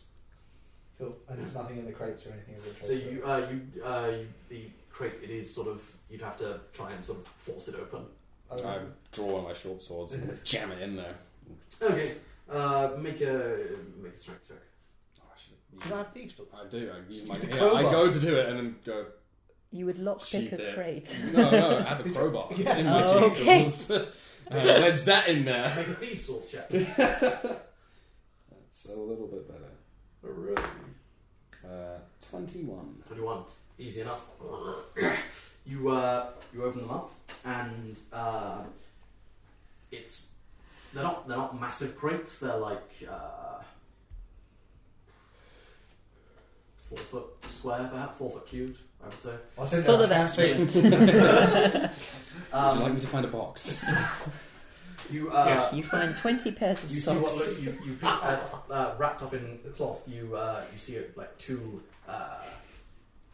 Speaker 3: Cool. And there's nothing in the crates or anything as a
Speaker 4: So you, uh, you, uh, you, the crate, it is sort of, you'd have to try and sort of force it open.
Speaker 3: Oh,
Speaker 7: I draw one of my short swords and <laughs> jam it in there.
Speaker 4: Okay, uh, make a, make a strength check.
Speaker 7: Oh, I should've
Speaker 14: Did I
Speaker 7: used-
Speaker 14: have thieves tools?
Speaker 7: I do. I use my.
Speaker 14: Use the
Speaker 7: Yeah, I
Speaker 14: crowbar.
Speaker 7: go to do it and then go.
Speaker 9: You would lockpick
Speaker 7: Sheath
Speaker 9: a
Speaker 7: it.
Speaker 9: crate.
Speaker 7: No, no, I have a crowbar
Speaker 14: Yeah.
Speaker 7: in my
Speaker 9: Oh,
Speaker 7: jeans
Speaker 9: okay.
Speaker 7: tools. <laughs> uh, wedge that in there.
Speaker 4: Make a thieves' source <laughs> check.
Speaker 7: It's a little bit better. Uh, Twenty-one.
Speaker 4: 21. Easy enough. <coughs> you uh, you open them up, and uh, it's they're not they're not massive crates. They're like uh, four foot square, perhaps four foot cubed. I would say.
Speaker 3: I'll
Speaker 9: <laughs>
Speaker 3: send
Speaker 9: Full
Speaker 3: out a
Speaker 9: of
Speaker 3: fancy-
Speaker 4: <laughs>
Speaker 7: Would you like
Speaker 4: Um,
Speaker 7: me to find a box?
Speaker 4: you uh,
Speaker 9: You find 20 pairs of
Speaker 4: you see what look,
Speaker 9: socks.
Speaker 4: you you pick, uh, uh, wrapped up in cloth. You uh, you see it like two. Uh,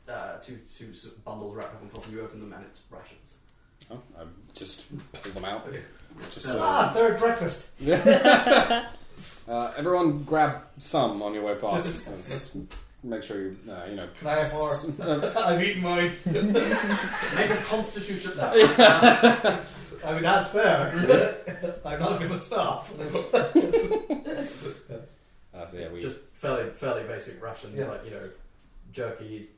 Speaker 4: uh, two two sort of bundles wrapped up in cloth. and You open them and it's rations.
Speaker 7: Oh, I just pull them out.
Speaker 4: Okay.
Speaker 7: Just
Speaker 4: Uh,
Speaker 7: so.
Speaker 3: ah, third breakfast.
Speaker 7: <laughs> uh, everyone, grab some on your way past. Just make sure you, uh, you know.
Speaker 3: Can I <laughs> have more?
Speaker 7: more?
Speaker 3: <laughs> I've eaten mine.
Speaker 4: Make a constitution. No.
Speaker 3: I mean, that's fair. <laughs> I'm not going to stop.
Speaker 7: uh, so yeah, <laughs>
Speaker 4: <laughs>
Speaker 7: we.
Speaker 4: Just fairly fairly basic rations
Speaker 3: Yeah.
Speaker 4: like you know, jerky,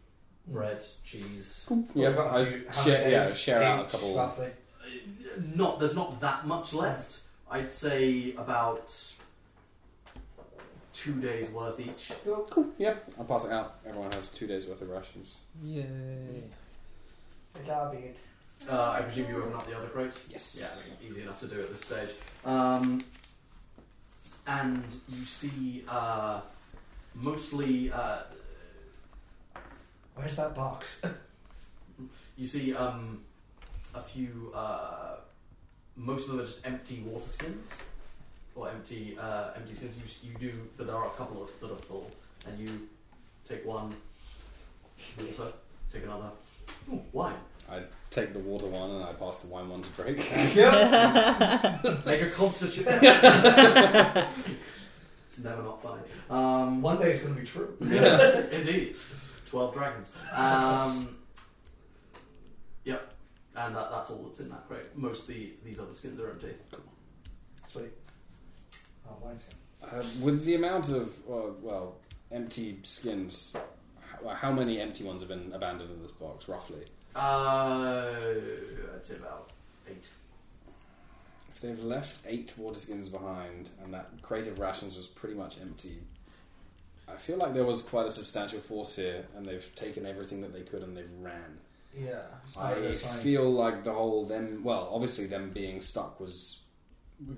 Speaker 4: bread, cheese.
Speaker 7: yeah,
Speaker 3: We've got a
Speaker 7: I
Speaker 3: few
Speaker 7: share, yeah,
Speaker 3: holidays
Speaker 7: share out a
Speaker 3: each,
Speaker 7: couple.
Speaker 3: Roughly.
Speaker 4: Uh, Not there's not that much left. I'd say about two days worth each.
Speaker 7: Cool. Yeah, I'll pass it out. Everyone has two days worth of rations.
Speaker 5: Yay.
Speaker 4: Uh, I presume you open up the other crate.
Speaker 7: Yes.
Speaker 4: Yeah, I mean, easy enough to do at this stage. Um, and you see uh, mostly uh,
Speaker 3: Where's that <laughs> box?
Speaker 4: you see um, a few. Uh, most of them are just empty water skins or empty uh, empty skins. You, you do, but there are a couple that are full, and you take one water, take another. Ooh, wine.
Speaker 7: Take the water one and I pass the wine one to Drake.
Speaker 4: Make a constitution. <laughs> it's never not funny. Um,
Speaker 3: One day it's going to be true.
Speaker 4: Yeah, <laughs> indeed. Twelve dragons. Um, yep, and that, that's all that's in that crate. Most of the, these other skins are empty.
Speaker 3: Sweet. Oh, wine's good.
Speaker 7: <laughs> Uh, with the amount of uh, well empty skins, how, how many empty ones have been abandoned in this box, roughly?
Speaker 4: Uh, I'd say about eight.
Speaker 7: If they've left eight water skins behind, and that crate of rations was pretty much empty, I feel like there was quite a substantial force here, and they've taken everything that they could and they've ran.
Speaker 3: Yeah. it's not a
Speaker 7: I
Speaker 3: good sign.
Speaker 7: feel like the whole them well, obviously them being stuck was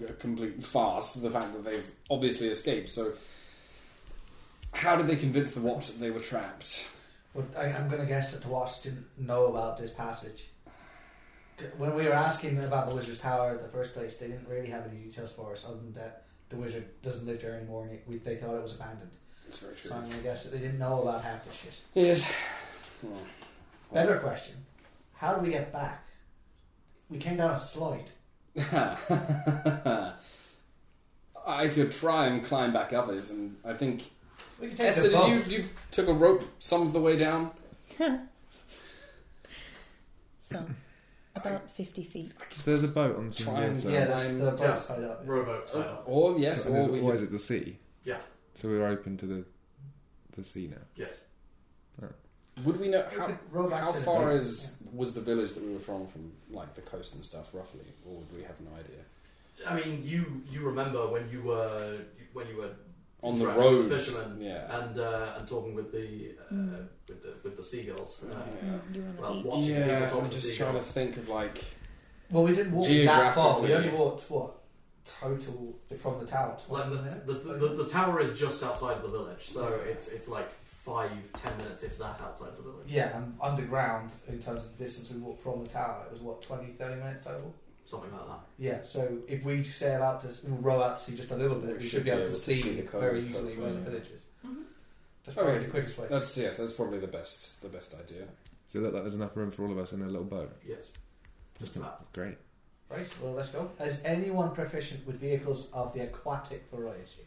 Speaker 7: a complete farce. The fact that they've obviously escaped. So, how did they convince the watch that they were trapped?
Speaker 3: Well, I, I'm going to guess that the Watch didn't know about this passage. C- When we were asking about the Wizard's Tower in the first place, they didn't really have any details for us other than that the Wizard doesn't live there anymore and it, we, they thought it was abandoned.
Speaker 7: That's very true.
Speaker 3: So I'm going to guess that they didn't know about half this shit.
Speaker 7: Yes. <laughs> Well,
Speaker 3: Better question How do we get back? We came down a slide.
Speaker 7: I could try and climb back others, and I think
Speaker 3: We can take
Speaker 7: Esther,
Speaker 3: the
Speaker 7: did
Speaker 3: boat.
Speaker 7: you, you took a rope some of the way down.
Speaker 9: Some. About 50 feet.
Speaker 5: There's a boat on some
Speaker 7: Try and-
Speaker 5: water.
Speaker 3: Yeah, that's the boat's
Speaker 4: Yeah.
Speaker 3: tied up.
Speaker 4: Rowboat tied up.
Speaker 7: Or yes,
Speaker 5: So- and
Speaker 7: or
Speaker 5: there's
Speaker 7: we
Speaker 5: always
Speaker 7: could,
Speaker 5: at the sea.
Speaker 4: Yeah.
Speaker 5: So we're open to the the sea now.
Speaker 4: Yes.
Speaker 7: would we know
Speaker 3: We
Speaker 7: how?
Speaker 3: could row back
Speaker 7: How
Speaker 3: to the
Speaker 7: far
Speaker 3: boat.
Speaker 7: is was the village that we were from from like the coast and stuff roughly, or would we have no idea?
Speaker 4: I mean, you you remember when you were when you were
Speaker 7: On the
Speaker 4: Right,
Speaker 7: road,
Speaker 4: fishermen.
Speaker 7: yeah.
Speaker 4: and uh, and talking with the uh,
Speaker 9: Mm.
Speaker 4: with the with the seagulls. Uh,
Speaker 7: Yeah.
Speaker 9: Mm, You want to
Speaker 4: <laughs> Well,
Speaker 9: eat? <laughs>
Speaker 4: what- Watching people
Speaker 7: yeah,
Speaker 4: talking
Speaker 7: I'm
Speaker 4: to
Speaker 7: just trying to
Speaker 4: seagulls.
Speaker 7: think of like
Speaker 3: Well, we didn't walk that far. We
Speaker 7: Geographically.
Speaker 3: only walked what total from the tower.
Speaker 4: Like
Speaker 3: 20
Speaker 4: the,
Speaker 3: minutes?
Speaker 4: the, the, the tower is just outside the village, so it's it's like five ten minutes if that outside the village,
Speaker 3: yeah, and underground in terms of the distance we walked from the tower, it was what 20, 30 minutes total.
Speaker 4: something like that.
Speaker 3: Yeah, so if we sail out to we'll row out to sea just a little bit, we, should be able to see,
Speaker 7: the cove,
Speaker 3: very easily
Speaker 7: hopefully,
Speaker 3: where the
Speaker 7: yeah.
Speaker 3: village is.
Speaker 2: Mhm.
Speaker 3: That's probably
Speaker 7: Okay.
Speaker 3: the quickest way.
Speaker 7: that's yes, that's probably the best the best idea.
Speaker 5: Does it look like there's enough room for all of us in a little boat?
Speaker 4: Yes, just about.
Speaker 5: Great.
Speaker 3: Right, well let's go. Is anyone proficient with vehicles of the aquatic variety?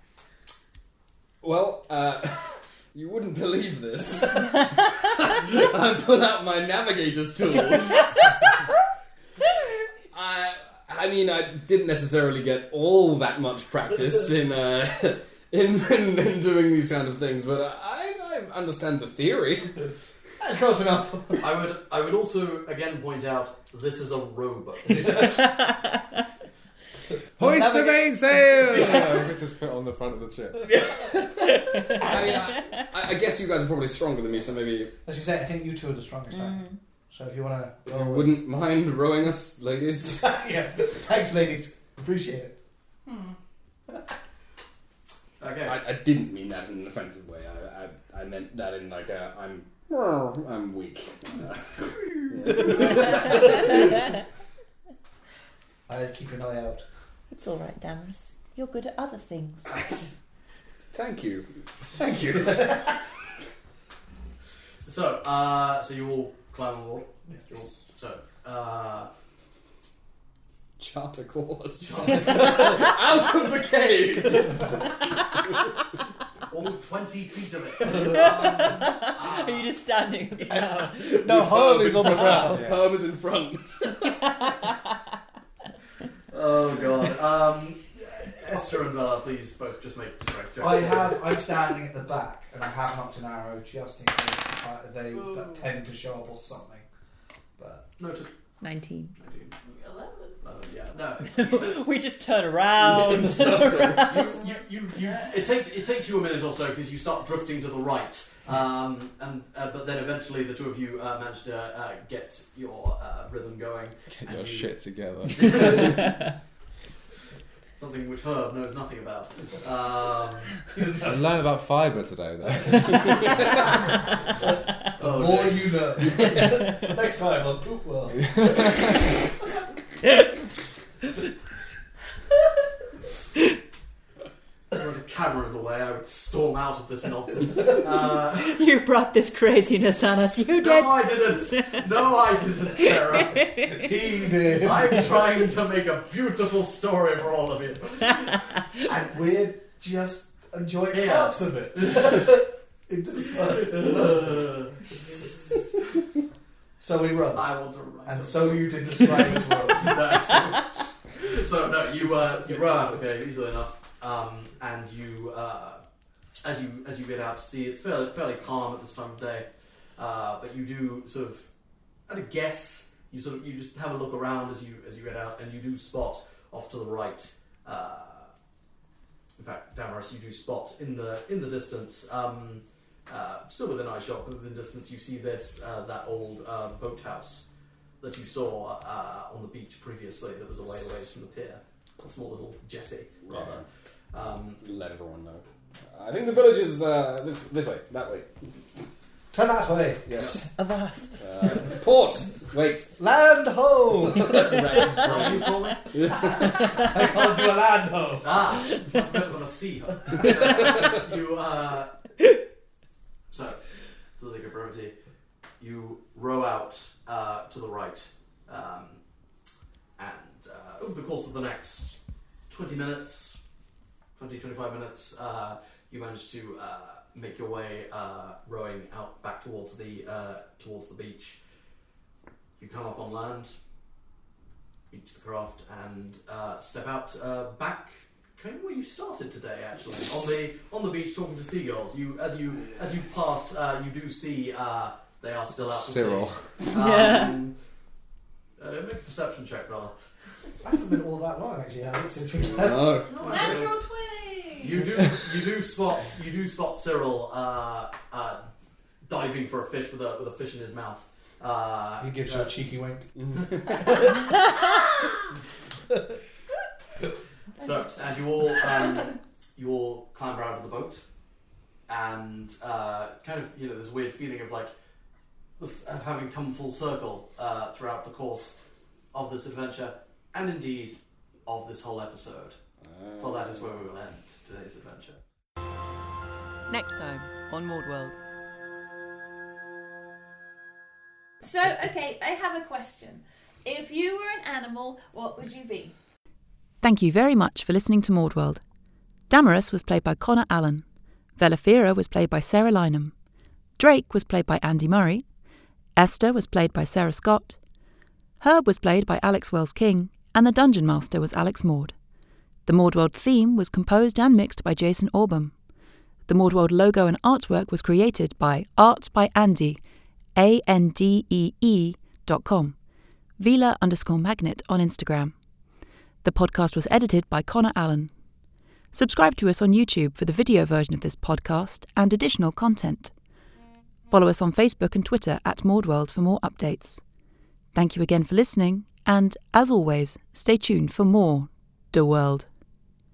Speaker 7: Well, uh, <laughs> you wouldn't believe this. <laughs> I put out my navigator's <laughs> tools. I, I mean, I didn't necessarily get all that much <laughs> practice in uh, in, in, in doing these kind of things, but I, I understand the theory.
Speaker 14: That's close enough.
Speaker 4: I would I would also again point out this is
Speaker 3: <laughs>
Speaker 4: a rowboat.
Speaker 5: Hoist the mainsail!
Speaker 7: <laughs>
Speaker 5: It's just put on the front of the ship.
Speaker 7: I mean, I, I I guess you guys are probably stronger than me, so maybe
Speaker 14: As you say, I think you two are the strongest. man. So if you want to,
Speaker 7: if you
Speaker 3: <laughs>
Speaker 7: wouldn't mind rowing us, ladies.
Speaker 14: yeah, thanks, ladies. Appreciate it.
Speaker 2: Hmm.
Speaker 4: Okay.
Speaker 7: I, I didn't mean that in an offensive way. I, I, I meant that in like a, I'm I'm weak. <laughs>
Speaker 14: I keep an eye out.
Speaker 9: It's all right, Damaris. You're good at other things.
Speaker 7: Thank you, thank you.
Speaker 4: So, uh, so you all climb on board. You all- So, uh,
Speaker 7: Charter call us out of the cave.
Speaker 4: all twenty feet of it.
Speaker 8: <laughs>
Speaker 3: <laughs>
Speaker 8: Are you just standing?
Speaker 4: <laughs>
Speaker 8: with the power?
Speaker 14: <laughs> No, Harley's
Speaker 7: is
Speaker 14: on the
Speaker 7: <laughs>
Speaker 14: ground.
Speaker 7: Herm is in front.
Speaker 4: Oh god. Um, Esther and Bella, please both just make strength checks.
Speaker 3: I have. I'm standing at the back, and I have knocked an arrow just in case uh, they
Speaker 2: Ooh.
Speaker 3: tend to show up or something.
Speaker 4: noted.
Speaker 8: 19.
Speaker 4: 19,
Speaker 2: Eleven.
Speaker 4: 11, Uh, yeah.
Speaker 3: <laughs>
Speaker 4: No.
Speaker 8: <laughs> We just turn
Speaker 4: <laughs>
Speaker 8: around.
Speaker 4: you, you, you, you, it takes it takes you a minute or so because you start drifting to the right, um, and uh, but then eventually the two of you uh, manage to uh, get your uh, rhythm going.
Speaker 5: Get your shit together.
Speaker 4: Something which Herb knows nothing about. Um,
Speaker 5: I learned about fibre today, though.
Speaker 4: oh,
Speaker 14: More
Speaker 4: dear.
Speaker 14: you know. Next time on Poop World.
Speaker 4: If there was a camera in the way, I would storm out of this nonsense. Uh,
Speaker 8: you brought this craziness on us. You did.
Speaker 4: no, I didn't. No, I didn't, Sarah.
Speaker 14: He did.
Speaker 4: I'm trying to make a beautiful story for all of you.
Speaker 3: And we're just enjoying
Speaker 4: Yeah.
Speaker 3: parts of it. it just works.
Speaker 4: Uh, <laughs>
Speaker 3: So we roll,
Speaker 4: I will direct.
Speaker 3: and
Speaker 4: <laughs>
Speaker 3: so you did describe as well.
Speaker 4: so, so, no, you uh, you run out of the cave easily enough, um, and you uh, as you as you get out to sea, it's fairly fairly calm at this time of day, uh, but you do sort of at a guess. You sort of you just have a look around as you as you get out, and you do spot off to the right. Uh, in fact, Damaris, you do spot in the in the distance. Um, uh, still within eyeshot, but within distance, you see this uh, that old uh, boathouse that you saw uh, on the beach previously that was a way away from the pier. A small little jetty, rather. Um,
Speaker 7: Let everyone know. I think the village is uh, this, this way, that way.
Speaker 14: Turn that way.
Speaker 7: Yes.
Speaker 9: Avast.
Speaker 7: Uh, <laughs> port. Wait.
Speaker 14: Land ho!
Speaker 7: Rex is
Speaker 4: what do
Speaker 7: crying.
Speaker 4: you call it?
Speaker 14: I can't do a land ho.
Speaker 4: Ah, I'm better than a sea. you, uh, so, for the sake of brevity, you row out uh, to the right, um, and uh, over the course of the next 20 minutes, 20, 25 minutes, uh, you manage to uh, make your way uh, rowing out back towards the uh, towards the beach. You come up on land, reach the craft, and uh, step out uh, back kind of where you started today, actually, on the on the beach talking to seagulls. You as you as you pass, uh, you do see uh, they are still out. to sea.
Speaker 5: Cyril.
Speaker 4: Um, uh, make a perception check, brother.
Speaker 3: That hasn't been all that long, actually, has it, since we left?
Speaker 5: No.
Speaker 4: No, actually,
Speaker 2: Natural twenty.
Speaker 4: Uh, you do you do spot you do spot Cyril uh, uh, diving for a fish with a with a fish in his mouth. Uh,
Speaker 14: He gives you
Speaker 4: uh,
Speaker 14: a cheeky wink.
Speaker 4: so and you all um, you all clamber out of the boat and uh, kind of you know this weird feeling of like the f- of having come full circle uh, throughout the course of this adventure and indeed of this whole episode. For that is where we will end today's adventure.
Speaker 8: Next time on Maud World.
Speaker 13: So, okay, I have a question. If you were an animal, what would you be?
Speaker 8: Thank you very much for listening to Maud World. Damaris was played by Connor Allen. Velafira was played by Sarah Lynham. Drake was played by Andy Murray. Esther was played by Sarah Scott. Herb was played by Alex Wells King, and the Dungeon Master was Alex Maud. The Mordworld theme was composed and mixed by Jason Orbum. The Mordworld logo and artwork was created by Art by Andy, A N D E E dot com, Vila underscore magnet on Instagram. The podcast was edited by Connor Allen. Subscribe to us on YouTube for the video version of this podcast and additional content. Follow us on Facebook and Twitter at Mordworld for more updates. Thank you again for listening, and as always, stay tuned for more The World.